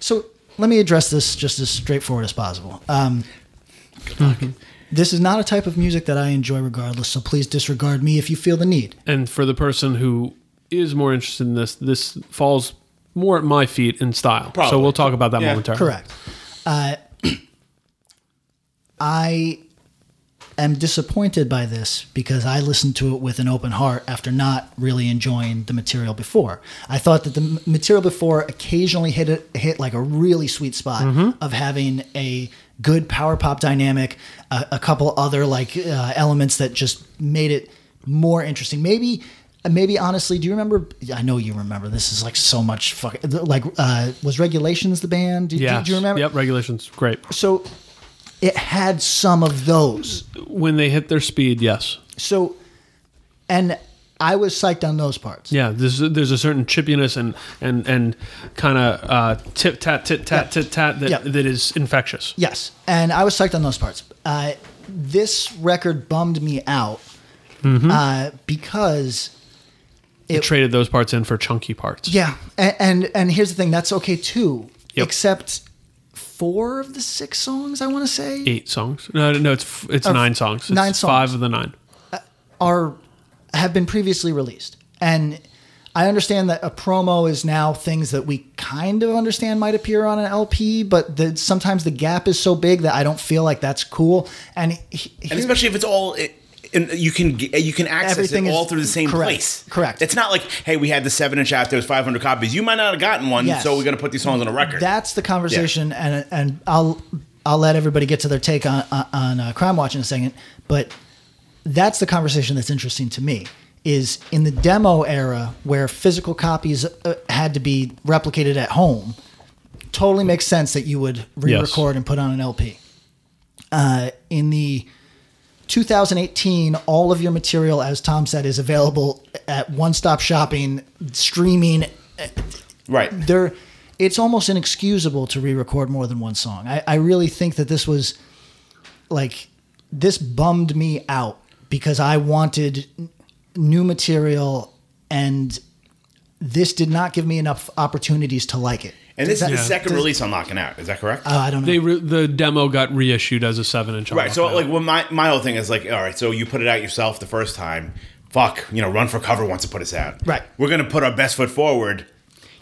so let me address this just as straightforward as possible. Um, this is not a type of music that I enjoy regardless, so please disregard me if you feel the need.
And for the person who is more interested in this, this falls more at my feet in style.
Probably.
So we'll talk about that momentarily.
Correct. Uh, I am disappointed by this because I listened to it with an open heart after not really enjoying the material before. I thought that the m- material before occasionally hit a, hit like a really sweet spot of having a good power pop dynamic, a, a couple other like uh, elements that just made it more interesting. Maybe. Maybe honestly, do you remember? I know you remember. This is like so much fucking like uh, was Regulations the band? Do, do-
Yeah.
do you remember?
Yep. Regulations. Great.
So it had some of those.
When they hit their speed, yes.
So, and I was psyched on those parts.
Yeah, there's there's a certain chippiness and and and kind of uh, tip tat tit tat tit tat that
Yeah.
that is infectious.
Yes, and I was psyched on those parts. Uh, this record bummed me out
Mm-hmm.
uh, because
They traded those parts in for chunky parts.
yeah, and, and and here's the thing that's okay too,
Yep.
except four of the six songs I want to say
eight songs. No, no, no it's f- it's
Of
nine songs. It's
nine songs.
Five of the nine.
are have been previously released and i understand that a promo is now things that we kind of understand might appear on an lp but the, sometimes the gap is so big that i don't feel like that's cool and, he-
and
here-
especially if it's all it, and you can g- you can access
Everything
it all
is-
through the same
correct,
place.
correct.
It's not like hey, we had the seven inch out. There was five hundred copies. You might not have gotten one,
Yes.
so we're gonna put these songs on a record.
that's the conversation and and i'll i'll let everybody get to their take on on uh, crime watch in a second but that's the conversation that's interesting to me is in the demo era where physical copies uh, had to be replicated at home totally makes sense that you would re-record and put on an lp uh, in the 2018 all of your material as tom said is available at one-stop shopping streaming
right.
there it's almost inexcusable to re-record more than one song I, I really think that this was like this bummed me out because i wanted n- new material and this did not give me enough opportunities to like it
And this is the
Yeah.
second release on Locking Out. Is that correct?
Uh, i don't know
They re- the demo got reissued as a seven inch.
right. So like, well, my my whole thing is like, all right. So you put it out yourself the first time. Fuck. You know, Run for Cover wants to put us out.
Right.
We're gonna put our best foot forward.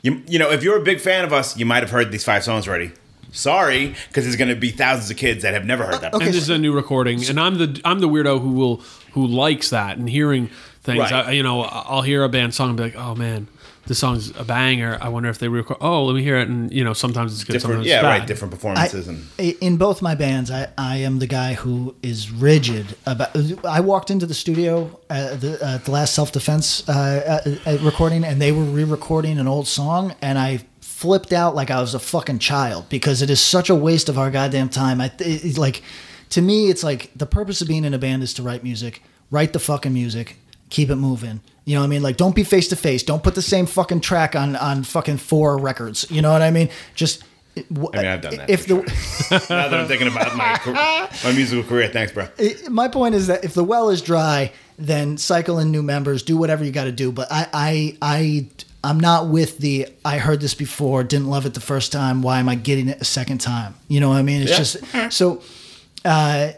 You you know, if you're a big fan of us, you might have heard these five songs already. Sorry, because there's gonna be thousands of kids that have never heard that.
and this is a new recording, and I'm the I'm the weirdo who will who likes that and hearing things.
Right.
I, you know, I- I'll hear a band song and be like, oh man. This song's a banger. I wonder if they record. Oh, let me hear it. And you know, sometimes it's good.
different,
sometimes
yeah,
it's bad.
right. Different
I-
performances and
i- in both my bands, I, I am the guy who is rigid about. I walked into the studio uh, the, uh, the last self defense uh, uh, uh, recording, and they were re recording an old song, and I flipped out like I was a fucking child because it is such a waste of our goddamn time. I it, it- like to me, it's like the purpose of being in a band is to write music, write the fucking music, keep it moving. You know what I mean? Like, don't be face to face. Don't put the same fucking track on on fucking four records. You know what I mean? Just. I
mean, I've done that
If
for
the
now that I'm thinking about my car- my musical career, thanks, bro.
my point is that if the well is dry, then cycle in new members, do whatever you got to do. But I, I, I, I'm not with the. I heard this before, didn't love it the first time. Why am I getting it a second time? You know what I mean? It's just so. Uh,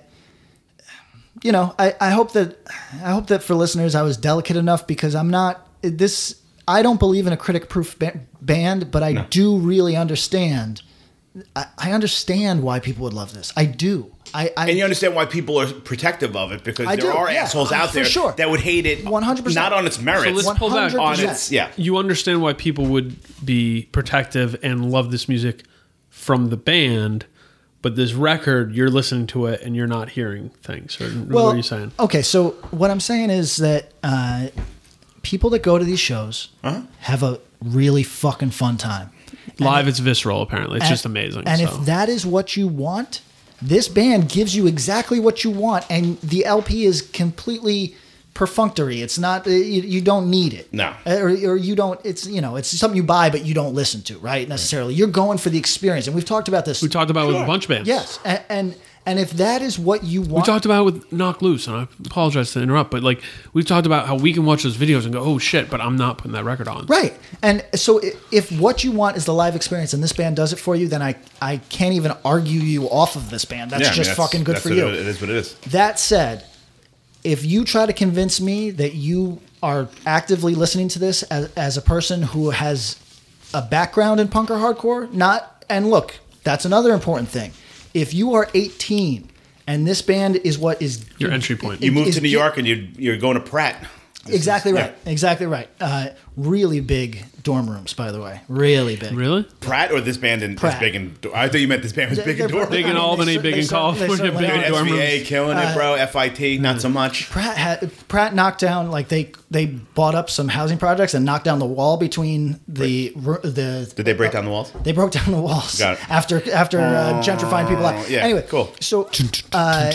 you know, I, I hope that I hope that for listeners, I was delicate enough because I'm not this. I don't believe in a critic-proof ba- band, but I do really understand I, I understand why people would love this. I do. I, I
And you understand why people are protective of it because
I
there
do,
are
yeah,
assholes
uh,
out
for
there
sure.
that would hate it
100%.
not on its
So
merits.
let's pull back
on
100%.
its yeah.
You understand why people would be protective and love this music from the band, but this record, you're listening to it and you're not hearing things. Or what are you saying?
Okay, so what I'm saying is that uh, people that go to these shows have a really fucking fun time.
Live, it's visceral. Apparently, it's
And-
just amazing.
And
so.
if that is what you want, this band gives you exactly what you want, and the LP is completely perfunctory. It's not uh, you, you don't need it. Uh,
No.
or, or you don't. It's you know it's something you buy but you don't listen to right necessarily. You're going for the experience, and we've talked about this.
we talked about it with a bunch of bands.
yes, and, and and if that is what you
We
want,
talked about it with Knock Loose, and I apologize to interrupt, but like we've talked about how we can watch those videos and go, "Oh shit!" But I'm not putting that record on.
Right. And so i- if what you want is the live experience and this band does it for you, then I, I can't even argue you off of this band. That's
Yeah, I mean,
just fucking good
that's
for
what
you.
It is what it is.
That said, if you try to convince me that you are actively listening to this as, as a person who has a background in punk or hardcore, not, and look, that's another important thing. If you are 18 and this band is what is
Your entry point.
You move
is
to New
get-
York and you you're going to Pratt.
Exactly
Yeah.
right. Exactly right. Uh, really big dorm rooms, by the way. Really big.
Really?
Pratt or this band in, is
Pratt.
big in I thought you meant this band was big in
They're-
Dortmund.
Big in
I mean,
Albany,
they
big
cer-
in
they cer- they
California,
certainly
big in
are.
dorm
SVA
rooms.
killing it,
Uh,
bro. FIT not so much.
Pratt had Pratt knocked down like they they bought up some housing projects and knocked down the wall between the ru- the.
Did they break down the walls?
They broke down the walls
Got it. Oh,
after after uh, gentrifying people out.
yeah,
anyway,
cool.
So, uh,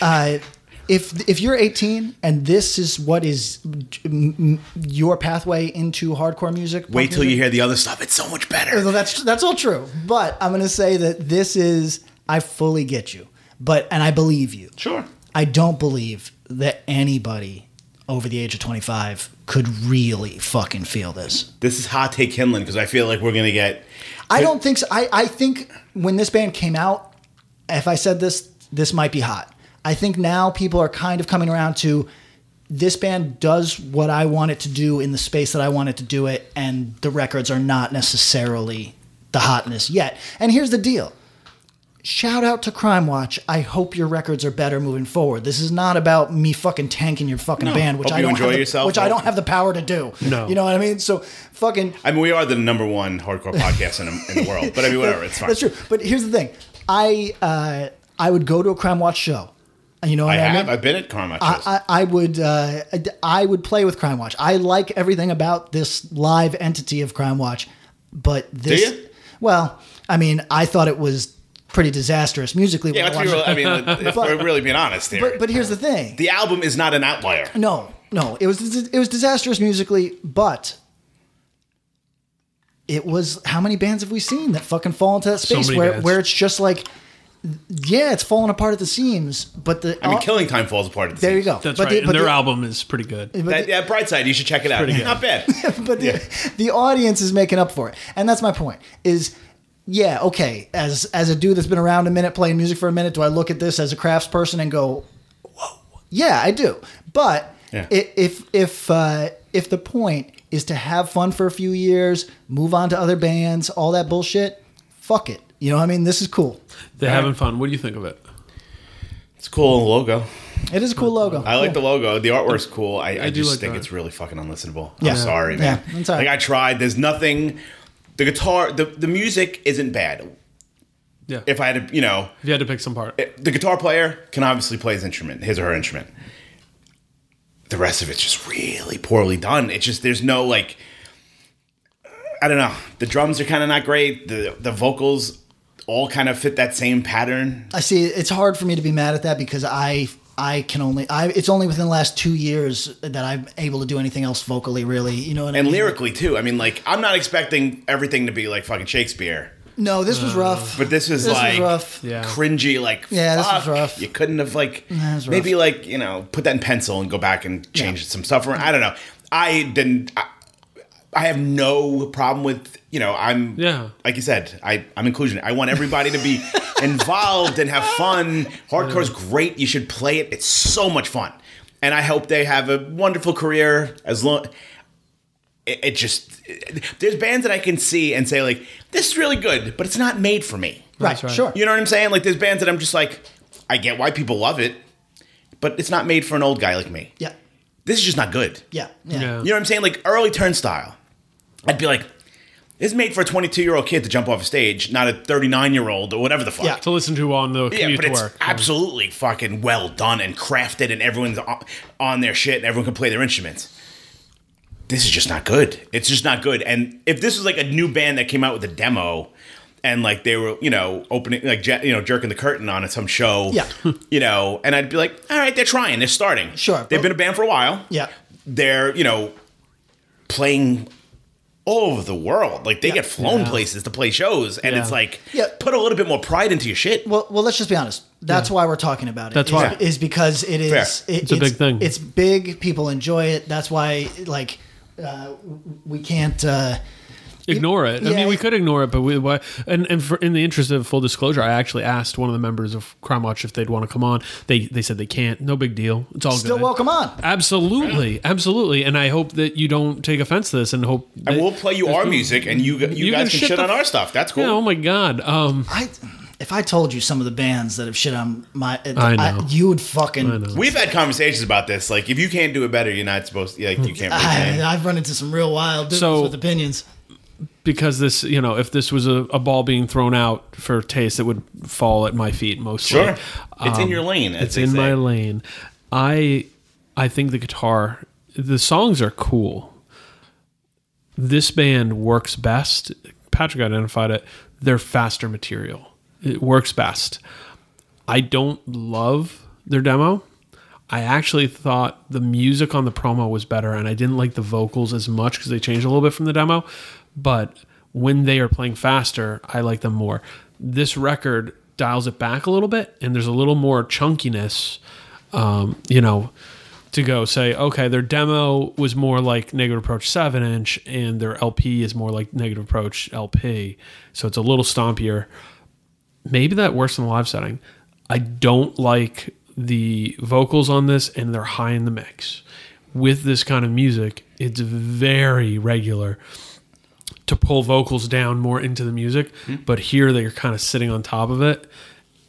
uh, if if you're 18 and this is what is mm, mm, your pathway into hardcore music,
Wait
punk
till
music-
you hear the other stuff. It's so much better.
Well, that's that's all true. But I'm gonna say that this is I fully get you, but and I believe you.
Sure.
I don't believe that anybody over the age of 25 could really fucking feel this.
This is hot take Kinlan because I feel like we're gonna get
I don't think so. I I think when this band came out, if I said this, this might be hot. I think now people are kind of coming around to this band does what I want it to do in the space that I want it to do it, and the records are not necessarily the hotness yet. And here's the deal. Shout out to Crime Watch. I hope your records are better moving forward. This is not about me fucking tanking your fucking band, which
Hope
I
you
don't
enjoy
have the,
yourself.
which I don't have the power to do.
No.
you know what I mean. So fucking
I mean, we are the number one hardcore podcast in, the- in the world, but I mean, whatever, it's fine.
That's true. But here's the thing. I uh, I would go to a crime watch show. And You know what
I
I,
have.
mean?
I've been at Karma
I,
shows.
I, I would uh, I would play with Crime Watch. I like everything about this live entity of Crime Watch, but this
you?
well, I mean, I thought it was pretty disastrous musically. when
yeah,
I
let's be
watched
real.
it.
I mean, if
But-
we're really being honest here.
but but here's the thing.
the album is not an outlier.
No, no, it was it was disastrous musically, but it was how many bands have we seen that fucking fall into that
So
space
many
where
bands.
where it's just like, yeah, it's falling apart at the seams, but the
I mean, Killing Time falls apart at the
Oh. there you
seams.
go.
That's
but
right.
The,
and their
the,
album is pretty good.
but
That,
the-
yeah, Brightside, you should check it out. Not bad.
but the, the audience is making up for it and that's my point is yeah okay as as a dude that's been around a minute playing music for a minute do i look at this as a crafts person and go whoa yeah i do but
Yeah.
i- if if uh, if the point is to have fun for a few years move on to other bands all that bullshit fuck it you know what i mean this is cool
They're having fun. What do you think of it?
It's cool logo.
it is a cool logo
I like the logo. The artwork's cool. I, I,
do
just
like
think
that.
it's really fucking unlistenable.
Yeah.
I'm sorry, man.
Yeah, it's all right.
Like I tried. There's nothing. The guitar, the, the music isn't bad.
Yeah.
If I had, to, you know,
If you had to pick some part,
the guitar player can obviously play his instrument, his or her instrument. The rest of it's just really poorly done. It's just there's no like I don't know. The drums are kind of not great. The the vocals all kind of fit that same pattern.
I see. It's hard for me to be mad at that because I I can only I. It's only within the last two years that I'm able to do anything else vocally. Really, you know what I
And
mean?
lyrically too. I mean like I'm not expecting everything to be like fucking Shakespeare.
No, this was rough.
But this is
This was
like
rough.
Yeah.
cringy, like
Yeah, this was
fuck,
rough.
You couldn't have like
was rough.
maybe like you know put that in pencil and go back and change
Yeah.
some stuff around. I don't know. I didn't. I, I have no problem with you know I'm
Yeah.
like you said I I'm inclusion. I want everybody to be involved and have fun. Hardcore's great. You should play it. It's so much fun, and I hope they have a wonderful career as long. it, it just it- there's bands that I can see and say like this is really good, but it's not made for me.
Right,
right.
sure.
You know what I'm saying? Like there's bands that I'm just like, I get why people love it, but it's not made for an old guy like me.
yeah.
This is just not good.
Yeah. Yeah.
Yeah.
You know what I'm saying? Like early turnstile. I'd be like, this is made for a 22 year old kid to jump off a stage, not a 39 year old or whatever the fuck.
Yeah.
to listen to on the
Yeah,
commute
but
to
it's
work.
absolutely fucking well done and crafted, and everyone's on- on their shit, and everyone can play their instruments. This is just not good. It's just not good. And if this was like a new band that came out with a demo, and like they were, you know, opening, like je- you know, jerking the curtain on at some show,
Yeah.
you know, and I'd be like, all right, they're trying, they're starting,
Sure,
they've
but-
been a band for a while,
Yeah.
they're you know playing all over the world, like they
Yeah.
get flown places to play shows, and
Yeah.
it's like,
Yeah.
put a little bit more pride into your shit.
Well, well, let's just be honest. That's why we're talking about it.
That's
is-
why.
is because it is.
Fair.
it-
It's a big thing.
It's big. People enjoy it. That's why, like, uh, we can't. Uh,
ignore it. I
Yeah.
mean, we could ignore it, but we why, and and for, in the interest of full disclosure, I actually asked one of the members of Crime Watch if they'd want to come on. They they said they can't. No big deal. It's all
Still
good.
welcome on.
Absolutely, absolutely. And I hope that you don't take offense to this, and hope
and
that-
we'll play you our music, and you you,
you
guys can
can shit
shit,
the
on
f-
our stuff. That's cool.
Yeah, oh my god. Um,
I, if I told you some of the bands that have shit on my,
I know.
you would fucking. I know.
We've had conversations about this. Like, if you can't do it better, you're not supposed. Like, you can't.
I,
Really I,
have run into some real wild dudes
So-
with opinions.
because this, you know, if this was a, a ball being thrown out for taste, it would fall at my feet mostly.
sure, it's in your lane. as
Um, it's
they
in
say.
my lane. I I think the guitar, the songs are cool. This band works best. Patrick identified it. They're faster material. It works best. I don't love their demo. I actually thought the music on the promo was better, and I didn't like the vocals as much because they changed a little bit from the demo. But when they are playing faster, I like them more. This record dials it back a little bit, and there's a little more chunkiness, um, you know, to go say, okay, their demo was more like Negative Approach 7 inch, and their LP is more like Negative Approach LP. So it's a little stompier maybe that works in the live setting. I don't like the vocals on this and they're high in the mix. With this kind of music, it's very regular to pull vocals down more into the music,
Hmm.
but here they're kind of sitting on top of it.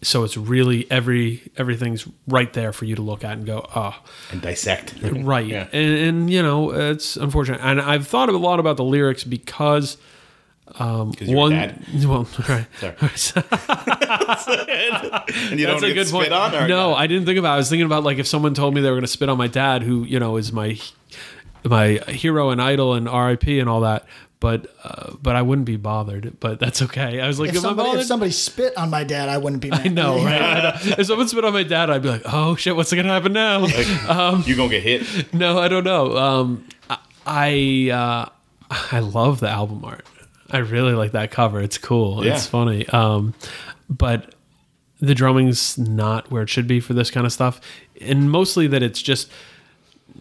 So it's really every everything's right there for you to look at and go, ah,
and dissect.
right
Yeah.
and, and you know it's unfortunate and i've thought a lot about the lyrics because um
you're
one
bad.
well right
and you don't get spit on. Or
no, I didn't think about. it. I was thinking about like if someone told me they were going to spit on my dad, who you know is my my hero and idol and RIP and all that. But uh, but I wouldn't be bothered. But that's okay. I was like,
If
am I
somebody, if
bothered?
somebody spit on my dad, I wouldn't be mad.
I know, right? I know. If someone spit on my dad, I'd be like, oh shit, what's going to happen now? Um,
you're gonna get hit.
no, I don't know. Um, I I, uh, I love the album art. I really like that cover. It's cool.
Yeah.
It's funny. Um, but the drumming's not where it should be for this kind of stuff, and mostly that it's just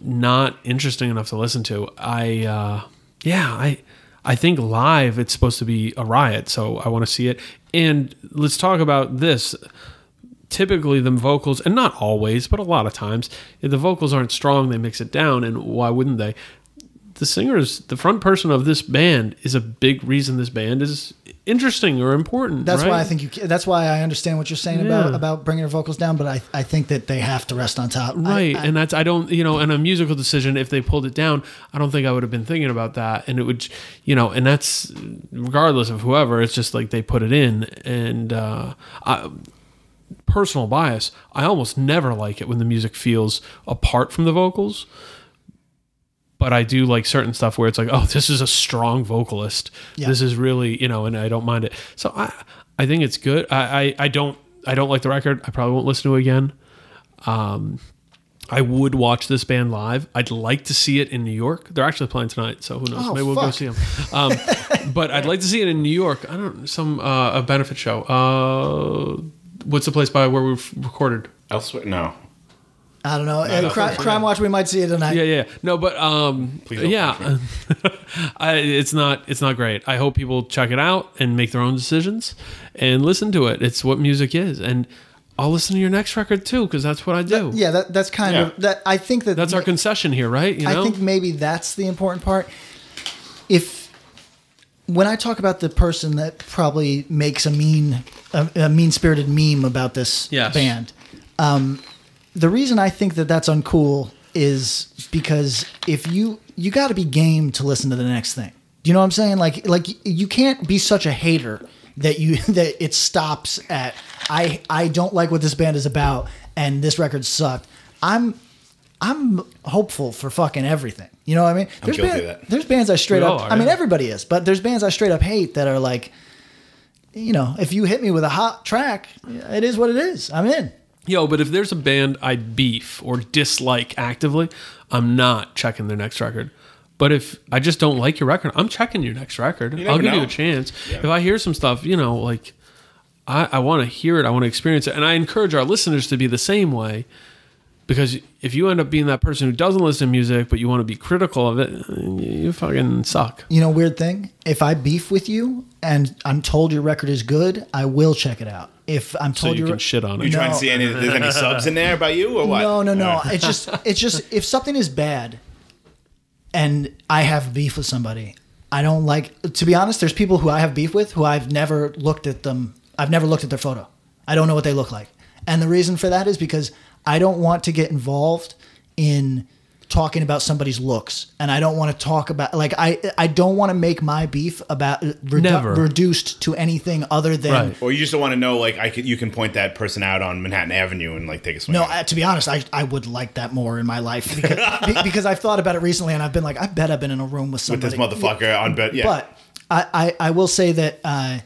not interesting enough to listen to. I uh, yeah, I I think live it's supposed to be a riot, so I want to see it. And let's talk about this typically the vocals and not always but a lot of times if the vocals aren't strong they mix it down and why wouldn't they the singers the front person of this band is a big reason this band is interesting or important
That's
right?
why I think you. ca- That's why I understand what you're saying about
Yeah.
about bringing your vocals down. But I, I think that they have to rest on top. I-
right
I-
and that's i don't you know and a musical decision if they pulled it down i don't think i would have been thinking about that and it would you know and that's regardless of whoever it's just like they put it in and uh I, personal bias i almost never like it when the music feels apart from the vocals but I do like certain stuff where it's like, oh, this is a strong vocalist.
Yeah.
This is really, you know, and I don't mind it. So I, I think it's good. I, I, I don't, I don't like the record. I probably won't listen to it again. I would watch this band live. I'd like to see it in New York. They're actually playing tonight, so who knows?
Oh,
Maybe we'll go
fuck.
see them. Um, but I'd like to see it in New York. I don't some uh, a benefit show. Uh, what's the place by where we've recorded?
Elsewhere, no.
I don't know. Uh, Cri- Crime Watch, we might see it tonight.
Yeah, yeah, yeah. no, but um,
Please don't
yeah, I, it's not it's not great. I hope people check it out and make their own decisions and listen to it. It's what music is, and I'll listen to your next record too because that's what I do.
Yeah, that, that's kind
Yeah.
of that. I think that
that's our concession here, right? You know,
I think maybe that's the important part. if when I talk about the person that probably makes a mean, a, a mean-spirited meme about this
Yes.
band, um, the reason I think that that's uncool is because if you you got to be game to listen to the next thing. Do you know what I'm saying? Like like you can't be such a hater that you that it stops at I I don't like what this band is about and this record sucked. I'm I'm hopeful for fucking everything. You know what I mean? There's
guilty
ban-
of that.
There's bands I straight
We
up.
all are,
I mean,
yeah.
everybody is, but there's bands I straight up hate that are like, you know, if you hit me with a hot track, it is what it is. I'm in.
Yo, but if there's a band I beef or dislike actively, I'm not checking their next record. But if I just don't like your record, I'm checking your next record. I'll
never
give you
know.
a chance. If I hear some stuff, you know, like I, I want to hear it, I want to experience it, and I encourage our listeners to be the same way. Because if you end up being that person who doesn't listen to music, but you want to be critical of it, you you fucking suck.
You know, weird thing. If I beef with you and I'm told your record is good, I will check it out. If I'm
So
told
you
your
can shit on
You
it.
trying to
No.
see any there's any subs in there by you or what?
No, no, no.
All right.
It's just it's just if something is bad and I have beef with somebody, I don't like to be honest, there's people who I have beef with who I've never looked at them I've never looked at their photo. I don't know what they look like. And the reason for that is because I don't want to get involved in talking about somebody's looks and I don't want to talk about like I I don't want to make my beef about uh, redu-
Never.
reduced to anything other than
Right.
Or you just don't want to know like I could you can point that person out on Manhattan Avenue and like take a swing.
No,
at it.
I, to be honest, I, I would like that more in my life because, be- because I've thought about it recently and I've been like, I bet I've been in a room with
with
somebody.
this motherfucker on bed. Yeah.
But I, I, I will say that uh,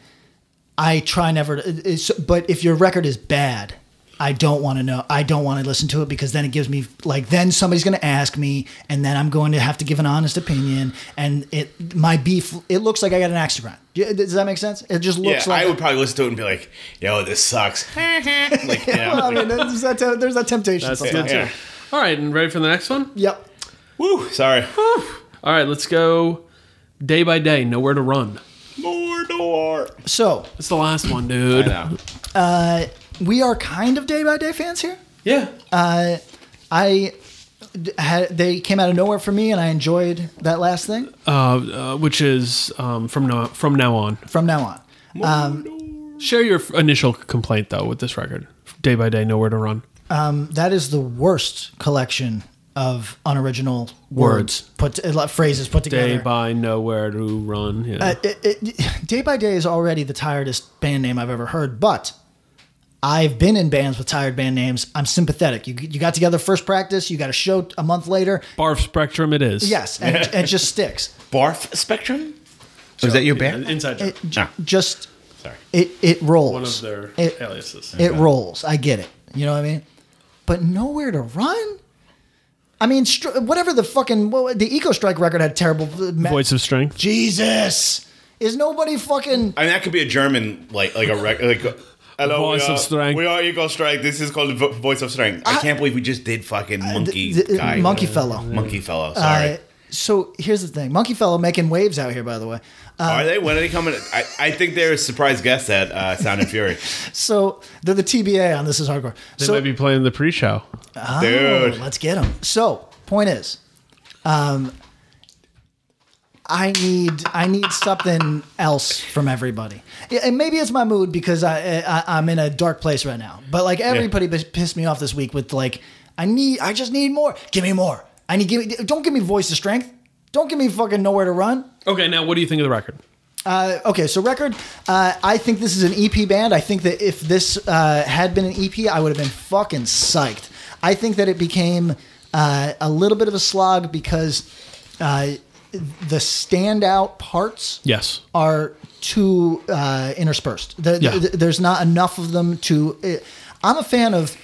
I try never to. It's, but if your record is bad, I don't want to know. I don't want to listen to it because then it gives me like then somebody's going to ask me, and then I'm going to have to give an honest opinion, and it my beef. It looks like I got an axe to grind. Yeah, Does that make sense? It just
yeah,
looks like
I would probably listen to it and be like, "Yo, this sucks." like, you know,
Well, I
like,
mean, there's that, there's that temptation.
good
sometimes.
yeah.
All right, and ready for the next one?
Yep.
Woo, sorry.
All right, let's go day by day, nowhere to run.
Mordor.
So
It's the last one, dude.
we are kind of day by day fans here.
Yeah.
Uh, I d- had they came out of nowhere for me, and I enjoyed that last thing
uh, which is um, from now from now on.
from now on.
Share your f- initial complaint though with this record. Day by day, nowhere to run.
That is the worst collection of unoriginal
Words.
words, put uh, like, phrases put together.
Day by nowhere to run. Yeah.
It- it- day by day is already the tiredest band name I've ever heard, but. I've been in bands with tired band names. I'm sympathetic. You, you got together first practice. You got a show a month later.
Barf spectrum. It is.
Yes, and, it- and it just sticks.
Barf Spectrum? Oh, is that your
Yeah,
band?
Inside joke.
J-
Ah.
Just
Sorry.
it it rolls.
One of their
It-
aliases.
It rolls. I get it. You know what I mean? But nowhere to run. I mean, str- whatever the fucking well, the Eco Strike record had terrible ma-
Voice of strength.
Jesus, is nobody fucking
I mean, that could be a German, like like a rec- like. a- Hello,
Voice
we
of
are,
strength.
We are Eagle Strike. This is called Vo- Voice of Strength. I, can't believe we just did fucking monkey
Uh, th- th-
guy,
monkey fellow.
monkey fellow. Sorry,
Uh, so here's the thing, Monkey Fellow making waves out here. By the way,
are they? When are they coming? I, I think they're a surprise guest at uh, Sound and Fury,
so they're the TBA on this is hardcore.
They
so
might be playing the pre-show.
dude.
Oh,
Let's get them. So, point is, um, I need I need something else from everybody, Yeah, and maybe it's my mood because I, I I'm in a dark place right now. But like everybody p- pissed me off this week with like I need I just need more. Give me more. I need give me don't give me voice of strength. Don't give me fucking nowhere to run.
Okay, now what do you think of the record?
Okay, so record. Uh, I think this is an EP band. I think that if this uh, had been an EP, I would have been fucking psyched. I think that it became uh, a little bit of a slog because uh, the standout parts
Yes.
are too uh, interspersed. The,
Yeah.
the- there's not enough of them to. It, I'm a fan of.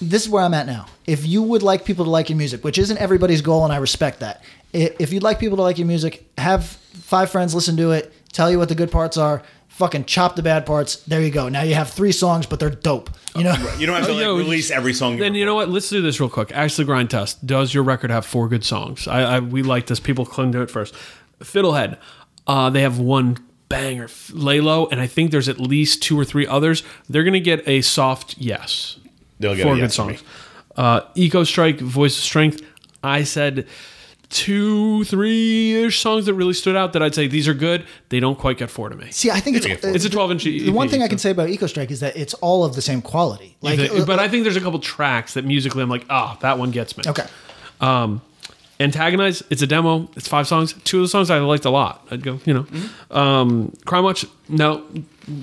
This is where I'm at now. If you would like people to like your music, which isn't everybody's goal, and I respect that. I- If you'd like people to like your music, have five friends listen to it, tell you what the good parts are, fucking chop the bad parts. There you go. Now you have three songs, but they're dope. You know.
You don't have to like
Yo,
release every song.
Then you know what? Let's do this real quick. Ask the grind test. Does your record have four good songs? I, I we like this. People clung to it first. Fiddlehead. Uh, they have one banger. F- Lay low, and I think there's at least two or three others. They're gonna get a soft yes.
They'll get a
four
yes
good
from me.
songs. Uh, Eco Strike, Voice of Strength. I said two, three ish songs that really stood out that I'd say these are good. They don't quite get four to me.
See, I think it's
It's a E 12 inch
The one thing I can say about Eco Strike is that it's all of the same quality. Like, uh,
but I think there's a couple tracks that musically I'm like, ah, that one gets me.
okay,
Um, Antagonize, it's a demo. It's five songs. Two of the songs I liked a lot. I'd go, you know.
Mm-hmm.
Um, Crime Watch, no,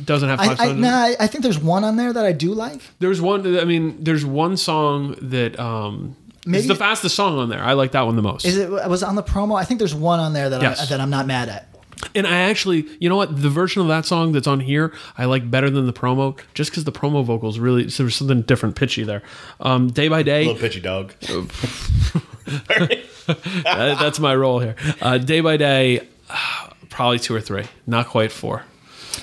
doesn't have five
I, I,
songs.
nah, I, I think there's one on there that I do like.
There's one, I mean, there's one song that um,
Maybe-
is the fastest song on there. I like that one the most.
Is it was it on the promo? I think there's one on there that I,
Yes.
that I'm not mad at.
And I actually, you know what? The version of that song that's on here, I like better than the promo, just because the promo vocals really so there's something different, pitchy there. Um, day by day,
Little pitchy dog.
that- that's my role here. Uh, day by day, ah, probably two or three, not quite four.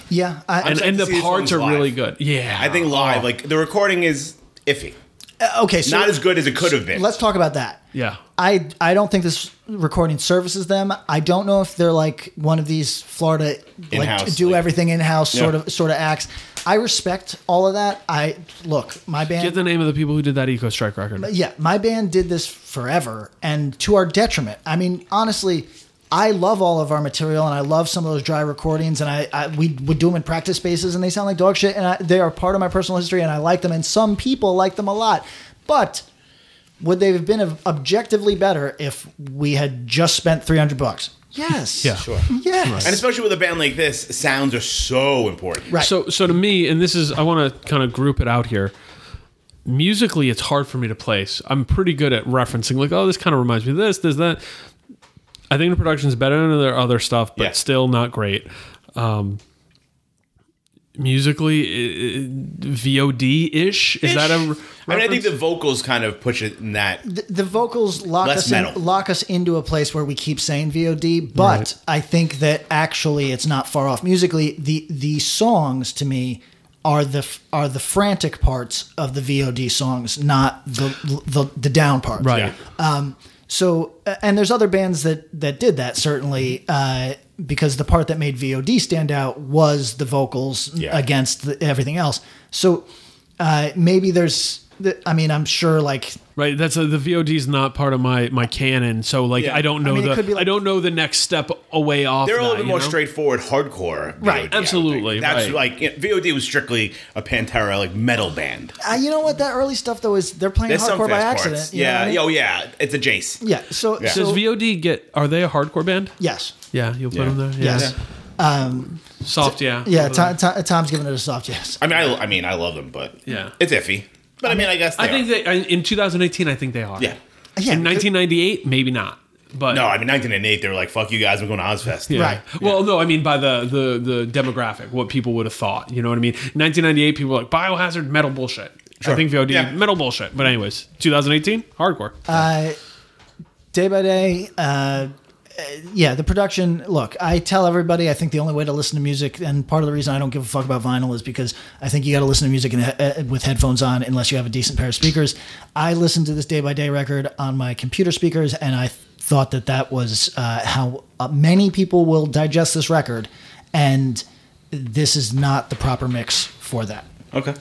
Yeah, I,
And,
excited
and
to
the
see these
parts
songs
are really
live.
good. Yeah,
I think live, like the recording is iffy.
uh, okay, so
Not as good as it could have been.
Let's talk about that.
Yeah.
I I don't think this recording services them. I don't know if they're like one of these Florida like
In-house,
do
like-
everything in house sort
Yeah.
of sort of acts. I respect all of that. I look my band.
Get the name of the people who did that Eco Strike record.
yeah, my band did this forever and to our detriment. I mean, honestly, I love all of our material and I love some of those dry recordings and I, I we would do them in practice spaces and they sound like dog shit and I, they are part of my personal history and I like them and some people like them a lot. But would they have been ob- objectively better if we had just spent 300 bucks? Yes.
Yeah. Sure.
Yes.
and especially with a band like this, sounds are so important.
Right.
So, so to me, and this is, I want to kind of group it out here. Musically, it's hard for me to place. I'm pretty good at referencing, like, oh, this kind of reminds me of this, this, that. I think the production's better than their other stuff, but
Yeah.
still not great. Um, musically, VOD ish. Is that a?
I mean, I think
reference?
the vocals kind of push it in that.
the vocals lock
Less
us in-
metal.
lock us into a place where we keep saying VOD, but I think that actually it's not far off musically. The the songs to me are the f- are the frantic parts of the VOD songs, not the the, the down parts.
Right. Yeah.
Um, so, uh, and there's other bands that that did that certainly, uh, because the part that made VOD stand out was the vocals
Yeah.
against the, everything else. So, uh, maybe there's, the, I mean, I'm sure like
Right, that's a, the VOD is not part of my my canon, so like
Yeah.
I don't know
mean, it
the
could be like-
I don't know the next step away off.
They're a little
that,
bit
you
more
know?
straightforward, hardcore. VOD,
Right,
I would think.
absolutely,
That's
right.
like you know, VOD was strictly a Pantera like metal band.
Uh, you know what? That early stuff though is they're playing
There's some
hardcore by
fast
accident.
parts.
you know
Yeah,
what I mean?
oh yeah, it's a Jace.
yeah. So,
Yeah.
so
Does VOD get? Are they a hardcore band?
yes,
Yeah, you'll put them there. Yeah.
yes,
soft. Yeah,
Um, yeah. Tom, Tom, Tom's giving it a soft yes.
I mean, I, I mean, I love them, but
Yeah.
it's iffy. But I mean, I guess they
I think
are.
they I- in 2018. I think they are.
yeah.
Yeah,
In 1998, maybe not. But
No, I mean, 1908, they were like, "Fuck you guys, we're going to Ozfest."
Yeah.
Right.
Well, no, I mean by the, the the demographic, what people would have thought. You know what I mean? 1998, people were like biohazard metal bullshit. I think VOD
Yeah.
metal bullshit. But anyways, 2018 hardcore.
uh, day by day. Uh, uh, yeah, the production. Look, I tell everybody. I think the only way to listen to music, and part of the reason I don't give a fuck about vinyl, is because I think you got to listen to music in, uh, with headphones on, unless you have a decent pair of speakers. I listened to this day by day record on my computer speakers, and I thought that that was uh, how uh, many people will digest this record, and this is not the proper mix for that.
Okay.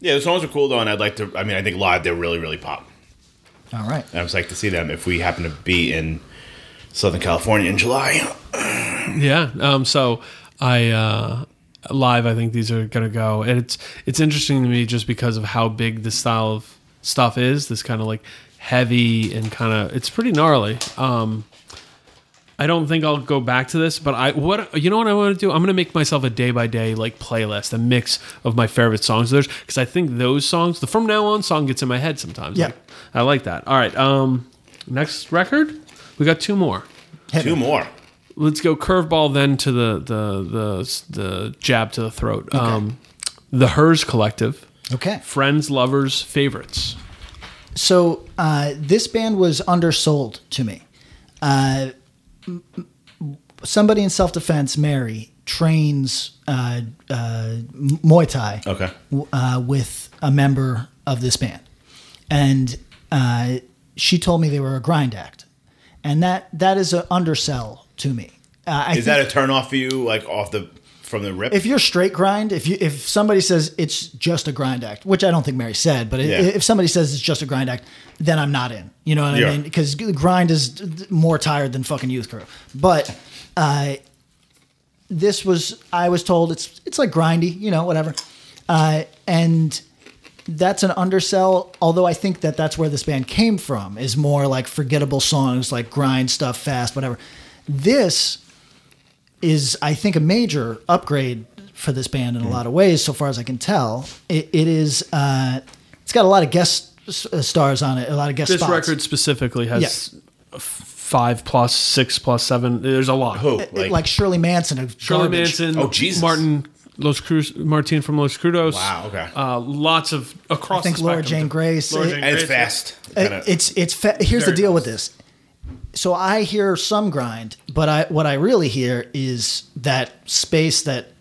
Yeah, the songs are cool though, and I'd like to. I mean, I think live they're really, really pop.
All right.
And I was like to see them if we happen to be in Southern California in July.
Yeah. Um, so I uh, live. I think these are gonna go, and it's it's interesting to me just because of how big this style of stuff is. This kind of like heavy and kind of it's pretty gnarly. Um, I don't think I'll go back to this, but I what you know what I want to do? I'm gonna make myself a day by day like playlist, a mix of my favorite songs. There's because I think those songs, the from now on song gets in my head sometimes.
Yeah.
Like, I like that. All right, um, next record, we got two more
Two more.
let's go curveball then to the the the the jab to the throat. Um, the hers collective,
Okay.
friends, lovers, favorites.
So uh, this band was undersold to me. Uh, m- m- somebody in self defense, Mary, trains uh, uh, M- Muay Thai
Okay.
w- uh, with a member of this band, and uh, she told me they were a grind act, and that that is an undersell to me. Uh, I
Is that a turn off for you? Like off the from the rip.
if you're straight grind, if you if somebody says it's just a grind act, which I don't think Mary said, but i
Yeah.
if somebody says it's just a grind act, then I'm not in. You know what
Yeah.
I mean? Because grind is d- d- more tired than fucking youth crew. But uh, this was I was told it's it's like grindy, you know, whatever. Uh, and that's an undersell. Although I think that that's where this band came from is more like forgettable songs, like grind stuff fast, whatever. This is, I think, a major upgrade for this band in a lot of ways, so far as I can tell. It, it is. Uh, it's got a lot of guest s- uh, stars on it, a lot of guest
This
spots.
record specifically has
Yes.
f- five plus six plus seven. There's a lot.
Who?
It- like, Shirley Manson of
Charlie
garbage.
Manson.
Oh, Jesus.
Martin Los Cruz, Martin from Los Crudos.
Wow, okay.
Uh, lots of across.
I think
the
Laura
spectrum.
Jane Grace.
Laura
It-
Jane
and it's
Grace,
fast. Kinda-
It- it's it's fa- here's the
Very
deal
fast.
with this. So I hear some grind, but I what I really hear is that space that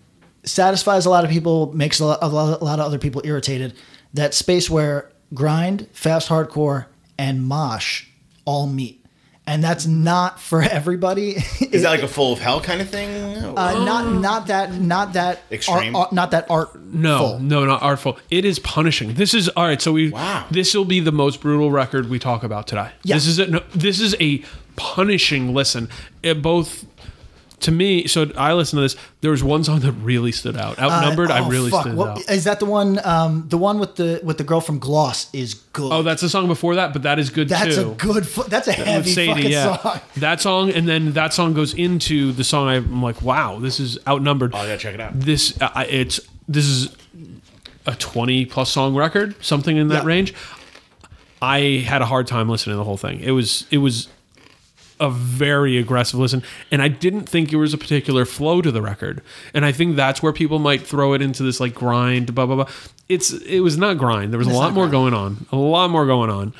satisfies a lot of people, makes a lot, a lot, a lot of other people irritated. That space where grind, fast hardcore, and mosh all meet, and that's not for everybody.
is that like a full of hell kind of thing?
uh, not not that not that
Extreme?
art, art- not that art
No, no, not artful. It is punishing. This is all right. So we.
Wow.
This will be the most brutal record we talk about today.
Yeah.
This is a no, this is a punishing listen. It both. To me, so I listened to this. There was one song that really stood out. Outnumbered, I
Oh,
really
fuck.
stood
What-
out.
Is that the one? Um, the one with the with the girl from Gloss is good.
Oh, that's the song before that, but that is good
That's
too.
a good. Fu- that's a
with
heavy fucking song.
That song, and then that song goes into the song. I'm like, wow, this is outnumbered.
Oh, I gotta check it out.
This, uh, I- it's this is a 20 plus song record, something in that
Yeah.
range. I had a hard time listening to the whole thing. It was, it was a very aggressive listen, and I didn't think there was a particular flow to the record. And I think that's where people might throw it into this like grind, blah blah blah. It's it was not grind. There was a lot more going on, a lot more going on.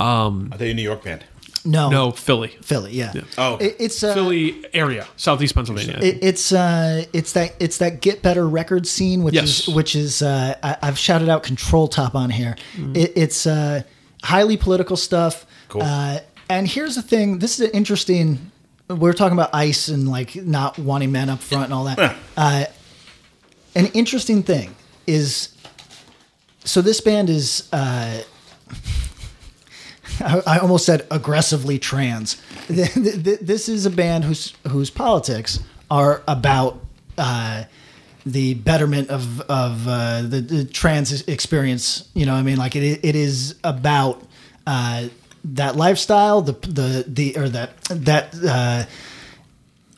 Are they a New York band?
No,
No, Philly.
Philly. Yeah.
Oh.
It- it's uh,
Philly area, southeast Pennsylvania.
It, it's uh, it's that it's that get better record scene, which
Yes.
is which is uh, I, I've shouted out Control Top on here.
Mm-hmm.
It, it's uh, highly political stuff.
Cool.
Uh, and here's the thing: this is an interesting. We're talking about ICE and like not wanting men up front and all that. Uh, an interesting thing is, so this band is. Uh, I, I almost said aggressively trans. Th- th- th- this is a band whose whose politics are about uh, the betterment of of uh, the, the trans experience. You know, what I mean, like it it is about uh, that lifestyle, the the the or that that uh,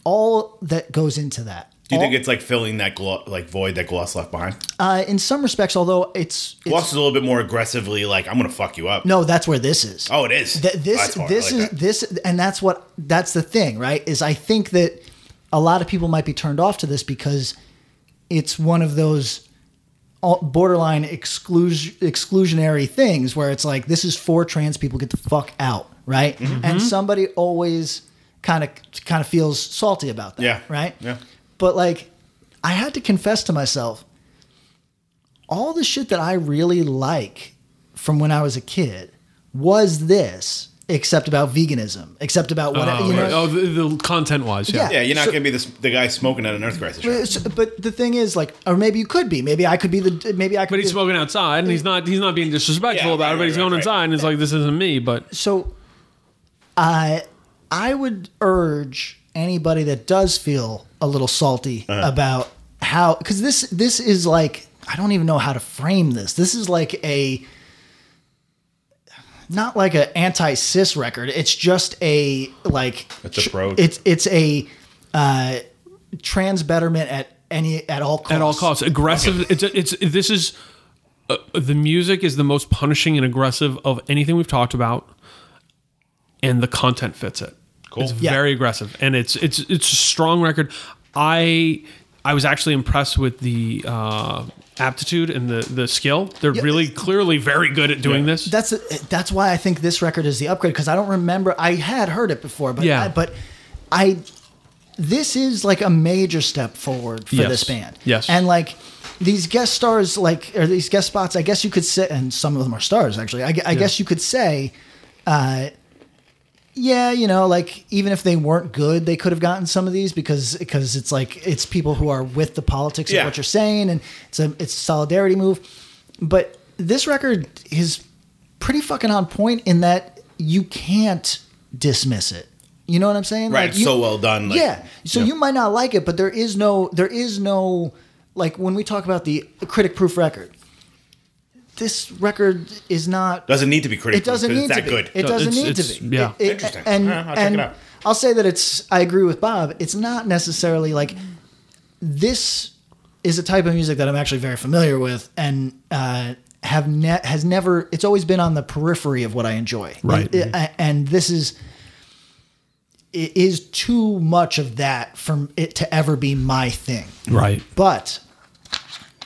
all that goes into that.
Do you
All-
think it's like filling that glo- like void that Gloss left behind?
uh, in some respects? Although it's, it's
Gloss is a little bit more aggressively like I'm gonna fuck you up.
no, that's where this is.
Oh, it is.
Th- this
That's hard. I
this
like
is
that.
this and that's what that's the thing right is i think that a lot of people might be turned off to this because it's one of those all- borderline exclus- exclusionary things where it's like this is for trans people get the fuck out right
Mm-hmm.
and somebody always kind of kind of feels salty about that
Yeah.
right
Yeah.
but like i had to confess to myself all the shit that I really like from when I was a kid was this, except about veganism, except about whatever.
oh,
you know,
right. Oh, the, the content wise, yeah.
Yeah, you're not
so-
gonna be this, the guy smoking at an Earth Crisis. show.
So- but the thing is, like, or maybe you could be. Maybe I could be the. Maybe I could.
But he's
be,
smoking outside, and he's not he's not being disrespectful
Yeah,
about it.
right,
But he's
right,
going
right,
inside, and it's like this isn't me. But
So, I I would urge anybody that does feel a little salty
Uh-huh.
about how because this this is like I don't even know how to frame this. This is like a not like an anti cis record. It's just a like
It's a
tr-
pro-
It's it's a uh, trans betterment at any at all costs.
at all costs, aggressive. It's it's this is uh, the music is the most punishing and aggressive of anything we've talked about, and the content fits it. Cool. It's
Yeah.
very aggressive, and it's it's it's a strong record. I I was actually impressed with the. Uh, aptitude and the the skill they're really clearly very good at doing this
That's that's why I think this record is the upgrade because I don't remember. I had heard it before, but
Yeah.
I, but I this is like a major step forward for
Yes.
this band.
Yes.
and like these guest stars, like or these guest spots, I guess you could say, and some of them are stars actually. I, gu- I guess you could say, uh, yeah, you know, like even if they weren't good, they could have gotten some of these because because it's like it's people who are with the politics
Yeah.
of what you're saying, and it's a it's a solidarity move. But this record is pretty fucking on point in that you can't dismiss it. You know what I'm saying?
Right,
you-
so well done, like-
yeah. So you might not like it, but there is no there is no like when we talk about the critic proof record. This record is not
Doesn't need to be critical.
it doesn't need
it's
to
that
be.
good.
It doesn't
it's-
need
it's-
to be.
yeah.
It- it-
Interesting.
And,
Yeah, I'll check
and
it out.
I'll say that it's. I agree with Bob. It's not necessarily like this is a type of music that I'm actually very familiar with and uh, have ne- has never. It's always been on the periphery of what I enjoy.
Right.
And, I- and this is. It is too much of that for it to ever be my thing.
Right.
But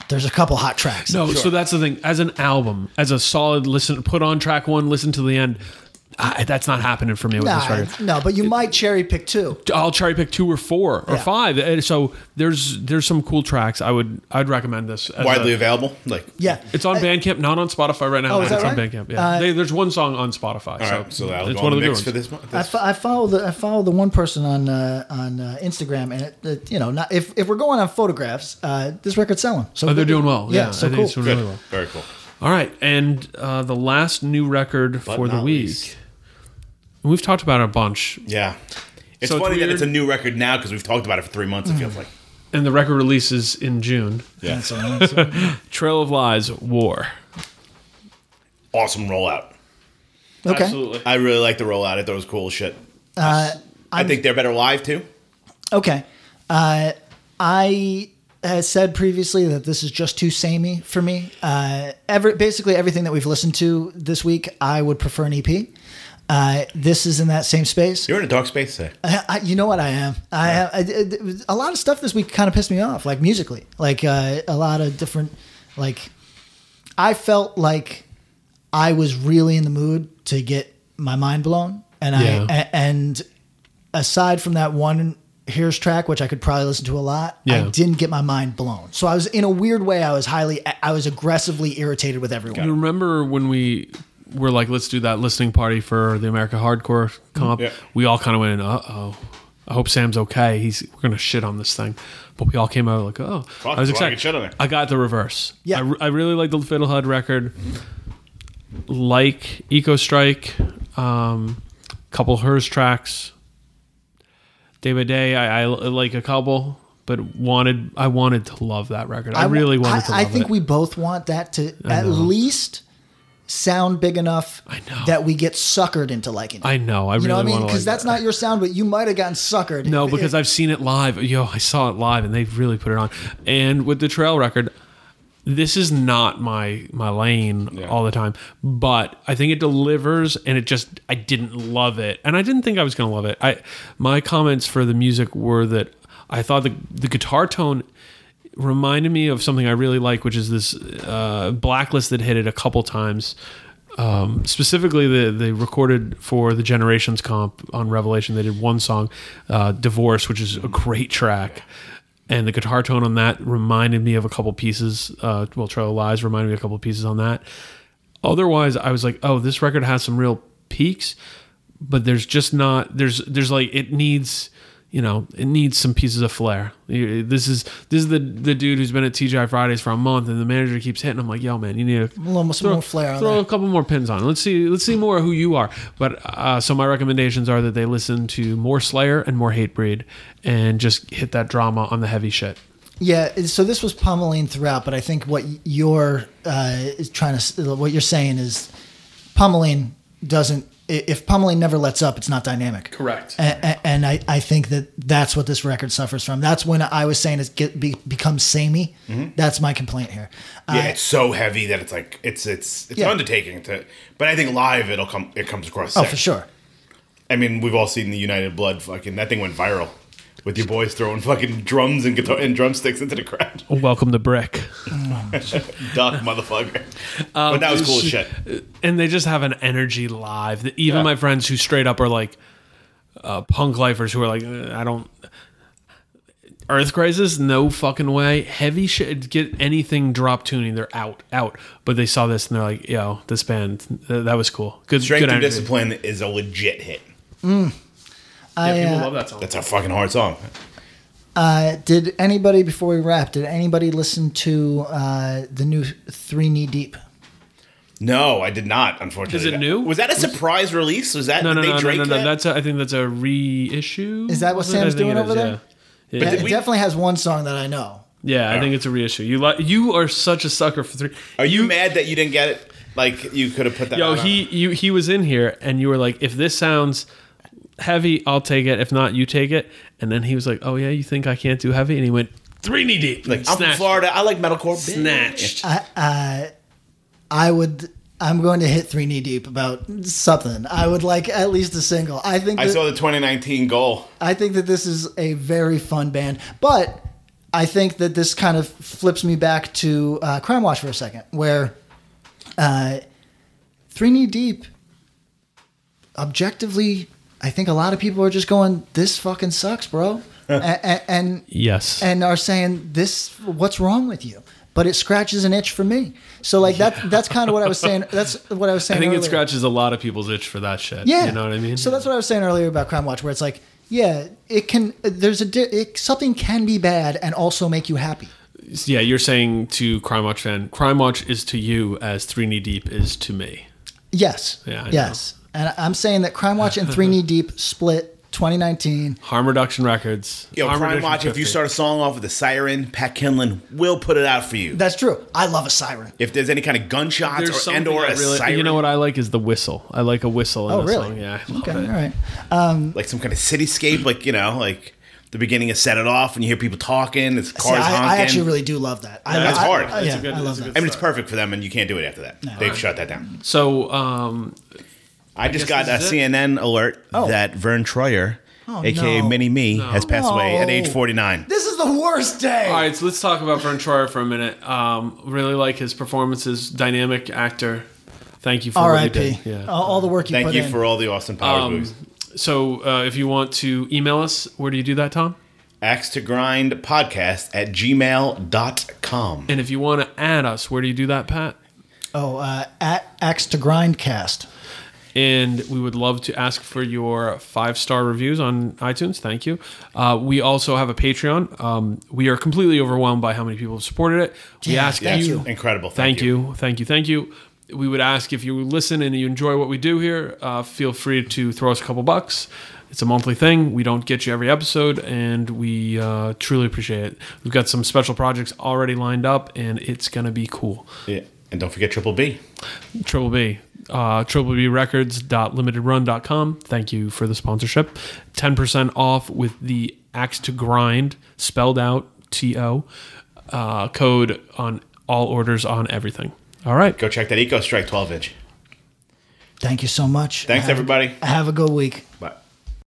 there's a couple hot tracks.
No, so that's the thing. As an album, as a solid listen, put on track one, listen to the end. I, that's not happening for me with this
Nah,
record.
no, but you might cherry pick two.
I'll cherry pick two or four or
Yeah.
five. And So there's there's some cool tracks. I would I'd recommend this as
Widely
a-
available, like
Yeah.
It's on Bandcamp, not on Spotify right now.
Oh, is
but
that
it's
right?
on Bandcamp. Yeah,
Uh,
they, there's one song on Spotify.
All
so
right, so that'll
it's
go
one
on
of
the
the good
mix
ones.
for this month.
I, fo- I follow the I follow the one person on uh, on uh, Instagram, and it, it, you know, not, if if we're going on photographs, uh, this record's selling. So
Oh, they're doing well. Yeah,
Yeah, so
I think
cool.
it's doing
Good.
really well.
Very cool.
All right, and uh, the last new record for the
not
week.
least.
We've talked about it a bunch,
Yeah. It's
So it's
funny
weird.
that it's a new record now because we've talked about it for three months. It
Mm-hmm.
feels like.
and the record releases in June.
Yeah.
Trail of Lies, War.
Awesome rollout.
okay.
Absolutely.
I really like the rollout. I thought it was cool as shit.
Uh,
I think they're better live too.
Okay. Uh, I uh, said previously that this is just too samey for me. Uh, every, basically, everything that we've listened to this week, I would prefer an EP. Uh, this is in that same space.
You're in a dark space there.
I, I, you know what I am. I, I, I- a lot of stuff this week kind of pissed me off, like musically, like uh, a lot of different, like I felt like I was really in the mood to get my mind blown, and
Yeah.
I a- and aside from that one here's track, which I could probably listen to a lot,
Yeah.
I didn't get my mind blown. So I was in a weird way. I was highly, I was aggressively irritated with everyone.
You remember when we were like, let's do that listening party for the America Hardcore comp?
Yeah.
We all kind of went in, uh oh. I hope Sam's okay. He's we're gonna shit on this thing, but we all came out like, oh,
Fuck,
I was
we're gonna
excited.
get shit on it.
I got the reverse.
Yeah.
I, re- I really like the Fiddlehead record. Like Eco Strike, um, couple hers tracks. Day by day, I, I like a couple, but wanted I wanted to love that record. I,
wa-
really wanted
I,
to. Love
I think
it.
we both want that to at least sound big enough
know.
that we get suckered into liking it.
I know. I
you know what I
really
mean?
wanna
Because
like
that's not your sound, but you might have gotten suckered.
No,
If-
because
if-
I've seen it live. Yo, I saw it live, and they really put it on. And with the trail record, this is not my my lane all the time. But I think it delivers, and it just I didn't love it, and I didn't think I was gonna love it. I my comments for the music were that I thought the the guitar tone reminded me of something I really like, which is this uh, blacklist that hit it a couple times. Um, specifically, the they recorded for the Generations comp on Revelation. They did one song, uh, "Divorce," which is a great track, and the guitar tone on that reminded me of a couple pieces. Uh, well, Trail of Lies reminded me of a couple pieces on that. Otherwise, I was like, oh, this record has some real peaks, but there's just not there's there's like it needs you know it needs some pieces of flair You- this is this is the the dude who's been at tgi fridays for a month and the manager keeps hitting him like yo man you need a
little more- some more flair on
throw
there.
a couple more pins on let's see let's see more who you are but uh, so my recommendations are that they listen to more slayer and more hatebreed and just hit that drama on the heavy shit
yeah, so this was pummeling throughout, but I think what you're uh, is trying to s- what you're saying is pummeling doesn't. i- If pummeling never lets up, it's not dynamic.
Correct.
A- a- And, I, I think that that's what this record suffers from. That's when I was saying it's get be, become samey.
Mm-hmm.
That's my complaint here. Uh,
Yeah, it's so heavy that it's like it's it's it's
Yeah.
an undertaking to. But I think live it'll come it comes across.
oh,
sick.
for sure.
I mean, we've all seen the United Blood fucking that thing went viral with your boys throwing fucking drums and guitar and drumsticks into the crowd.
welcome to brick
Duck motherfucker.
Um,
but that was cool as shit.
and they just have an energy live. that Even
Yeah.
my friends who straight up are like uh, punk lifers who are like, "Uh, I don't. Earth Crisis, no fucking way. Heavy shit, get anything drop tuning, they're out, out. But they saw this and they're like, yo, this band, th- that was cool. Good,
Strength
good
and
energy.
discipline is a legit hit.
Yeah,
I,
people
uh,
love that song.
That's a fucking hard song.
Uh, did anybody before we wrap? Did anybody listen to uh, the new Three Knee Deep?
No, I did not. Unfortunately,
Is it new?
Was that a surprise release? Was that
no, no,
did
no,
they
no, no,
Drake
no,
that?
That's a, I think that's a reissue.
Is that what
of it? I
Sam's
think
doing
it
over there?
But
Yeah, yeah,
It
did we-
definitely has one song that I know.
yeah I think it's a reissue. You li- you are such a sucker for three.
Are you mad that you didn't get it? Like you could have put that.
Yo,
out on-
he you he was in here, and you were like, if this sounds heavy, I'll take it. If not, you take it. And then he was like, oh yeah, you think I can't do heavy? And he went three knee deep.
Like I'm from Florida. I like metalcore. bitch.
Snatched.
uh, I would. I'm going to hit Three Knee Deep about something. I would like at least a single. I think.
I
that-
saw the 2019 goal.
I think that this is a very fun band, but I think that this kind of flips me back to uh, Crime Watch for a second, where uh, Three Knee Deep, objectively, I think a lot of people are just going, "This fucking sucks, bro," and, and
Yes.
and are saying this what's wrong with you but it scratches an itch for me so like that that's kind of what i was saying that's what i was saying
I think
earlier.
it scratches a lot of people's itch for that shit.
yeah
You know what I mean?
so that's what i was saying earlier about crime watch where it's like yeah it can there's a di- it, something can be bad and also make you happy
yeah, you're saying to Crime Watch fan, Crime Watch is to you as Three Knee Deep is to me.
yes
Yeah, I know.
yes and i'm saying that crime watch and three knee deep split 2019
Harm Reduction Records.
Yo,
Harm
Crime
Reduction
Watch. If you
50.
start a song off with a siren, Pat Kinlan will put it out for you.
that's true i love a siren
if there's any kind of gunshots
There's
or and
something
or
I
a
really-
siren,
You know what I like is the whistle. I like a whistle in
oh
a
really
song. Yeah, I love
okay all
it.
right
like some kind of cityscape, like you know, like the beginning is set it off, and you hear people talking. It's
See,
cars honking.
I, I actually really do love that I,
That's
I-
hard.
I,
That's
yeah,
a good-
I
that's
love
a
that
good
I mean, it's perfect for them, and you can't do it after that. They've shut that down.
So, um,
I just
guess
got a
this is it.
CNN alert that Vern Troyer, aka
Oh. no.
Mini Me, has passed away at
No.
age 49.
this is the worst day
all right, so let's talk about Vern Troyer for a minute. Um, really like his performances, dynamic actor. Thank you for what you
R.I.P.
did. Yeah.
All, all the work you
Thank
put
you
in.
for all the Austin Powers
Um,
movies.
So, uh, if you want to email us, where do you do that, Tom?
Axe to Grind Podcast at gmail.com.
And if you want to add us, where do you do that, Pat?
oh uh, at axe to grind cast.
and we would love to ask for your five star reviews on iTunes. Thank you. Uh, we also have a Patreon. Um, we are completely overwhelmed by how many people have supported it. We
Yeah,
ask
yeah,
you,
Thank you.
Incredible.
thank you, thank you, thank you. We would ask if you listen and you enjoy what we do here, uh, feel free to throw us a couple bucks. It's a monthly thing. We don't get you every episode, and we uh, truly appreciate it. We've got some special projects already lined up, and it's going to be cool.
Yeah. And don't forget Triple B.
Triple B. Uh, triple B records.limitedrun.com. Thank you for the sponsorship. 10% off with the axe to grind spelled out T O uh, code on all orders on everything. All right.
Go check that Eco Strike 12 inch.
Thank you so much.
Thanks,
Have-
everybody.
Have a good week.
Bye.